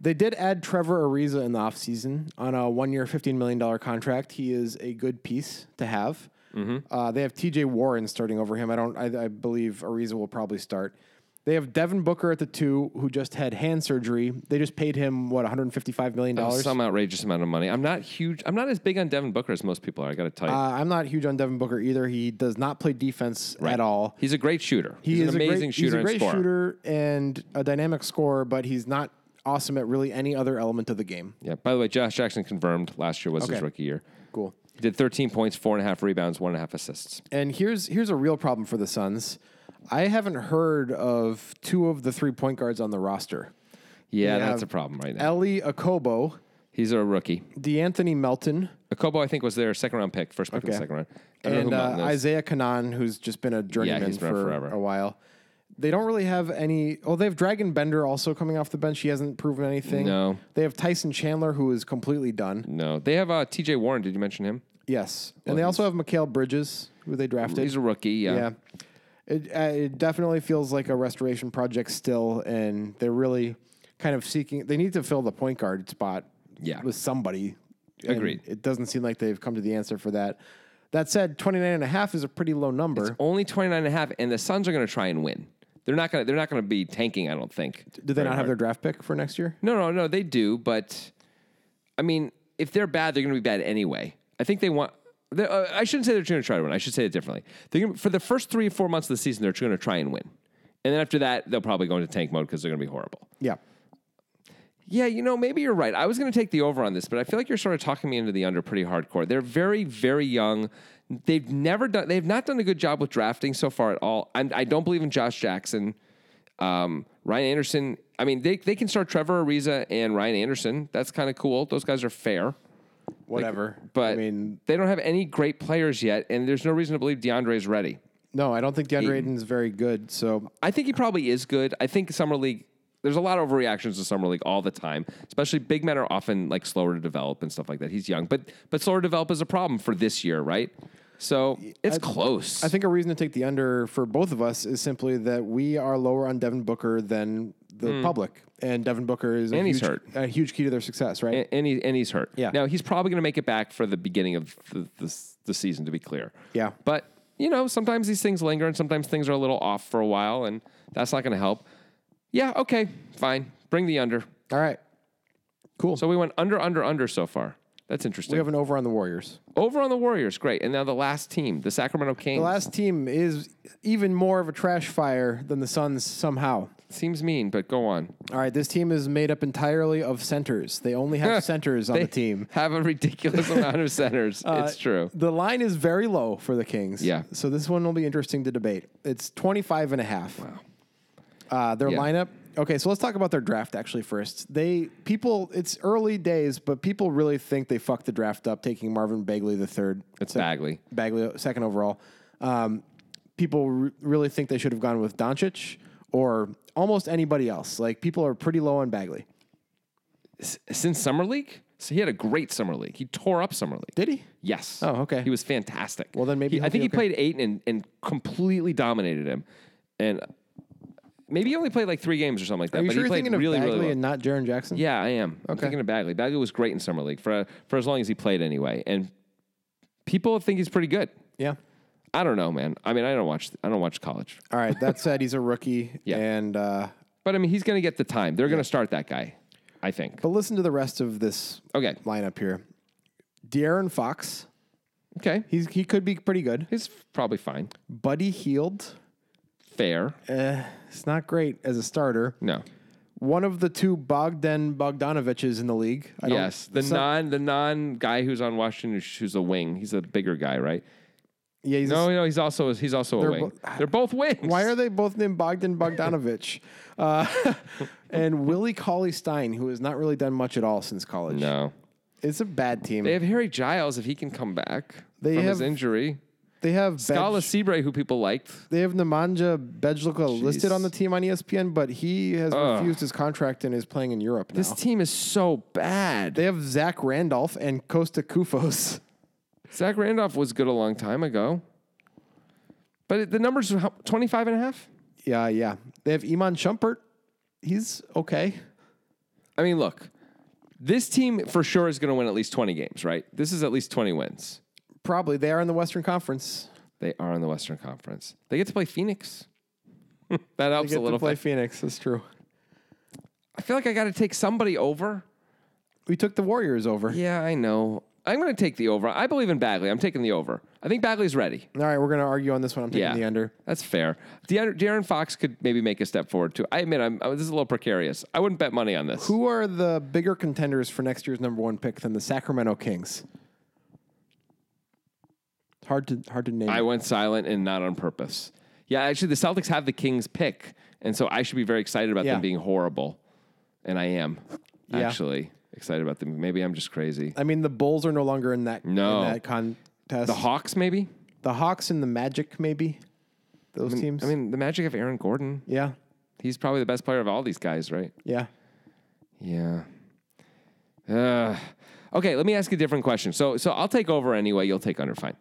Speaker 2: They did add Trevor Ariza in the offseason on a one year, $15 million contract. He is a good piece to have.
Speaker 1: Mm-hmm.
Speaker 2: Uh, they have TJ Warren starting over him. I don't. I, I believe Ariza will probably start. They have Devin Booker at the two, who just had hand surgery. They just paid him what 155 million dollars.
Speaker 1: Some outrageous amount of money. I'm not huge. I'm not as big on Devin Booker as most people are. I got to tell you,
Speaker 2: Uh, I'm not huge on Devin Booker either. He does not play defense at all.
Speaker 1: he's a great shooter.
Speaker 2: He
Speaker 1: he's
Speaker 2: is
Speaker 1: an amazing
Speaker 2: a great,
Speaker 1: shooter
Speaker 2: He's a great
Speaker 1: and scorer.
Speaker 2: shooter and a dynamic scorer, but he's not awesome at really any other element of the game.
Speaker 1: Yeah. By the way, Josh Jackson confirmed last year was his
Speaker 2: Okay.
Speaker 1: rookie year.
Speaker 2: Cool.
Speaker 1: He did 13 points, four and a half rebounds, one and a half assists.
Speaker 2: And here's here's a real problem for the Suns. I haven't heard of two of the three point guards on the roster.
Speaker 1: Yeah,
Speaker 2: Yeah.
Speaker 1: that's a problem right now.
Speaker 2: Ellie Akobo,
Speaker 1: He's a rookie.
Speaker 2: DeAnthony Melton,
Speaker 1: Okobo, I think, was their second round pick, first pick of the
Speaker 2: Okay.
Speaker 1: second round. I don't know
Speaker 2: and
Speaker 1: who
Speaker 2: uh,
Speaker 1: Melton is.
Speaker 2: Isaiah Kanan, who's just been a journeyman
Speaker 1: he's been around
Speaker 2: for
Speaker 1: forever.
Speaker 2: a while. They don't really have any. Oh, they have Dragon Bender also coming off the bench. He hasn't proven anything.
Speaker 1: No.
Speaker 2: They have Tyson Chandler, who is completely done.
Speaker 1: No, they have uh, T.J. Warren. Did you mention him?
Speaker 2: Yes. And they also have Mikhail Bridges, who they drafted.
Speaker 1: He's a rookie. Yeah.
Speaker 2: Yeah. It, uh, it definitely feels like a restoration project still, and they're really kind of seeking. They need to fill the point guard spot
Speaker 1: Yeah.
Speaker 2: with somebody. and
Speaker 1: Agreed.
Speaker 2: It doesn't seem like they've come to the answer for that. That said, 29 and a half is a pretty low number.
Speaker 1: Only 29 and a half, and the Suns are going to try and win. They're not going to. They're not going to be tanking. I don't think.
Speaker 2: Do they not have their draft pick for next year?
Speaker 1: No, no, no. They do, but I mean, if they're bad, they're going to be bad anyway. I think they want. they're- Uh, I shouldn't say they're going to try to win. I should say it differently. They're gonna, for the first three or four months of the season, they're going to try and win, and then after that, they'll probably go into tank mode because they're going to be horrible.
Speaker 2: Yeah.
Speaker 1: Yeah, you know, maybe you're right. I was going to take the over on this, but I feel like you're sort of talking me into the under pretty hardcore. They're very, very young. They've never done. They've not done a good job with drafting so far at all. I'm, I don't believe in Josh Jackson, um, Ryan Anderson. I mean, they they can start Trevor Ariza and Ryan Anderson. That's kind of cool. Those guys are fair,
Speaker 2: Whatever.
Speaker 1: but
Speaker 2: I mean,
Speaker 1: they don't have any great players yet, and there's no reason to believe DeAndre's ready.
Speaker 2: no, I don't think DeAndre Ayton's very good. So
Speaker 1: I think he probably is good. I think summer league. There's a lot of overreactions to summer league all the time, especially big men are often like slower to develop and stuff like that. He's young, but but slower to develop is a problem for this year, right? So it's close.
Speaker 2: I think a reason to take the under for both of us is simply that we are lower on Devin Booker than the public, and Devin Booker is a
Speaker 1: Hmm. And
Speaker 2: huge,
Speaker 1: he's hurt.
Speaker 2: a huge key to their success, right?
Speaker 1: and, and he and he's hurt.
Speaker 2: Yeah.
Speaker 1: Now he's probably going to make it back for the beginning of the, the the season, to be clear.
Speaker 2: Yeah.
Speaker 1: But you know, sometimes these things linger, and sometimes things are a little off for a while, and that's not going to help. Yeah. Okay. Fine. Bring the under.
Speaker 2: All right, cool.
Speaker 1: So we went under, under, under so far. That's interesting.
Speaker 2: we have an over on the Warriors.
Speaker 1: Over on the Warriors, great. And now the last team, the Sacramento Kings.
Speaker 2: The last team is even more of a trash fire than the Suns somehow.
Speaker 1: Seems mean, but go on.
Speaker 2: All right, this team is made up entirely of centers. They only have centers on
Speaker 1: They
Speaker 2: the team.
Speaker 1: Have a ridiculous amount of centers. it's
Speaker 2: Uh,
Speaker 1: true.
Speaker 2: The line is very low for the Kings.
Speaker 1: Yeah.
Speaker 2: So this one will be interesting to debate. It's 25 and a half. Wow. Uh, their
Speaker 1: Yeah.
Speaker 2: lineup. Okay, so let's talk about their draft actually first. They people it's early days, but people really think they fucked the draft up taking Marvin Bagley the third.
Speaker 1: It's Bagley.
Speaker 2: Bagley second overall. Um, people r- really think they should have gone with Doncic or almost anybody else. Like people are pretty low on Bagley.
Speaker 1: S- Since Summer League? So he had a great Summer League. He tore up Summer League.
Speaker 2: Did he?
Speaker 1: Yes.
Speaker 2: Oh, okay.
Speaker 1: He was fantastic.
Speaker 2: Well, then maybe
Speaker 1: He- I
Speaker 2: he'll
Speaker 1: think
Speaker 2: be
Speaker 1: he
Speaker 2: okay.
Speaker 1: played eight and, and completely dominated him. And maybe he only played like three games or something like that.
Speaker 2: Are you
Speaker 1: but
Speaker 2: sure
Speaker 1: he
Speaker 2: you're
Speaker 1: played
Speaker 2: thinking of
Speaker 1: really,
Speaker 2: Bagley
Speaker 1: really well.
Speaker 2: and not Jaron Jackson?
Speaker 1: Yeah, I am. I'm thinking of Bagley. Bagley was great in summer league for for as long as he played anyway, and people think he's pretty good.
Speaker 2: Yeah.
Speaker 1: I don't know, man. I mean, I don't watch I don't watch college,
Speaker 2: All right. That said, he's a rookie.
Speaker 1: Yeah.
Speaker 2: And uh,
Speaker 1: but I mean, he's going to get the time. They're going to start that guy, I think.
Speaker 2: but listen to the rest of this
Speaker 1: Okay,
Speaker 2: lineup here. De'Aaron Fox.
Speaker 1: okay,
Speaker 2: He's he could be pretty good.
Speaker 1: he's probably fine.
Speaker 2: Buddy Heald.
Speaker 1: fair.
Speaker 2: It's not great as a starter.
Speaker 1: No.
Speaker 2: One of the two Bogdan Bogdanoviches in the league. I don't-
Speaker 1: Yes, the
Speaker 2: so-
Speaker 1: non the non guy who's on Washington who's- who's a wing. He's a bigger guy, right?
Speaker 2: Yeah, he's a
Speaker 1: No, no, he's also he's also a wing.
Speaker 2: bo-
Speaker 1: They're both wings.
Speaker 2: Why are they both named Bogdan Bogdanovich? uh, and Willie Cauley Stein, who has not really done much at all since college.
Speaker 1: no?
Speaker 2: It's a bad team.
Speaker 1: They
Speaker 2: They have,
Speaker 1: have Harry Giles if he can come back
Speaker 2: They
Speaker 1: from his
Speaker 2: have
Speaker 1: injury.
Speaker 2: they have,
Speaker 1: Gala
Speaker 2: Bej,
Speaker 1: Sibre, who people liked.
Speaker 2: they have Nemanja Bejlica listed on the team on E ESPN, but he has refused his contract and is playing in Europe now.
Speaker 1: This team is so bad.
Speaker 2: they have Zach Randolph and Costa Kufos.
Speaker 1: Zach Randolph was good a long time ago. But it, the numbers are how- 25 and a half?
Speaker 2: Yeah, yeah. They have Iman Shumpert. He's okay.
Speaker 1: I mean, look, this team for sure is going to win at least 20 games, right? This is at least 20 wins.
Speaker 2: Probably they are in the Western Conference.
Speaker 1: They are in the Western Conference. They get to play Phoenix. that
Speaker 2: They
Speaker 1: helps
Speaker 2: get
Speaker 1: a
Speaker 2: to
Speaker 1: little
Speaker 2: play
Speaker 1: bit.
Speaker 2: Phoenix. That's true.
Speaker 1: I feel like I got to take somebody over.
Speaker 2: We took the Warriors over.
Speaker 1: Yeah, I know. I'm going to take the over. I believe in Bagley. I'm taking the over. I think Bagley's ready.
Speaker 2: All right, we're gonna argue on this one. I'm taking
Speaker 1: Yeah,
Speaker 2: the under.
Speaker 1: That's fair. Dear- De'Aaron Fox could maybe make a step forward too. I admit, I'm, uh, this is a little precarious. I wouldn't bet money on this.
Speaker 2: Who are the bigger contenders for next year's number one pick than the Sacramento Kings? It's Hard to hard to name.
Speaker 1: I went silent and not on purpose. Yeah, actually, the Celtics have the Kings pick, and so I should be very excited about
Speaker 2: Yeah.
Speaker 1: them being horrible, and I am
Speaker 2: Yeah.
Speaker 1: actually excited about them. Maybe I'm just crazy.
Speaker 2: I mean, the Bulls are no longer in that
Speaker 1: No.
Speaker 2: in that contest.
Speaker 1: The Hawks, maybe.
Speaker 2: The Hawks and the Magic, maybe those teams.
Speaker 1: I mean, the Magic of Aaron Gordon.
Speaker 2: yeah,
Speaker 1: He's probably the best player of all these guys, right?
Speaker 2: yeah.
Speaker 1: Yeah. Uh, okay, let me ask you a different question. So, so I'll take over anyway. You'll take under. Fine.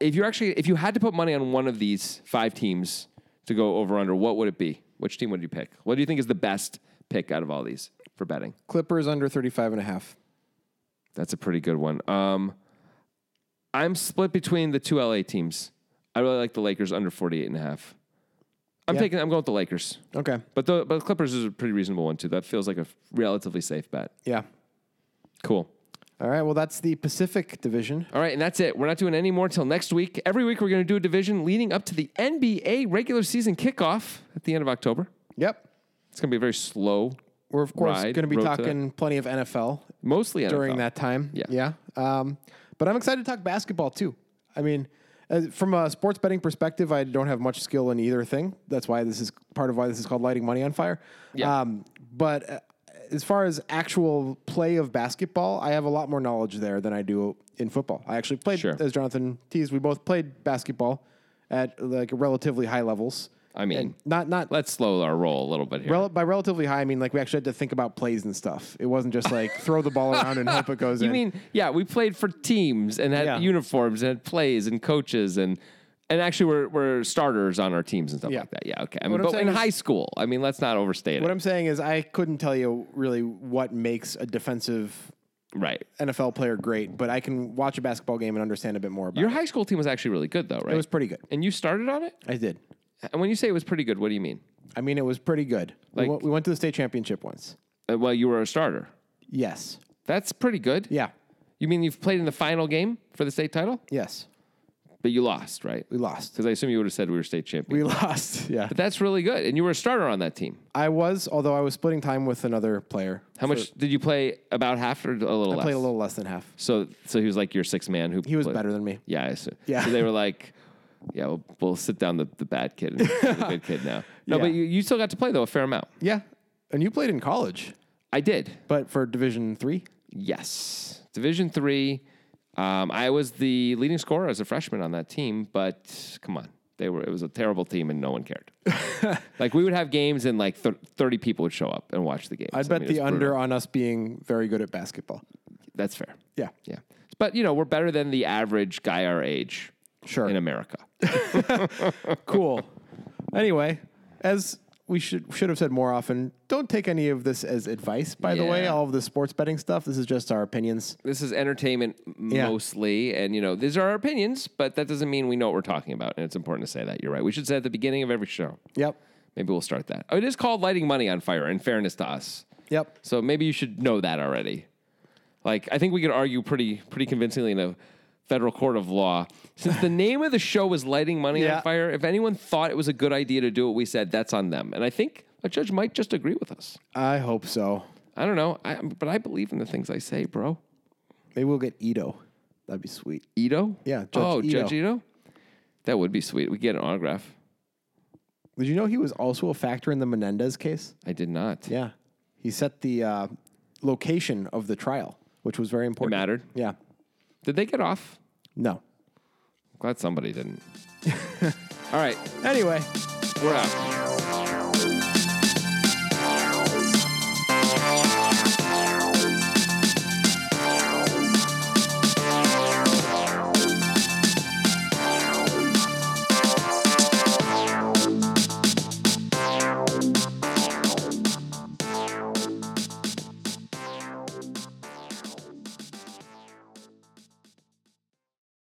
Speaker 1: If you're actually, if you had to put money on one of these five teams to go over under, what would it be? Which team would you pick? What do you think is the best pick out of all these for betting?
Speaker 2: Clippers under 35 and a half.
Speaker 1: That's a pretty good one. Um, I'm split between the two LA teams. I really like the Lakers under 48 and a half. I'm
Speaker 2: Yeah.
Speaker 1: taking. I'm going with the Lakers,
Speaker 2: Okay,
Speaker 1: but the but Clippers is a pretty reasonable one too. That feels like a relatively safe bet.
Speaker 2: yeah.
Speaker 1: Cool.
Speaker 2: All right. Well, that's the Pacific Division.
Speaker 1: All right, and that's it. We're not doing any more till next week. Every week we're going to do a division leading up to the NBA regular season kickoff at the end of October.
Speaker 2: Yep.
Speaker 1: It's going to be very slow,
Speaker 2: We're of course
Speaker 1: Ride,
Speaker 2: going to be
Speaker 1: road to
Speaker 2: talking plenty of NFL
Speaker 1: mostly NFL.
Speaker 2: during that time.
Speaker 1: Yeah.
Speaker 2: Yeah. Um, but I'm excited to talk basketball too. I mean, as, from a sports betting perspective, I don't have much skill in either thing. That's why this is part of why this is called lighting money on fire.
Speaker 1: Yeah.
Speaker 2: Um, but uh, as far as actual play of basketball, I have a lot more knowledge there than I do in football. I actually played,
Speaker 1: Sure.
Speaker 2: as Jonathan teased, we both played basketball at like relatively high levels.
Speaker 1: I mean,
Speaker 2: And not not
Speaker 1: Let's slow our roll a little bit here.
Speaker 2: Rel- by relatively high, I mean like we actually had to think about plays and stuff. It wasn't just like throw the ball around and hope it goes
Speaker 1: you
Speaker 2: in.
Speaker 1: mean, yeah, we played for teams and had
Speaker 2: Yeah.
Speaker 1: uniforms and had plays and coaches and and actually we're, we're starters on our teams and stuff
Speaker 2: Yeah.
Speaker 1: like that. Yeah, okay. I mean,
Speaker 2: I'm
Speaker 1: but in
Speaker 2: saying is-
Speaker 1: high school, I mean, let's not overstate
Speaker 2: What
Speaker 1: it.
Speaker 2: I'm saying is, I couldn't tell you really what makes a defensive
Speaker 1: right.
Speaker 2: NFL player great, but I can watch a basketball game and understand a bit more about
Speaker 1: Your
Speaker 2: it.
Speaker 1: high school team was actually really good though, right?
Speaker 2: It was pretty good.
Speaker 1: and you started on it?
Speaker 2: I did.
Speaker 1: And when you say it was pretty good, what do you mean?
Speaker 2: I mean, it was pretty good. we,
Speaker 1: Like-
Speaker 2: went, we went to the state championship once.
Speaker 1: Uh, well, you were a starter.
Speaker 2: Yes.
Speaker 1: That's pretty good.
Speaker 2: Yeah.
Speaker 1: You mean you've played in the final game for the state title,
Speaker 2: Yes.
Speaker 1: but you lost, right?
Speaker 2: We lost.
Speaker 1: Because I assume you would have said we were state champion.
Speaker 2: We lost. Yeah.
Speaker 1: But that's really good, and you were a starter on that team.
Speaker 2: I was, although I was splitting time with another player.
Speaker 1: How much did you play? About half or a little less?
Speaker 2: Played a little less than half.
Speaker 1: So, so he was like your sixth man who
Speaker 2: He was better than me.
Speaker 1: Yeah, I assume.
Speaker 2: Yeah.
Speaker 1: So they were like, yeah, we'll, we'll sit down the, the bad kid and the good kid now. No,
Speaker 2: Yeah.
Speaker 1: but you, you still got to play though a fair amount.
Speaker 2: Yeah. And you played in college,
Speaker 1: I did.
Speaker 2: but for Division Three.
Speaker 1: Yes, Division Three. Um, I was the leading scorer as a freshman on that team, but come on, they were. It was a terrible team, and no one cared. like we would have games, and like thir- thirty people would show up and watch the games.
Speaker 2: I'd bet the
Speaker 1: under.
Speaker 2: under on us being very good at basketball.
Speaker 1: That's fair.
Speaker 2: Yeah.
Speaker 1: Yeah, but you know we're better than the average guy our age.
Speaker 2: Sure.
Speaker 1: In America,
Speaker 2: cool. Anyway, as we should should have said more often, don't take any of this as advice. By the way,
Speaker 1: Yeah.
Speaker 2: all of the sports betting stuff, this is just our opinions.
Speaker 1: this is entertainment mostly, and you know these are our opinions, but that doesn't mean we know what we're talking about. And it's important to say that. You're right. We should say at the beginning of every show.
Speaker 2: Yep.
Speaker 1: Maybe we'll start that. Oh, it is called lighting money on fire. In fairness to us.
Speaker 2: Yep.
Speaker 1: So maybe you should know that already. Like I think we could argue pretty pretty convincingly in a federal court of law. Since the name of the show was Lighting Money
Speaker 2: Yeah.
Speaker 1: on Fire, if anyone thought it was a good idea to do what we said, that's on them. And I think a judge might just agree with us.
Speaker 2: I hope so.
Speaker 1: I don't know, I, but I believe in the things I say, bro.
Speaker 2: Maybe we'll get Ito. That'd be sweet.
Speaker 1: Ito?
Speaker 2: Yeah, Judge
Speaker 1: oh,
Speaker 2: Ito.
Speaker 1: Judge Ito? That would be sweet. We get an autograph.
Speaker 2: Did you know he was also a factor in the Menendez case?
Speaker 1: I did not.
Speaker 2: Yeah. He set the uh, location of the trial, which was very important.
Speaker 1: mattered.
Speaker 2: Yeah.
Speaker 1: Did they get off?
Speaker 2: No.
Speaker 1: Glad somebody didn't. All right,
Speaker 2: Anyway.
Speaker 1: we're out.